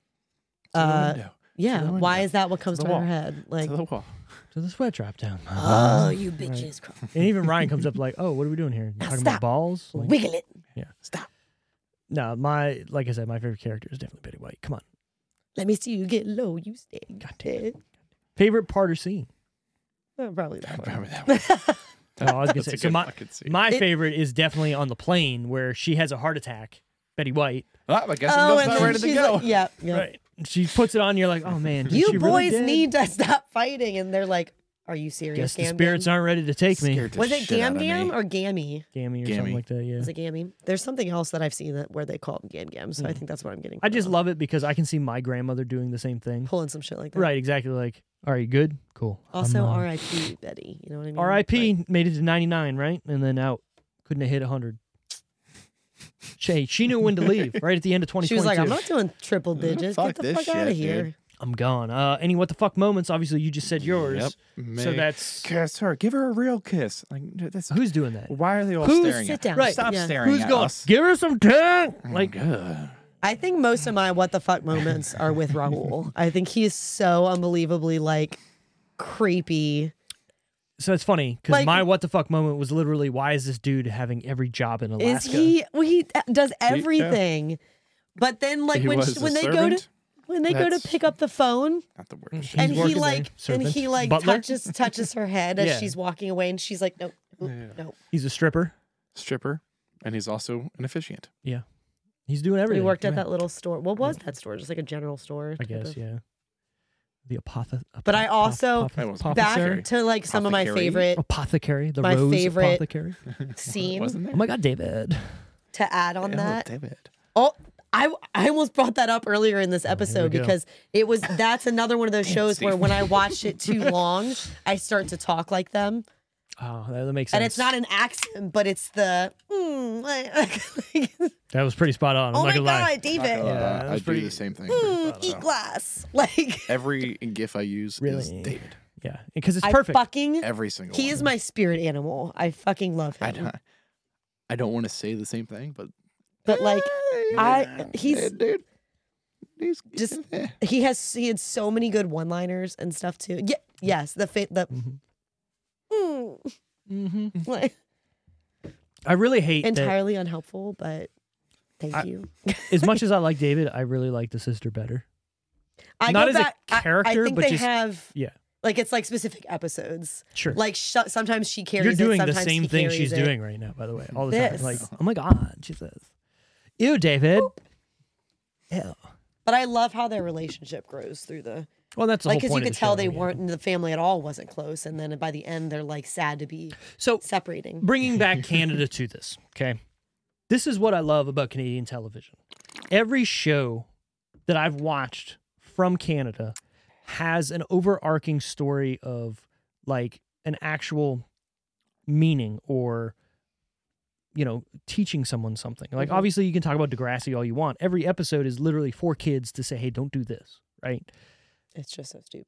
C: Uh,
B: window.
C: yeah,
B: the
C: why
B: window.
C: is that what comes
B: the
C: to her
B: wall.
C: head? Like,
B: To the wall.
A: So the sweat drop down.
C: oh, you
A: [laughs]
C: bitches, cr-
A: and even Ryan comes
C: [laughs]
A: up like, "Oh, what are we doing here? You're talking
C: stop.
A: about balls?" Like,
C: wiggle it,
B: Stop.
A: no, my like I said, my favorite character is definitely Betty White. Come on,
C: let me see you get low, you stay.
A: God damn
C: [laughs] dead.
A: favorite part or scene?
C: Uh, Probably that.
B: I
A: [laughs]
C: one.
B: remember
C: [laughs]
B: that one.
A: Oh, I was gonna
B: That's
A: say.
B: a
A: So
B: good
A: my
B: fucking scene.
A: my favorite is definitely on the plane where she has a heart attack. Betty White,
B: Ah, I guess
C: Oh,
B: I'm
C: and
B: not
C: then
B: ready to
C: she's
B: go.
C: like,
A: [laughs]
C: yeah, yeah.
A: right? And She puts it on. You're like, "Oh man, did she
C: You
A: really
C: boys
A: dead?
C: need to [laughs] stop fighting, and they're like, "Are you serious?"
A: Guess the
C: Gam
A: spirits
C: Gam?
A: aren't ready to take me,
B: [laughs] Scared the
C: Was it
B: shit out
C: Gam
B: of
C: Gam
B: me.
C: or Gammy?
A: Gammy or something
B: Gammy.
A: like that." Yeah,
C: Is it Gammy? There's something else that I've seen that where they call him Gam Gam, so I think that's what I'm getting.
A: Hmm. I just
C: from.
A: love it because I can see my grandmother doing the same thing.
C: pulling some shit like that.
A: Right, exactly. Like, are you good? Cool. I'm,
C: Also,
A: uh,
C: R.I.P. Betty. You know what I mean?
A: R.I.P. made it to 99, right? And then out. Couldn't have hit 100. She, she knew when to
C: [laughs]
A: leave right at the end of
C: Like,
A: 2022.
C: she was like, "I'm not doing triple
B: Mm,
C: digits.
B: fuck
C: Get the
B: this
C: fuck out of
B: shit,
C: here."
B: dude.
A: I'm gone. Uh, any what the fuck moments? Obviously, you just said yours.
B: Yep.
A: So
B: Make-
A: that's
B: kiss her. Give her a real kiss. Like that's
A: who's doing that?
B: why are they all
A: Who's-
B: staring
C: sit
B: at
C: down.
B: Us?
A: Right.
B: Stop
C: Yeah.
B: staring
A: Who's
B: at
A: going?
B: us.
A: Give her some tongue. Like,
B: Ugh.
C: I think most of my what the fuck moments are with
A: [laughs]
C: Raul. I think he is so unbelievably like creepy.
A: so it's funny because
C: Like-
A: my what the fuck moment was literally why is this dude having every job in Alaska?
C: Is he? Well, he uh, does everything. But then, like
B: He
C: when
B: was
C: she,
B: a
C: when they go
B: servant?
C: to when they go to
B: That's-
C: pick up the phone,
B: Not the word.
A: He's
C: and he
A: working there,
C: like and
A: servant.
C: he like
A: Butler?
C: touches touches her head
A: [laughs]
C: as
A: Yeah.
C: she's walking away, and she's like, "No, no,
A: He's a stripper.
B: Stripper, and he's also an officiant.
A: Yeah, he's doing everything.
C: We worked at
A: Yeah.
C: that little store. What was that store? Just like a general store.
A: I
C: type
A: guess.
C: of-
A: Yeah. The apothe-
C: But I
A: apoth-
C: also-
A: apoth-
B: That was-
A: apothecary.
C: Back to like some of my
A: [laughs]
B: Apothecary?
C: favorite
A: apothecary. The
C: My
A: rose
C: favorite-
A: apothecary.
C: scene
B: Wasn't there?
A: Oh my god, David.
C: to add on
B: Oh,
C: that.
B: damn it.
C: Oh, I I almost brought that up earlier in this episode
A: Oh, go.
C: because it was that's another one of those shows where when I watch
A: [laughs]
C: it too long, I start to talk like them,
A: Oh, that, that makes sense.
C: and it's not an accent, but it's the. Mm, [laughs] like,
A: That was pretty spot on. I'm
C: oh
A: not
C: my
A: gonna lie.
C: god, David,
A: lie.
B: Uh,
A: that
B: I
A: was
B: do
A: pretty-
B: the same thing.
C: mm, eat glass. [laughs] Like
B: Every GIF I use is
A: Really?
B: David.
A: Yeah, because it's
C: I
A: perfect.
C: fucking.
B: Every single.
C: He
B: one. [laughs]
C: is my spirit animal. I fucking love
B: I
C: him.
B: don't. I don't want to say the same thing, but
C: But like, I
B: Yeah,
C: he's
B: dude. He's
C: just
B: eh.
C: he has he had so many good one-liners and stuff too. Yeah, yes, the fit the Mm,
A: mm-hmm.
C: [laughs] like,
A: I really hate that.
C: entirely unhelpful, but Thank
A: I- [laughs]
C: you.
A: As
C: [laughs]
A: much as I like David, I really like the sister better.
C: I
A: not
C: go
A: as a
C: back- I- I,
A: character,
C: think
A: but
C: they
A: just-
C: have
A: Yeah,
C: like it's like specific episodes.
A: sure.
C: Like sh- sometimes she carries.
A: You're
C: it,
A: doing the
C: sometimes
A: same
C: he
A: thing she's
C: carries it.
A: doing right now, by the way, all the
C: This.
A: time. Like, oh my god, she says, "Ew, David." Ew.
C: But I love how their relationship grows through the
A: Well, that's the
C: like
A: whole
C: because
A: point
C: you
A: of
C: could
A: the
C: tell
A: show,
C: they
A: yeah.
C: weren't the family at all wasn't close, and then by the end they're like sad to be
A: So
C: separating.
A: bringing back Canada to this, okay? This is what I love about Canadian television. Every show that I've watched from Canada has an overarching story of like an actual meaning or you know teaching someone something like
C: Mhm.
A: obviously you can talk about degrassi all you want every episode is literally for kids to say hey don't do this right
C: It's just so stupid.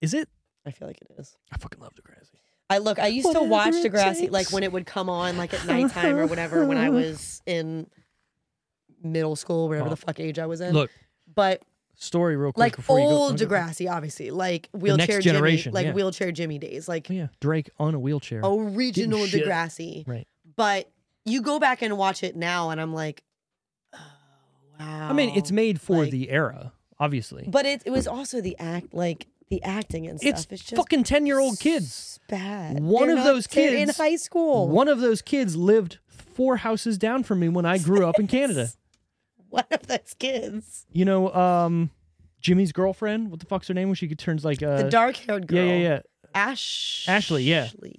A: is it
C: I feel like it is.
A: i fucking love degrassi
C: I look. I used to
A: Whatever
C: watch
A: it
C: Degrassi
A: takes. Uh-huh.
C: like when it would come on, like at nighttime or whatever, when I was in middle school, whatever
A: Well,
C: the fuck age I was in.
A: Uh-huh. look
C: but
A: story real quick
C: Uh, like
A: before
C: old
A: you go. Oh,
C: Degrassi, obviously, like
A: next
C: wheelchair
A: generation,
C: Jimmy, like
A: yeah.
C: wheelchair Jimmy days, like
A: Oh, yeah drake on a wheelchair
C: Oh, original
A: shit.
C: Degrassi.
A: Right.
C: But you go back and watch it now, and I'm like, oh, wow.
A: I mean, it's made for
C: Oh, Like-
A: the era, obviously.
C: But it, it was also the act, like the acting and stuff.
A: it's
C: It's, just
A: fucking ten-year-old kids.
C: s- Bad.
A: One
C: They're
A: of
C: not-
A: those
C: they're in
A: kids-
C: high school.
A: One of those kids lived four houses down from me when I grew up in
C: [laughs]
A: Canada.
C: [laughs] one of those kids.
A: You know, um, Jimmy's girlfriend. What the fuck's her name? When she turns like uh,
C: the dark haired girl.
A: yeah, yeah, yeah.
C: Ash.
A: Ashley, yeah.
C: Ashley.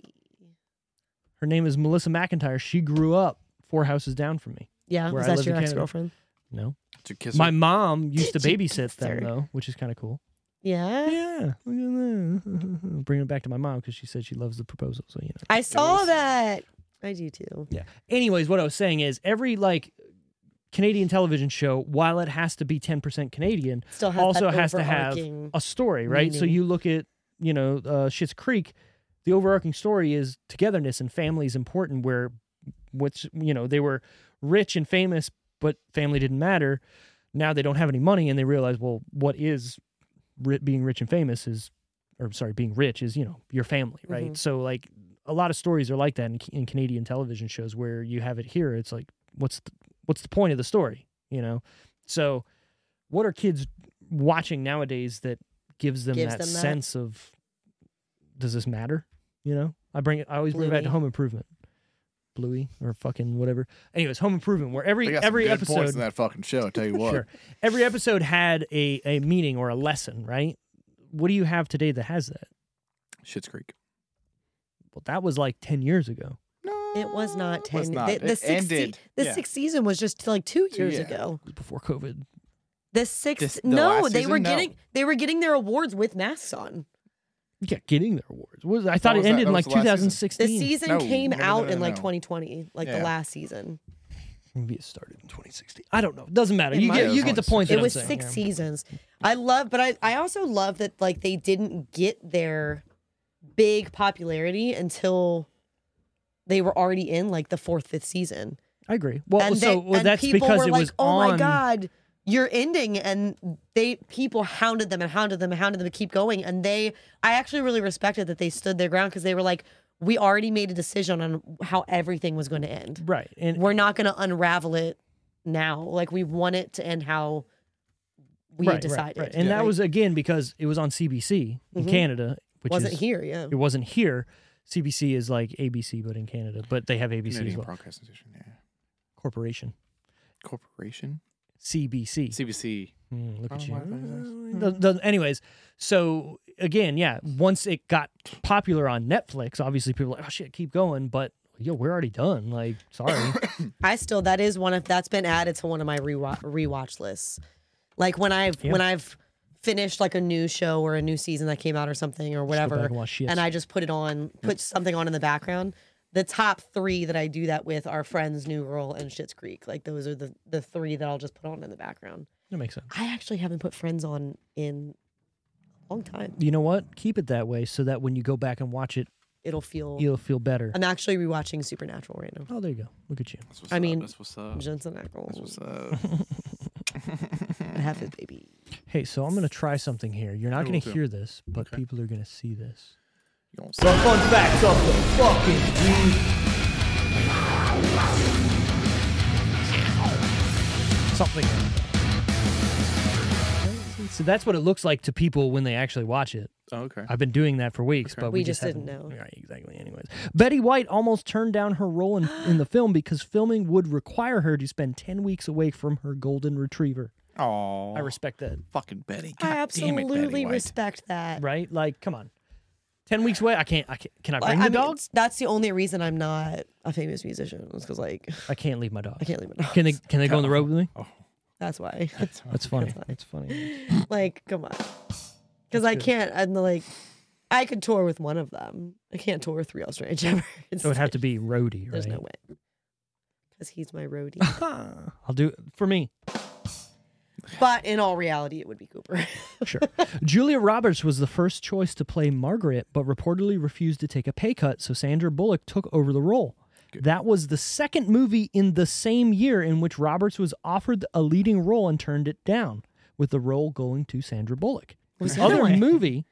A: Her name is Melissa McIntyre. She grew up four houses down from me.
C: Yeah.
A: Where
C: Was
A: I
C: that
A: lived in
C: your
A: Canada.
C: ex girlfriend?
A: No,
B: Did you kiss
A: my
B: her?
A: mom used
C: [laughs]
A: to
C: Did you
A: babysit
C: kiss her?
A: them though, which is kind of
C: [laughs]
A: cool.
C: Yeah.
A: Yeah, look at that. [laughs] bringing it back to my mom because she said she loves the proposal. So you know.
C: I saw that. I do too.
A: Yeah. Anyways, what I was saying is every like Canadian television show, while it has to be 10% Canadian,
C: Still has
A: also
C: that
A: has to have
C: overarching-
A: a story, right? So
C: meaning.
A: you look at, you know, uh, Schitt's Creek, the overarching story is togetherness and family is important, where, which, you know, they were rich and famous, but family didn't matter. Now they don't have any money and they realize, well, what is ri- being rich and famous is, or sorry, being rich is, you know, your family, right?
C: Mhm.
A: So, like, a lot of stories are like that in, in Canadian television shows where you have it here. It's like, what's the, what's the point of the story? You know, so what are kids watching nowadays that gives them
C: Gives
A: that
C: them that.
A: sense of does this matter? You know, I bring it. I always bring it back to
C: Bluey.
A: Home Improvement, Bluey or fucking whatever. Anyways, Home Improvement, where every
B: They got some
A: every
B: good points
A: episode [laughs]
B: in that fucking show. I tell you what.
A: Sure. every episode had a a meaning or a lesson, right? What do you have today that has that?
B: Shit's Creek.
A: Well, that was like ten years ago.
B: No,
C: It was not ten.
B: Was not.
C: The, the
B: it
C: sixth se-
B: ended.
C: the
B: yeah.
C: sixth season was just like two
B: Two-
C: years
B: yeah.
C: ago.
A: It was before COVID.
C: The sixth.
B: This- the
C: no,
B: last
C: they were
B: season? No.
C: getting they were getting their awards with masks on.
A: Yeah, getting their awards. What was I thought
B: What was
A: it
B: that?
A: ended
B: That
A: in
B: was
A: like
B: the last season.
A: 2016.
C: The season
B: No,
C: came
B: no, no, no,
C: out
B: no,
C: in like
B: no.
C: 2020, like
B: Yeah.
C: the last season.
A: Maybe it started in 2016. I don't know. It doesn't matter.
C: It
A: you
C: might
A: get
C: have
A: you get the
B: been.
A: point.
B: That's
C: it
A: that
C: was
A: I'm saying,
C: six
A: yeah.
C: seasons. I love, but I, I also love that like they didn't get their big popularity until they were already in like the fourth, fifth season.
A: I agree. Well,
C: and
A: so
C: they-
A: well,
C: and
A: that's
C: people
A: because
C: were
A: it
C: like,
A: was
C: "Oh
A: on.
C: my god, you're ending!" And they people hounded them and hounded them and hounded them to keep going. And they, I actually really respected that they stood their ground because they were like, "We already made a decision on how everything was going to end.
A: Right, and
C: We're not going to unravel it now. Like we want it to end how." We
A: right,
C: had
A: right,
C: decided,
A: right. and that
C: Like,
A: was again because it was on CBC in
C: Mhm.
A: Canada, which
C: wasn't
A: is,
C: here. Yeah,
A: It wasn't here. CBC is like ABC, but in Canada, but they have ABC as
B: Canadian
A: well.
B: Broadcasting Station. Yeah.
A: Corporation
B: Corporation.
A: CBC.
B: CBC.
A: Hmm, look at
B: Oh,
A: you.
B: my goodness.
A: Uh, doesn't- doesn't- anyways, so again, yeah, once it got popular on Netflix, obviously people were like, oh shit, keep going, but yo, we're already done. Like,
B: [coughs]
A: sorry.
C: I still that is one of that's been added to one of my rewatch, rewatch lists. Like when I've
A: Yeah.
C: when I've finished like a new show or a new season that came out or something or
A: back
C: whatever,
A: and watch shit.
C: and I just put it on, put something on in the background. The top three that I do that with are Friends, New Girl, and Schitt's Creek. Like those are the the three that I'll just put on in the background.
A: that makes sense.
C: I actually haven't put Friends on in a long time.
A: You know what? Keep it that way so that when you go back and watch it,
C: It'll feel.
A: you'll feel better.
C: I'm actually rewatching Supernatural right now.
A: Oh, there you go. Look at you.
B: That's what's
C: I
B: up.
C: mean,
B: that's what's up.
C: Jensen Ackles.
B: That's what's up.
C: I have his baby.
A: Hey, so I'm going to try something here. You're not
B: will
A: going to
B: too.
A: hear this, but people are going to see this.
B: You don't say-
A: something. So that's what it looks like to people when they actually watch it.
B: Oh, okay.
A: I've been doing that for weeks,
B: Okay.
A: but
C: We
A: we,
C: just didn't
A: haven't-
C: know.
A: Right, exactly. Anyways, Betty White almost turned down her role in, in the film because filming would require her to spend ten weeks away from her golden retriever.
B: Oh,
A: I respect that,
B: fucking Betty. God
C: I
B: damn it, Betty
C: absolutely
B: White.
C: respect that.
A: right? Like, come on, ten weeks away. I can't. I can't. Can I
C: Like,
A: bring
C: I
A: the
C: mean,
A: dog?
C: That's the only reason I'm not a famous musician. It's because like
A: I can't leave my dog.
C: I can't leave my dog.
A: Can [laughs] they? Can they go on the road with me?
C: That's why.
A: That's funny.
C: fine.
A: That's funny.
C: like, come on. Because I can't. I'm like, I could tour with one of them. I can't tour with three Australian [laughs] shepherds.
A: It would have to be roadie, right?
C: There's no way. Because he's my roadie.
A: I'll do it for [laughs] me.
C: but in all reality, it would be Cooper. [laughs]
A: Sure. Julia Roberts was the first choice to play Margaret, but reportedly refused to take a pay cut, so Sandra Bullock took over the role. That was the second movie in the same year in which Roberts was offered a leading role and turned it down, with the role going to Sandra Bullock.
C: Was
A: The other
C: really?
A: movie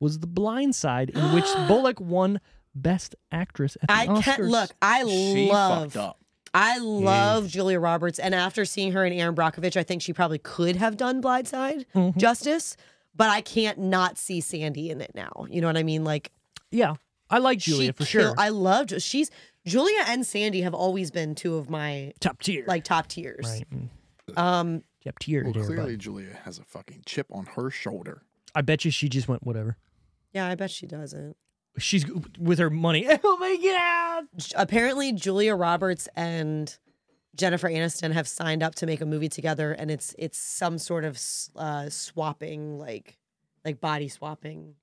A: was The Blind Side, in [gasps] which Bullock won Best Actress at the
C: I
A: Oscars.
C: can't look. I
B: She
C: love.
B: fucked up.
C: I love Julia Roberts, and after seeing her and Aaron Brockovich, I think she probably could have done Blindside
A: Mm-hmm.
C: justice. But I can't not see Sandy in it now. You know what I mean? Like
A: Yeah, I like Julia
C: she
A: for
C: kill-
A: sure.
C: I loved. She's Julia and Sandy have always been two of my
A: Top tier.
C: like top tiers.
A: Right. mm,
C: Um,
A: Top tier.
B: Well,
A: there, bud.
B: clearly Julia has a fucking chip on her shoulder.
A: I bet you she just went whatever.
C: yeah, I bet she doesn't.
A: She's g- with her money. [laughs] Oh my god!
C: J- Apparently, Julia Roberts and Jennifer Aniston have signed up to make a movie together, and it's it's some sort of s- uh, swapping, like like body swapping,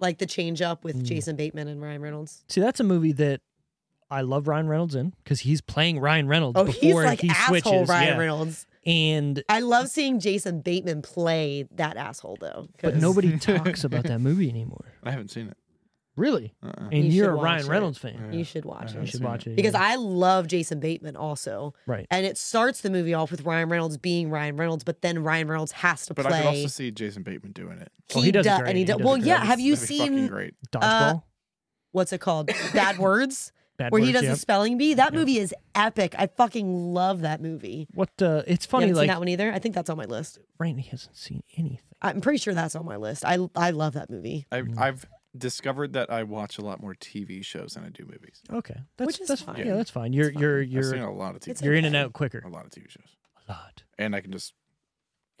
C: like the change up with
A: Mm.
C: Jason Bateman and Ryan Reynolds.
A: See, that's a movie that I love Ryan Reynolds in because he's playing Ryan Reynolds
C: Oh, he's
A: before
C: like
A: he
C: asshole
A: switches.
C: Ryan
A: yeah.
C: Reynolds.
A: And
C: I love seeing Jason Bateman play that asshole though.
A: but
B: [laughs]
C: 'cause-
A: nobody talks about that movie anymore.
B: I haven't seen it.
A: Really?
B: Uh-uh.
A: And
C: You
A: you are
C: should
A: a Ryan
C: watch it.
A: Reynolds fan.
C: you should watch
B: I
C: it.
A: You
B: haven't
A: Uh-huh. should
B: seen
A: watch it.
C: because
A: yeah.
C: I uh, love Jason Bateman also.
A: right.
C: And it starts the movie off with Ryan Reynolds being Ryan Reynolds, but then Ryan Reynolds has to
B: But I
C: play.
B: could also see Jason Bateman doing it.
A: Oh, he does it
C: da-
A: great.
C: and he
A: He
C: da-
A: does it
C: well,
A: great.
C: yeah.
B: That'd
C: Have
B: be-
C: you
B: that'd be fucking
C: seen
B: great?
A: Dodgeball.
C: what's
A: [laughs]
C: it called? Bad Words,
A: Bad
C: where he
A: Words,
C: does
A: yeah.
C: the spelling bee. That movie is epic. I fucking love that movie.
A: What? Uh, it's
C: You
A: funny.
C: haven't seen
A: Like
C: that one either. I think that's on my list.
A: Randy hasn't seen anything.
C: I'm pretty sure that's on my list. I I love that movie.
B: I've, I've discovered that I watch a lot more TV shows than I do movies.
A: Okay, that's
C: Which is
A: that's
C: fine.
A: Yeah, that's fine. You're you're
B: I've seen
A: you're
B: a lot of TV.
C: It's
A: you're in and
C: okay.
A: out quicker.
B: A lot of TV shows,
A: A lot.
B: and I can just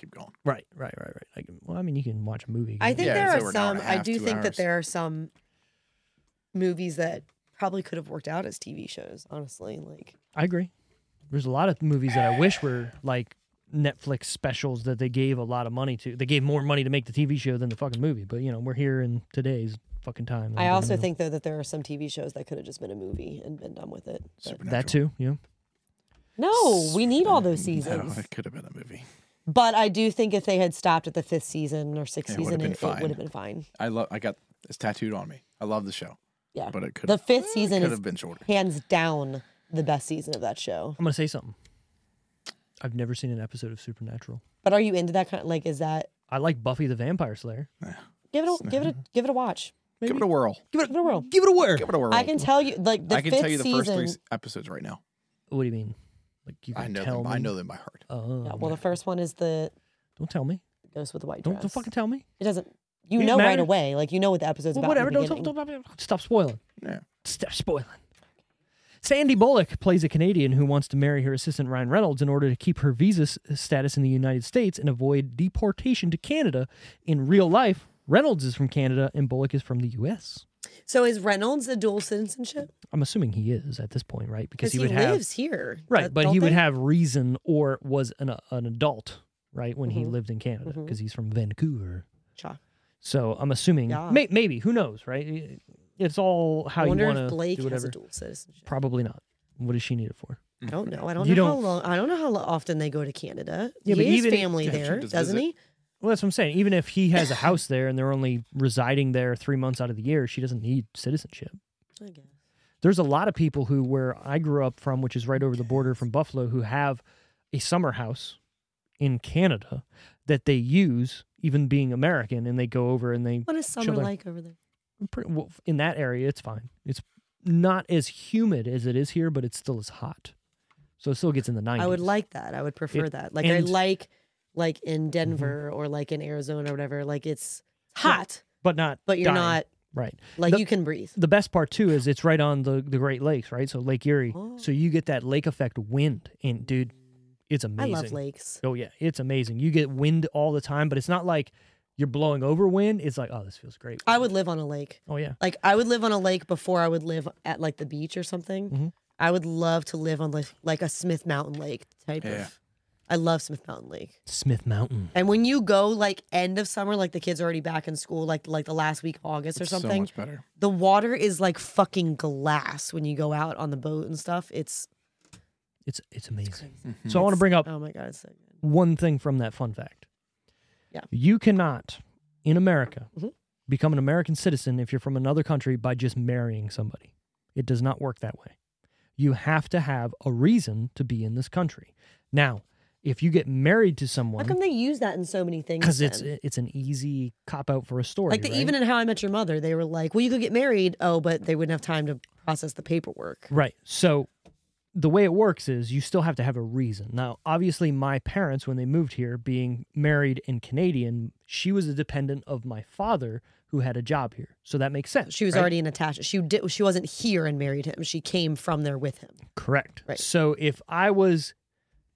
B: keep going.
A: Right, right, right, right. Like, well, I mean, you can watch a movie.
C: I
A: again.
C: think
B: Yeah, it's
C: there
B: over
C: are
B: an hour and
C: some.
B: a
C: I
B: half,
C: do
B: two
C: think that
B: hours.
C: there are some movies that probably could have worked out as TV shows. Honestly, like
A: I agree. There's a lot of movies that I wish were like Netflix specials that they gave a lot of money to. They gave more money to make the TV show than the fucking movie. But you know, we're here in today's fucking time.
C: I also think though that there are some TV shows that could have just been a movie and been done with it. But-
A: that too. Yeah,
C: No, we need
B: [laughs]
C: all those
B: No,
C: seasons.
B: it could have been a movie.
C: But I do think if they had stopped at the fifth season or sixth
B: It would've
C: season,
B: been
C: it, it would
B: fine.
C: have been fine.
B: I love. I got it's tattooed on me. I love the show,
C: Yeah.
B: but it could
C: the fifth season
B: could
C: is
B: have been shorter.
C: hands down the best season of that show.
A: I'm gonna say something. I've never seen an episode of Supernatural.
C: But are you into that kind of like is that
A: I like Buffy the Vampire Slayer.
C: give it a give it a give it a watch.
B: Give it a whirl.
A: Give it,
C: Give it a whirl.
A: give it a whirl.
B: Give it a whirl.
C: I can tell you like the
B: I can
C: fifth
B: tell you the first
C: season.
B: three s- episodes right now.
A: What do you mean? Like you can
B: I know
A: tell
B: them.
A: me?
B: I know them by heart.
A: Oh,
C: Yeah, well the first one is the
A: don't tell me.
C: Ghost with the White
A: Don't,
C: Dress.
A: don't fucking tell me.
C: it doesn't you
A: It
C: know right
A: matters.
C: away. Like you know what the episode's
A: Well,
C: about.
A: whatever.
C: in the
A: Don't, don't,
C: beginning.
A: don't, don't- stop spoiling.
B: Yeah.
A: Stop spoiling. Sandy Bullock plays a Canadian who wants to marry her assistant Ryan Reynolds in order to keep her visa s- uh, status in the United States and avoid deportation to Canada. In real life, Reynolds is from Canada and Bullock is from the U.S.
C: So is Reynolds a dual citizenship?
A: I'm assuming he is at this point, right?
C: Because
A: Because
C: he,
A: would
C: lives
A: have
C: here.
A: right,
C: don't-
A: but
C: don't
A: he would
C: they?
A: have reason or was an uh, an adult, right, when
C: Mm-hmm.
A: he lived in Canada because he's from Vancouver.
C: Cha.
A: So I'm assuming
C: Yeah.
A: may, maybe who knows, right? It's all how
C: I wonder
A: you want
C: if
A: to
C: Blake
A: do
C: has
A: whatever.
C: a dual citizenship.
A: Probably not. What does she need it for?
C: I don't know. I don't
A: Mm-hmm. You
C: know
A: don't-
C: how long. I don't know how lo- often they go to Canada.
A: Yeah,
C: Yeah,
A: but
C: he has
A: even-
C: family
B: Yeah, she
C: there,
B: just
C: doesn't
B: visit.
C: he?
A: Well, that's what I'm saying. Even if he has a house there and they're only residing there three months out of the year, she doesn't need citizenship.
C: I guess.
A: There's a lot of people who, where I grew up from, which is right over the border from Buffalo, who have a summer house in Canada that they use, even being American, and they go over and they
C: What is summer
A: Children.
C: like over there?
A: pretty, well, in that area, it's fine. It's not as humid as it is here, but it's still as hot. So it still gets in the 90s.
C: I would like that. I would prefer
A: It-
C: that. Like I
A: and-
C: like like in Denver or like in Arizona or whatever. Like it's hot,
A: but not
C: but you're
A: dying.
C: not
A: right.
C: like
A: The-
C: you can breathe.
A: The best part too is it's right on the the Great Lakes, right? So Lake Erie. So you get that lake effect wind and dude, it's amazing.
C: Oh. I love lakes.
A: Oh yeah, it's amazing. You get wind all the time, but it's not like you're blowing over wind. It's like, oh, this feels great.
C: I would live on a lake.
A: oh yeah.
C: Like I would live on a lake before I would live at like the beach or something.
A: Mhm.
C: I would love to live on like like a Smith Mountain Lake type
B: Yeah.
C: of. I love Smith Mountain Lake.
A: Smith Mountain.
C: And when you go like end of summer, like the kids are already back in school, like like the last week of August or
B: It's so
C: something,
B: much better.
C: the water is like fucking glass when you go out on the boat and stuff. It's
A: It's it's amazing.
B: Mhm.
A: So I want to bring up
C: oh my god, it's so good.
A: one thing from that fun fact.
C: Yeah.
A: You cannot in America
C: Mhm.
A: become an American citizen if you're from another country by just marrying somebody. It does not work that way. You have to have a reason to be in this country. Now, if you get married to
C: How
A: someone
C: come they use that in so many things?
A: because it's
C: then?
A: it's an easy cop out for a story.
C: like the,
A: right?
C: even in How I Met Your Mother, they were like, "Well, you could get married." Oh, but they wouldn't have time to process the paperwork.
A: Right. So the way it works is you still have to have a reason. Now, obviously, my parents, when they moved here, being married and Canadian, she was a dependent of my father who had a job here. So that makes sense.
C: She was
A: right?
C: already in attachment. She did. She wasn't here and married him. She came from there with him.
A: correct.
C: Right.
A: So if I was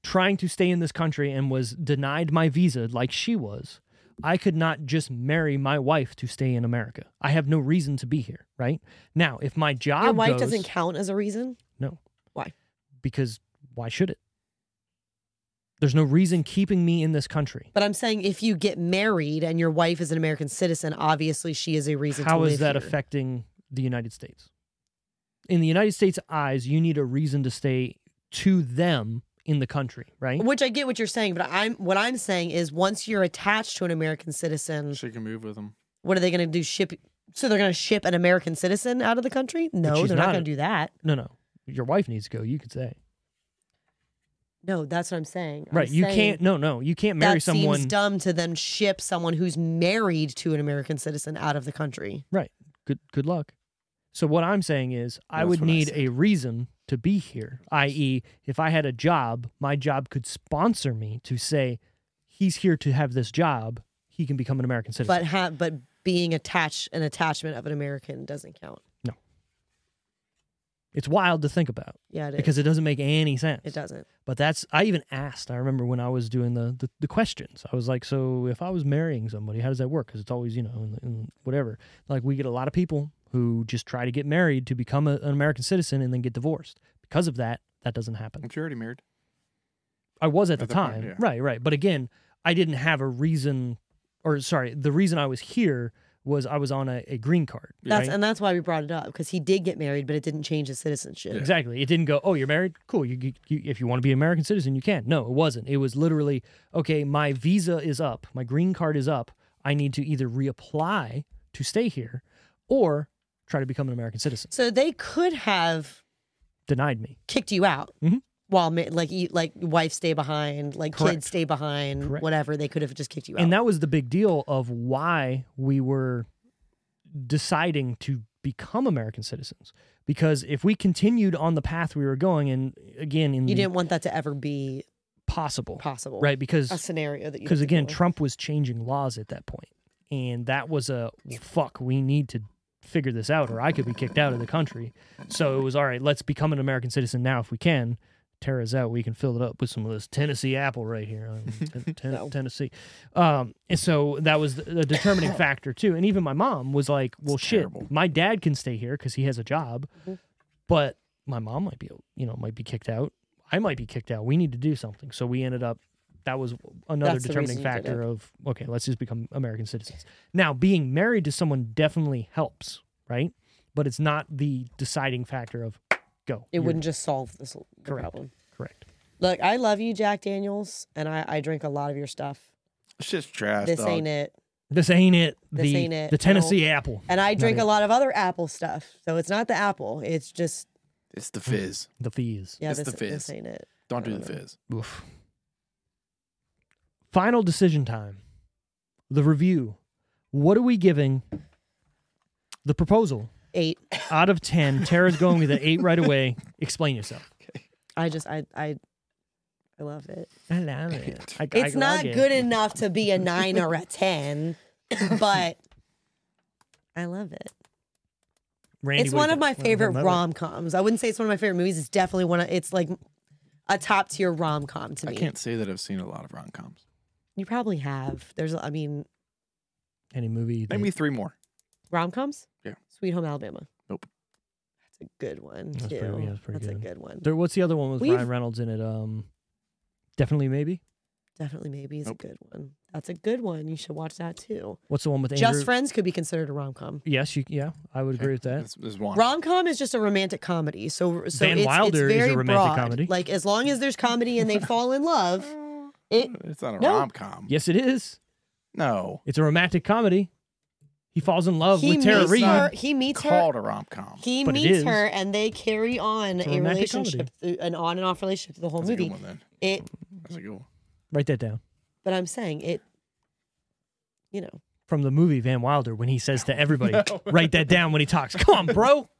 A: trying to stay in this country and was denied my visa like she was, I could not just marry my wife to stay in America. I have no reason to be here, right? Now, if my job
C: Your wife
A: goes-
C: doesn't count as a reason.
A: No.
C: Why?
A: Because why should it? There's no reason keeping me in this country.
C: But I'm saying if you get married and your wife is an American citizen, obviously she is a reason.
A: How
C: to
A: is
C: live
A: that
C: here.
A: affecting the United States? In the United States' eyes, you need a reason to stay to them in the country, right?
C: Which I get what you're saying, but I'm what I'm saying is once you're attached to an American citizen,
B: She can move with them.
C: what are they going to do? Ship? So they're going to ship an American citizen out of the country? No,
A: she's
C: they're
A: not
C: not
A: a-
C: going to do that.
A: No, no. Your wife needs to go, you could say.
C: No, that's what I'm saying. I'm
A: right. You
C: saying
A: can't no, no. You can't marry
C: that
A: someone
C: seems dumb to then ship someone who's married to an American citizen out of the country.
A: Right. Good good luck. So what I'm saying is I
B: That's
A: would
B: what I
A: need
B: said.
A: a reason to be here, i.e., if I had a job, my job could sponsor me to say he's here to have this job, he can become an American
C: But
A: citizen.
C: ha- but being attached an attachment of an American doesn't count.
A: it's wild to think about
C: Yeah, it is.
A: because it doesn't make any sense.
C: it doesn't.
A: But that's I even asked, I remember when I was doing the the, the questions. I was like, so if I was marrying somebody, how does that work? Because it's always, you know, in, in whatever. Like we get a lot of people who just try to get married to become a, an American citizen and then get divorced. Because of that, that doesn't happen.
B: Aren't you already married?
A: I was at the
B: At that point,
A: time.
B: yeah.
A: Right, right. But again, I didn't have a reason or sorry, the reason I was here was I was on a, a green card.
C: That's
A: right?
C: and that's why we brought it up because he did get married, but it didn't change his citizenship.
A: Exactly. It didn't go, "Oh, you're married? Cool. You, you, you if you want to be an American citizen, you can." No, it wasn't. It was literally, "Okay, my visa is up. My green card is up. I need to either reapply to stay here or try to become an American citizen."
C: So they could have
A: Denied me.
C: kicked you out
A: Mhm.
C: while ma- like you, like wife stay behind, like
A: Correct.
C: kids stay behind,
A: Correct.
C: whatever. They could have just kicked you out.
A: And that was the big deal of why we were deciding to become American citizens. Because if we continued on the path we were going, and again, in
C: you
A: the
C: didn't want that to ever be
A: possible,
C: possible,
A: right?
C: A
A: Because
C: scenario that you
A: because
C: had to
A: again,
C: deal with.
A: Trump was changing laws at that point, and that was a well, fuck. We need to figure this out, or I could be kicked out of the country. So it was all right. Let's become an American citizen now if we can. Tara's out. We can fill it up with some of this Tennessee apple right here,
C: [laughs]
A: um, Ten- Ten-
C: No.
A: Tennessee. Um, and so that was the- a
C: [laughs]
A: determining factor too. And even my mom was like, "Well, shit,
B: terrible.
A: my dad can stay here because he has a job,
C: Mhm.
A: but my mom might be, you know, might be kicked out. I might be kicked out. We need to do something." So we ended up. That was another
C: That's the
A: determining
C: reason you did
A: factor of okay, let's just become American citizens. Now, being married to someone definitely helps, right? But it's not the deciding factor of go.
C: it
A: You're
C: wouldn't just solve this l- the
A: Correct.
C: problem.
A: correct.
C: Look, I love you, Jack Daniels, and I, I drink a lot of your stuff.
B: It's just trash.
C: this
B: dog.
C: ain't it.
A: This ain't it.
C: This
A: the
C: ain't it.
A: the Tennessee apple.
C: And I drink
A: it.
C: a lot of other apple stuff, so it's not the apple. It's just
B: It's the fizz.
C: Mm.
A: The fees.
C: yeah,
B: It's
C: this,
B: the fizz.
C: this ain't it.
B: Don't do
C: I
B: the
C: don't know.
B: fizz.
A: Oof. Final decision time. The review. What are we giving the proposal
C: Eight.
A: out of 10? Tara's going with an eight right away. Explain yourself.
C: I just I I I love it.
A: I love it. I,
C: It's not good enough to be a nine or a
A: [coughs]
C: ten, but I love it. it's one of my favorite rom coms. I wouldn't say it's one of my favorite movies. It's definitely one of it's like a top tier rom com to
B: I
C: me.
B: can't say that I've seen a lot of rom coms.
C: You probably have. There's I mean
A: Any movie.
B: Name
A: that-
B: me three more.
C: rom coms.
B: Yeah.
C: Sweet Home Alabama.
B: Nope.
C: That's a good one
A: That's
C: too.
A: pretty- yeah, that's pretty
C: That's
A: good.
C: a good one.
A: There, what's the other one with
C: We've-
A: Ryan Reynolds in it? Um, definitely maybe.
C: Definitely maybe is
B: Nope.
C: a good one. That's a good one. You should watch that too.
A: What's the one with Andrew?
C: Just Friends could be considered a rom com.
A: Yes, you, yeah, I would agree with that.
B: There's, there's one.
C: Rom com is just a romantic comedy. So, so
A: Van
C: it's,
A: Wilder
C: it's
A: is a
C: very
A: romantic
C: broad.
A: comedy.
C: Like as long as there's comedy
A: [laughs]
C: and they fall in love, it
B: It's not a
C: No.
B: rom com.
A: Yes, it is.
B: No.
A: It's a romantic comedy. He falls in love
C: he
A: Oh, with Tara
C: meets
A: Reid.
C: her. He meets her.
B: Called a rom com.
C: He
A: But it
C: meets
A: is.
C: her, and they carry on
A: It's a
C: a,
A: romantic
C: relationship, through, an on and off relationship through the whole
B: That's a good one
C: movie.
B: then.
C: It,
B: That's a good one.
A: Write that down
C: but I'm saying it. You know,
A: from the movie Van Wilder when he says to
B: [laughs]
A: everybody, "Write that down when he talks." Come on, bro.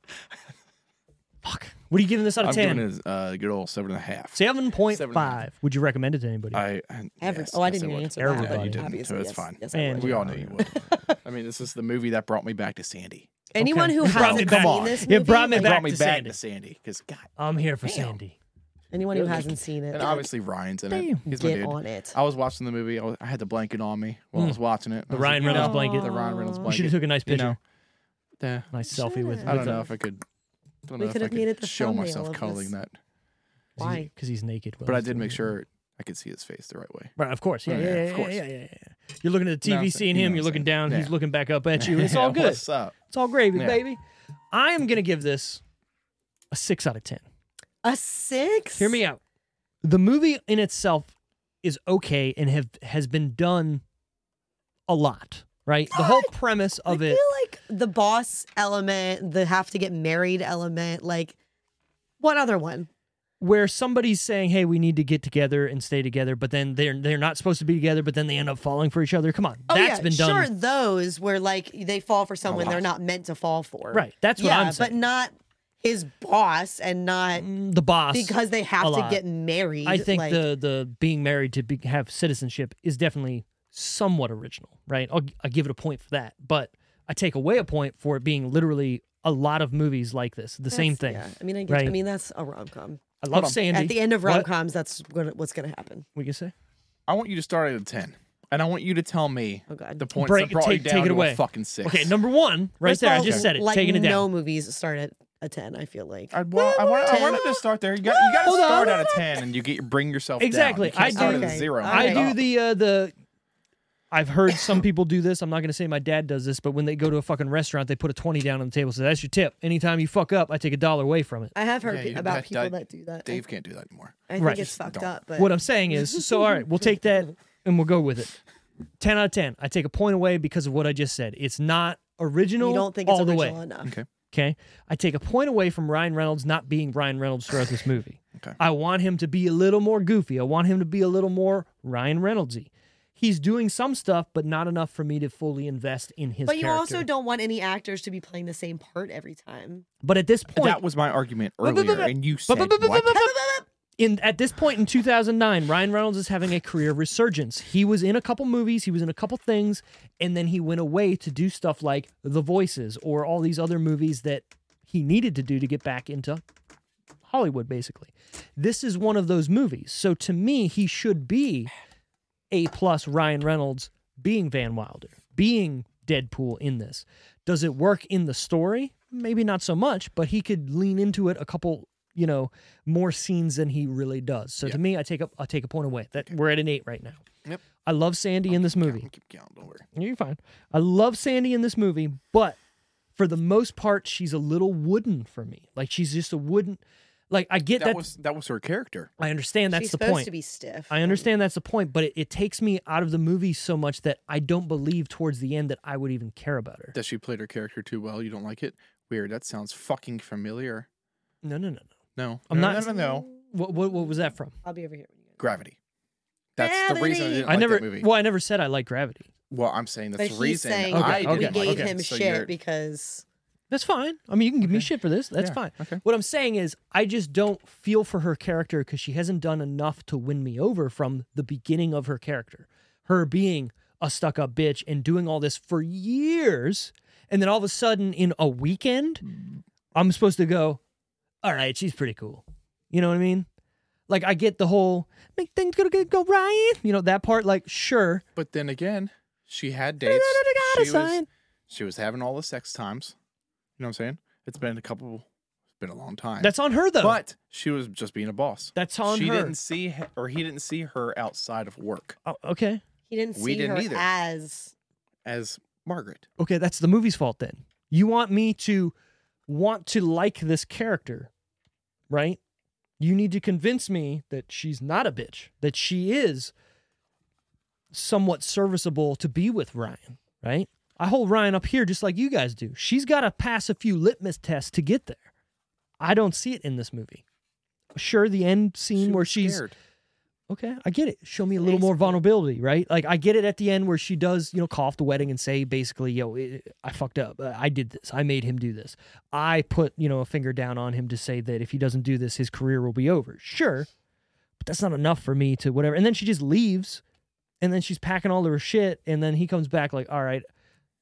A: Fuck. What are you giving this out of
B: I'm
A: ten?
B: giving it a uh, good old seven and a half.
A: Seven point
B: Seven and a
A: five. Would you recommend it to anybody?
B: I, I
C: every,
B: yes,
C: oh, I
B: yes,
C: didn't
B: would.
C: even answer
A: Everybody
C: that. but
A: did,
B: so
C: obviously,
B: it's
C: yes,
B: fine.
C: Yes, I
A: And-
C: would.
B: We all knew you would. [laughs] I mean, this is the movie that brought me back to Sandy.
C: Anyone who
A: It brought me
C: hasn't
A: back.
C: seen this
A: It
C: movie,
A: brought me
C: like,
A: Back
B: brought me
A: to
B: back
A: Sandy.
B: to Sandy because God,
A: I'm here for Sandy.
C: Anyone who hasn't seen it,
B: and
C: like,
B: obviously Ryan's in it. He's my
C: get
B: dude.
C: on it.
B: I was watching the movie. I, was, I had the blanket on me while I was watching it.
A: Hmm. The
B: I was
A: Ryan
B: like,
A: Reynolds
B: "Oh,
A: blanket.
B: The Ryan Reynolds
A: You
B: blanket.
A: should have took a nice
B: You
A: picture,
B: know, yeah.
A: nice selfie with. with uh,
B: I don't
A: the-
B: know if I could. I don't
C: We
B: know if
C: could
B: I
C: have made it the
B: show
C: thumbnail
B: myself
C: of
B: cuddling
C: this.
B: that,
C: Why?
A: Because he's naked.
B: but I
A: Will's
B: did
A: doing
B: make
A: it.
B: sure I could see his face the right way.
A: Right, of course. Yeah,
B: Yeah,
A: yeah, yeah,
B: of
A: yeah,
B: course.
A: yeah, yeah, yeah. You're looking at the
B: No,
A: TV,
B: I'm saying-
A: seeing
B: you know
A: him.
B: what
A: You're
B: I'm
A: looking
B: saying.
A: down. He's
B: Yeah.
A: looking back up at
B: [laughs]
A: you. It's all good.
B: What's
A: It's
B: up?
A: all gravy,
B: Yeah.
A: baby. I am gonna give this a six out of ten.
C: A six?
A: Hear me out. The movie in itself is okay and have has been done a lot. Right, the whole premise of
C: I
A: it.
C: feel like the boss element, the have to get married element, like what other one?
A: where somebody's saying, "Hey, we need to get together and stay together," but then they're they're not supposed to be together, but then they end up falling for each other. Come on,
C: Oh
A: that's
C: yeah,
A: been done.
C: Sure, those where like they fall for someone
B: lot.
C: they're not meant to fall for.
A: Right, that's what
C: yeah,
A: I'm
C: but
A: saying.
C: not his boss, and not
A: Mm, The boss,
C: because they
A: a
C: have to
A: lot.
C: get married.
A: I think
C: like,
A: the the being married to be, have citizenship is definitely somewhat original, right? I'll, I'll give it a point for that, but I take away a point for it being literally a lot of movies like this, the same
C: that's-
A: thing.
C: Yeah, I mean, I, get, I
A: right?
C: mean that's a rom com.
A: I love
B: on.
A: Sandy.
C: At the end of
A: What?
C: rom coms, that's gonna, what's going to happen.
A: we can say
B: I want you to start at a ten, and I want you to tell me
C: Oh, God.
B: the points
A: Break-
B: that brought
A: take-
B: you
A: take
B: down
A: it
B: to
A: away.
B: a fucking six.
A: okay. Number one, right
C: First of
A: there. I
C: all,
A: just said it,
C: Like
A: taking it
C: no
A: down.
C: movies start at a ten. I feel like
B: I'd wa- I, want, I wanted to start there. You got, you got to
A: Hold on.
B: start at a ten, and you get bring yourself down. You
A: Exactly.
B: can't
A: I
B: start
C: do-
B: at a zero. and
C: Okay.
A: I
B: get
A: do
B: up.
A: the uh, the. I've heard some people do this. I'm not going to say my dad does this, but when they go to a fucking restaurant, they put a twenty down on the table. So that's your tip. Anytime you fuck up, I take a dollar away from it.
C: I have heard
B: Yeah,
C: pe-
B: you-
C: about
B: that-
C: people
B: that-
C: that, do that. I-
B: Dave can't do that anymore.
C: I, think
A: Right.
C: it's fucked
B: Don't.
C: up. But
A: what I'm saying
C: [laughs]
A: is, so all right, we'll take that and we'll go with it. Ten out of ten. I take a point away because of what I just said. It's not original.
C: you don't think it's
A: all the
C: original
A: way.
C: enough.
B: Okay.
A: Okay, I take a point away from Ryan Reynolds not being Ryan Reynolds throughout this movie.
B: [sighs] Okay.
A: I want him to be a little more goofy. I want him to be a little more Ryan Reynoldsy. He's doing some stuff, but not enough for me to fully invest in his.
C: But you
A: character.
C: also don't want any actors to be playing the same part every time.
A: But at this point,
B: That was my argument
A: Bu- bu- bu-
B: earlier,
A: bu-
B: and you
A: bu-
B: said
A: bu- bu- bu-
B: what?
A: bu- bu- in at this point in 2009, Ryan Reynolds is having a career resurgence. He was in a couple movies, he was in a couple things, and then he went away to do stuff like The Voices or all these other movies that he needed to do to get back into Hollywood basically. This is one of those movies. So to me, he should be A plus Ryan Reynolds being Van Wilder, being Deadpool in this. Does it work in the story? Maybe not so much, but he could lean into it a couple, you know, more scenes than he really does. So to me, I take up I take a point away. That we're at an eight right now.
B: Yep.
A: I love Sandy in this movie.
B: Keep going, don't worry.
A: You're fine. I love Sandy in this movie, but for the most part, she's a little wooden for me. Like she's just a wooden. Like I get
B: That,
A: that.
B: was that was her character.
A: I understand that's
C: She's
A: the
C: supposed
A: point.
C: to be stiff.
A: I understand that's the point, but it, it takes me out of the movie so much that I don't believe towards the end that I would even care about her.
B: That she played her character too well. You don't like it? Weird. That sounds fucking familiar.
A: No, no, no, no.
B: No,
A: I'm
B: no,
A: not-
B: No, no, no.
A: What what, what was that from?
C: I'll be over here. when you get-
B: Gravity. That's the reason I
C: Gravity.
B: didn't
A: I
B: like
A: never.
B: that movie.
A: Well, I never said I like Gravity.
B: Well, I'm saying that's
C: But
B: the
C: he's
B: reason
C: saying
A: Okay,
B: I
C: like,
B: didn't
C: we
A: okay,
C: gave
B: like it.
C: him
B: So
C: shit
B: you're-
C: because
A: That's fine. I mean, you can give me shit for this. That's
B: Yeah,
A: fine.
B: okay.
A: What I'm saying is, I just don't feel for her character because she hasn't done enough to win me over from the beginning of her character. Her being a stuck up bitch and doing all this for years. And then all of a sudden, in a weekend, I'm supposed to go, all right, she's pretty cool. You know what I mean? Like, I get the whole make things gonna go- go right. You know, that part, like, sure.
B: But then again, she
A: [laughs]
B: had dates. she, was, she was having all the sex times. You know what I'm saying? It's been a couple. It's been a long time.
A: That's on her, though.
B: But she was just being a boss.
A: That's on
B: she
A: her.
B: didn't see he- or he didn't see her outside of work
A: Oh, okay.
C: He didn't see
B: We didn't
C: her
B: either.
C: as
B: as Margaret.
A: Okay, that's the movie's fault then. You want me to want to like this character, right? You need to convince me that she's not a bitch, that she is somewhat serviceable to be with Ryan, right? I hold Ryan up here just like you guys do. She's got to pass a few litmus tests to get there. I don't see it in this movie. Sure, the end scene
B: She
A: where
B: was
A: she's
B: scared.
A: Okay, I get it. Show me a little more vulnerability, right? Like I get it at the end where she does, you know, call off the wedding and say basically, "Yo, it, I fucked up. Uh, I did this. I made him do this. I put, you know, a finger down on him to say that if he doesn't do this, his career will be over." Sure, but that's not enough for me to whatever. And then she just leaves, and then she's packing all of her shit, and then he comes back like, "All right,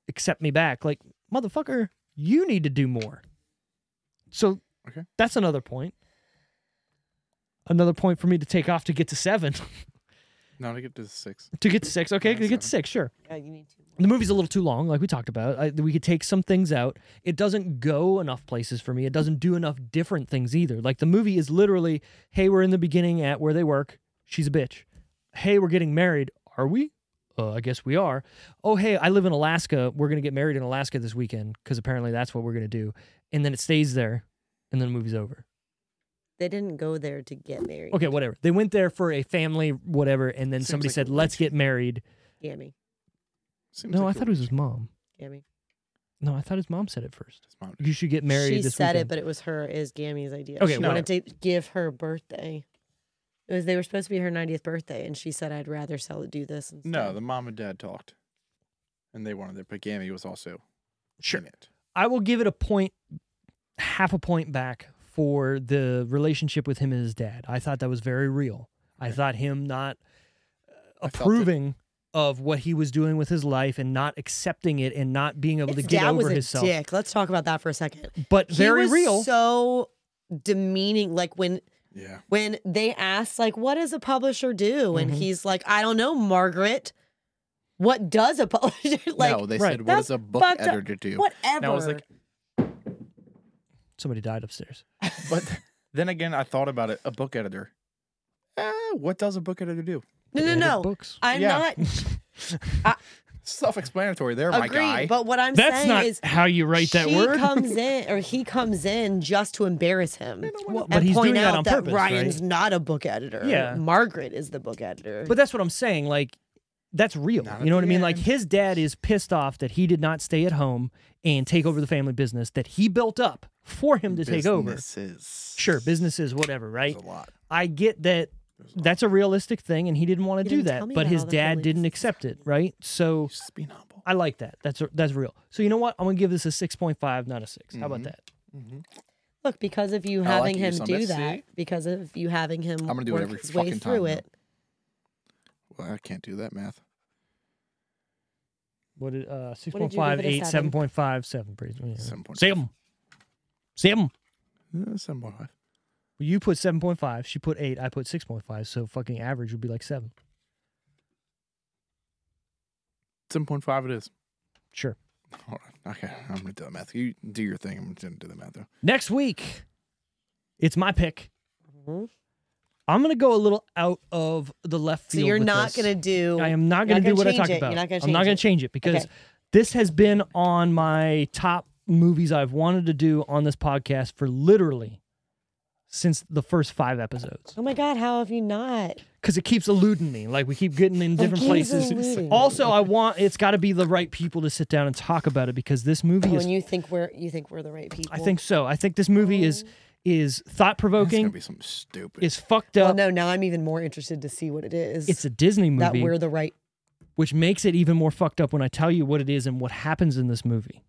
A: accept me back." Like, motherfucker, you need to do more. So
B: Okay.
A: that's another point. Another point for me to take off to get to seven.
B: No, to get to the six.
A: To get to six, okay,
B: Yeah,
A: to get to
B: so-
A: six, sure.
C: uh, you need to.
A: The movie's a little too long, like we talked about. I, we could take some things out. It doesn't go enough places for me. It doesn't do enough different things either. Like the movie is literally, hey, we're in the beginning at where they work. She's a bitch. Hey, we're getting married. Are we? Uh, I guess we are. Oh, hey, I live in Alaska. We're gonna get married in Alaska this weekend because apparently that's what we're gonna do. And then it stays there, and then the movie's over.
C: They didn't go there to get married.
A: Okay, whatever. They went there for a family, whatever, and then
B: Seems
A: somebody
B: like
A: said,
B: a
A: "Let's
B: witch.
A: get married."
C: Gammy.
B: Seems
A: No, I
B: like a
A: thought it was his mom.
C: Gammy.
A: No, I thought his mom said it first.
B: witch's mom.
A: you should get married
C: she
A: this
C: said it,
A: weekend.
C: but it was her is Gammy's idea.
A: Okay,
C: she
A: well-
C: wanted to give her birthday. It was they were supposed to be her 90th birthday, and she said, "I'd rather sell do this." Instead.
B: No, the mom and dad talked, and they wanted it, but Gammy was also
A: Sure.
B: in it.
A: I will give it a point, half a point back for the relationship with him and his dad. I thought that was very real. I thought him not uh,
B: I felt it.
A: approving of what he was doing with his life and not accepting it and not being able
C: His
A: to get
C: dad
A: over
C: was a
A: himself.
C: dick. Let's talk about that for a second.
A: But
C: He
A: very
C: was
A: real.
C: So demeaning. Like when
B: Yeah,
C: when they asked, like, what does a publisher do? And
A: Mhm.
C: he's like, I don't know, Margaret. What does a [laughs] publisher like?
B: no, they
A: Right. uh,
B: said, "What
C: That's
B: does a book
C: fucked up.
B: editor do?"
C: Whatever.
B: And I was like,
A: Somebody died upstairs.
B: but then again, I thought about it. A book editor. Eh, what does a book editor do?
C: no, no,
A: They edit
C: no.
A: Books.
C: I'm
B: Yeah. [laughs]
C: not
B: Self-explanatory, there, my guy.
C: agreed. But what I'm
A: That's
C: saying
A: not [laughs]
C: is,
A: how you write that
C: she
A: word. [laughs]
C: comes in or he comes in just to embarrass him.
A: Well, but
C: and
A: he's
C: point
A: doing
C: out
A: that on purpose, right?
C: Ryan's not a book editor.
A: Yeah.
C: Margaret is the book editor.
A: But that's what I'm saying. Like, that's real.
B: Not at
A: you know what I
B: the
A: mean? Like,
B: end.
A: his dad is pissed off that he did not stay at home and take over the family business that he built up for him to take over.
B: Businesses.
A: Sure, businesses, whatever, right?
B: There's a lot.
A: I get that that's a realistic thing and he didn't want to do
C: You didn't
A: that,
C: tell me
A: but
C: about
A: his
C: all the
A: dad
C: feelings.
A: didn't accept it, right? So
B: Just being humble.
A: I like that. That's that's real. So you know what? I'm going to give this a 6.5, not a 6. How about
B: Mhm.
A: that?
C: Look, because of
B: I
C: you
B: like
C: having
B: it, you
C: him
B: son
C: do
B: bitch.
C: that,
B: See?
C: because of you having him
B: I'm gonna do it
C: work
B: every
C: his way
B: fucking time
C: through
B: now.
C: it.
B: Well, I can't do that math.
A: What did uh
C: What did you give
A: 6.5,
C: it a
A: 8,
C: seven?
A: 7.5, 7, pretty- yeah.
B: 7.5.
A: 7. 7.
B: Eh, Somewhat.
A: You put 7.5, she put 8, I put 6.5, so fucking average would be like 7.
B: Seven point five. It is.
A: Sure.
B: Hold on. Okay, I'm gonna do the math. You do your thing. I'm gonna do the math. Though.
A: Next week, it's my pick.
C: Mhm.
A: I'm going to go a little out of the left
C: So
A: field.
C: you're
A: with
C: not
A: this.
C: going to do.
A: I am not
C: you're
A: going to do what I
C: change
A: talked
C: it.
A: about.
C: You're not going to
A: I'm not going to change it because
C: Okay.
A: this has been on my top movies I've wanted to do on this podcast for literally since the first five episodes
C: Oh my God, how have you not?
A: because it keeps eluding me. Like we keep getting in different
C: keeps
A: places.
C: eluding
A: Also, I want it's got to be the right people to sit down and talk about it because this movie is.
C: When you think we're you think we're the right people. Oh.
A: I think so. I think this movie is is thought
B: It's gonna
A: provoking.
B: be something stupid.
A: Is fucked
C: Well,
A: up.
C: no, now I'm even more interested to see what it is.
A: It's a Disney
C: that
A: movie.
C: we're the right.
A: which makes it even more fucked up when I tell you what it is and what happens in this movie.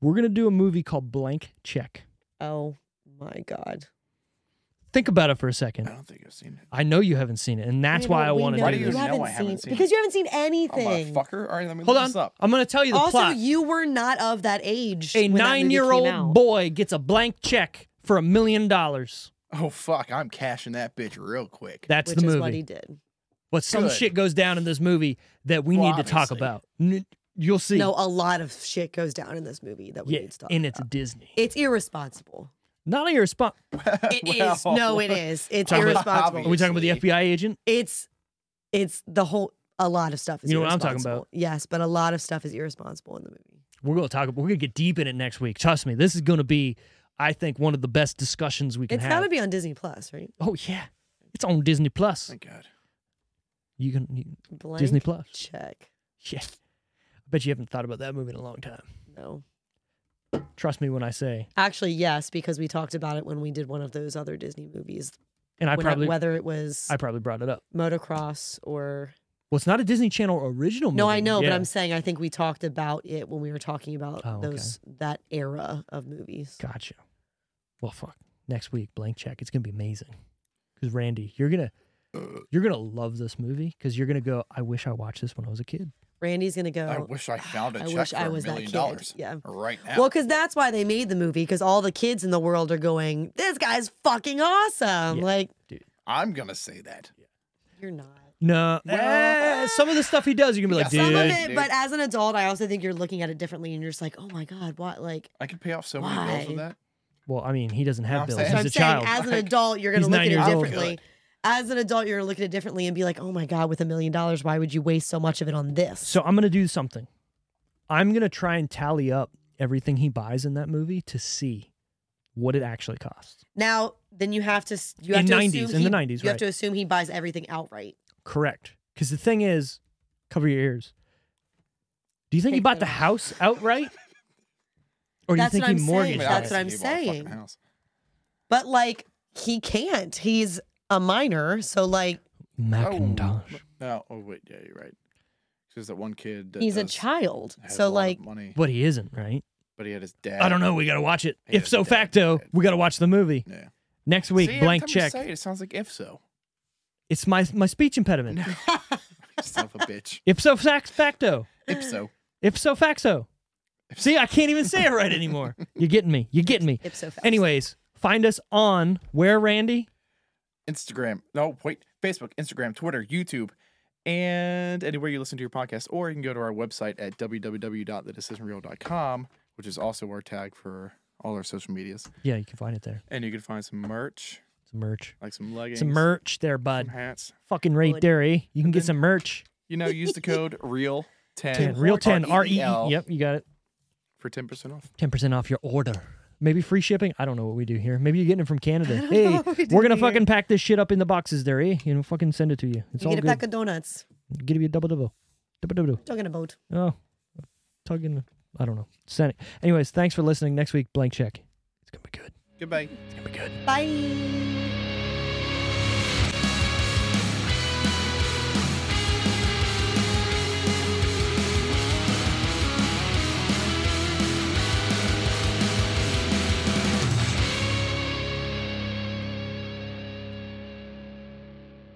A: We're going to do a movie called Blank Check.
C: Oh my god.
A: Think about it for a second.
B: I don't think I've seen it.
A: I know you haven't seen it, and that's
C: You
A: why
C: know,
A: I
C: we
A: want
C: know
A: to
B: Why
A: do
B: you
A: this.
B: know I haven't seen
C: because
B: it?
C: you haven't seen
B: Oh,
C: anything.
B: motherfucker. All right, let me
A: Hold
B: look
A: on.
B: this up.
A: I'm going to tell you the
C: also,
A: plot.
C: you were not of that age.
A: a
C: when that movie
A: nine year
C: came out.
A: old boy gets a blank check for a million dollars.
B: Oh, fuck. I'm cashing that bitch real quick.
A: That's
C: which
A: the
C: is
A: movie.
C: what he did.
A: but some
B: Good.
A: shit goes down in this movie that we
B: Well,
A: need to talk
B: obviously.
A: about. N- you'll see.
C: No, a lot of shit goes down in this movie that we
A: yeah,
C: need to talk
A: and
C: about.
A: it's Disney. [laughs]
C: It's irresponsible.
A: Not on your spot.
C: It is. No, it is. It's
A: Talking about-
C: irresponsible.
A: Are we talking about the
B: Obviously.
A: FBI agent?
C: it's it's the whole a lot of stuff is
A: You know what I'm talking
C: irresponsible.
A: about.
C: Yes, but a lot of stuff is irresponsible in the movie.
A: We're gonna talk. We're gonna get deep in it next week. Trust me, this is gonna be, I think, one of the best discussions we can
C: It's
A: have.
C: gotta be on Disney Plus, right?
A: oh yeah, it's on Disney Plus.
B: Thank God.
A: You can you,
C: Blank
A: Disney Plus.
C: Check.
A: Yeah. I bet you haven't thought about that movie in a long time.
C: No.
A: Trust me when I say.
C: Actually, yes, because we talked about it when we did one of those other Disney movies.
A: And I
C: When-
A: probably
C: whether it was
A: I probably brought it up.
C: motocross or
A: Well, it's not a Disney Channel original movie.
C: no, I know,
A: Yeah.
C: but I'm saying I think we talked about it when we were talking about
A: Oh, okay.
C: those that era of movies.
A: Gotcha. Well, fuck. Next week, blank check. It's gonna be amazing. Because Randy, you're gonna you're gonna love this movie because you're gonna go. I wish I watched this when I was a kid.
C: Randy's gonna go.
B: I wish I found a
C: I
B: check
C: wish
B: for
C: I
B: a
C: was that
B: million
C: kid.
B: dollars.
C: Yeah.
B: Right now.
C: Well, because that's why they made the movie, because all the kids in the world are going, this guy's fucking awesome.
A: Yeah.
C: Like,
B: I'm going to say that.
C: you're not.
A: No,
B: Well-
A: eh, some of the stuff he does, you're gonna be like,
B: Yeah,
A: dude.
C: Some of
B: Dude.
C: it, but as an adult, I also think you're looking at it differently and you're just like, oh my God, what? Like,
B: I could pay off so many bills with
C: Why?
B: that.
A: Well, I mean, he doesn't
B: No,
A: have
B: I'm
A: bills.
B: saying-
A: He's
C: so
A: a
C: I'm saying
A: child.
C: as an
B: Like,
C: adult, you're going
A: he's
C: to look
A: nine
C: at it
A: years old.
C: differently. As an adult, you're going to look at it differently and be like, oh my God, with a million dollars, why would you waste so much of it on this?
A: so I'm gonna do something. I'm gonna try and tally up everything he buys in that movie to see what it actually costs.
C: now, then you have to, s- you have
A: In
C: to
A: 90s,
C: assume
A: in the
C: he-
A: 90s,
C: you have
A: right.
C: to assume he buys everything outright.
A: Correct. Because the thing is, cover your ears. Do you think he
C: Take
A: bought the
C: them off.
A: house
C: [laughs]
A: outright? Or do you
C: That's
A: think
C: what
A: he mortgaged
C: I'm saying.
B: But
A: it?
C: That's
B: obviously
C: what I'm
B: he bought a fucking
C: saying.
B: house.
C: But like, he can't. He's a minor. So, like,
A: Macintosh.
B: No. Oh, wait. Yeah, you're right. There's that one kid. That
C: he's a
B: does-
C: child.
B: has a
C: So,
B: lot of
C: like,
B: money,
A: But he isn't, right?
B: but he had his dad.
A: I don't know. We got to watch it.
B: Yeah,
A: If so
B: yeah,
A: facto,
B: yeah.
A: we got to watch the movie.
B: Yeah.
A: Next week,
B: See, every
A: blank
B: time you
A: check.
B: say it, it sounds like if so.
A: It's my my speech impediment.
B: Son of a bitch.
A: if so fac- facto.
B: If so.
A: If so facto. See, I can't even say it right
C: [laughs]
A: anymore. You're getting me. You're getting me.
C: ipso facto.
A: Anyways, find us on where, Randy?
B: Instagram. No, wait. Facebook, Instagram, Twitter, YouTube, and anywhere you listen to your podcast. Or you can go to our website at www.thedecisionreel.com, which is also our tag for all our social medias.
A: Yeah, you can find it there.
B: And you can find some merch,
A: Some merch.
B: like some leggings,
A: Some merch there,
B: some
A: bud.
B: hats.
A: Fucking right
C: Good.
A: there, eh? You can get
B: then-
A: some merch.
B: You know, use the
C: [laughs]
B: code real 10
A: 10, real 10, R E E.
B: R-E-E-L,
A: Yep, you got it.
B: for 10% off.
A: 10% off your order. Maybe free shipping. I don't know what we do here. Maybe you're getting it from
C: [laughs]
A: Canada.
C: don't
A: Hey,
C: know what we do
A: are gonna
C: here.
A: fucking pack this shit up in the boxes there, eh? You know, fucking send it to you. It's
C: You
A: all
C: get a
A: good.
C: pack of donuts.
A: Give you a double double. Double double.
C: Talking about.
A: Oh, tugging. I don't know. Send it. Anyways, thanks for listening. Next week, blank check. It's gonna be good.
B: Goodbye.
A: It's gonna be good.
C: Bye.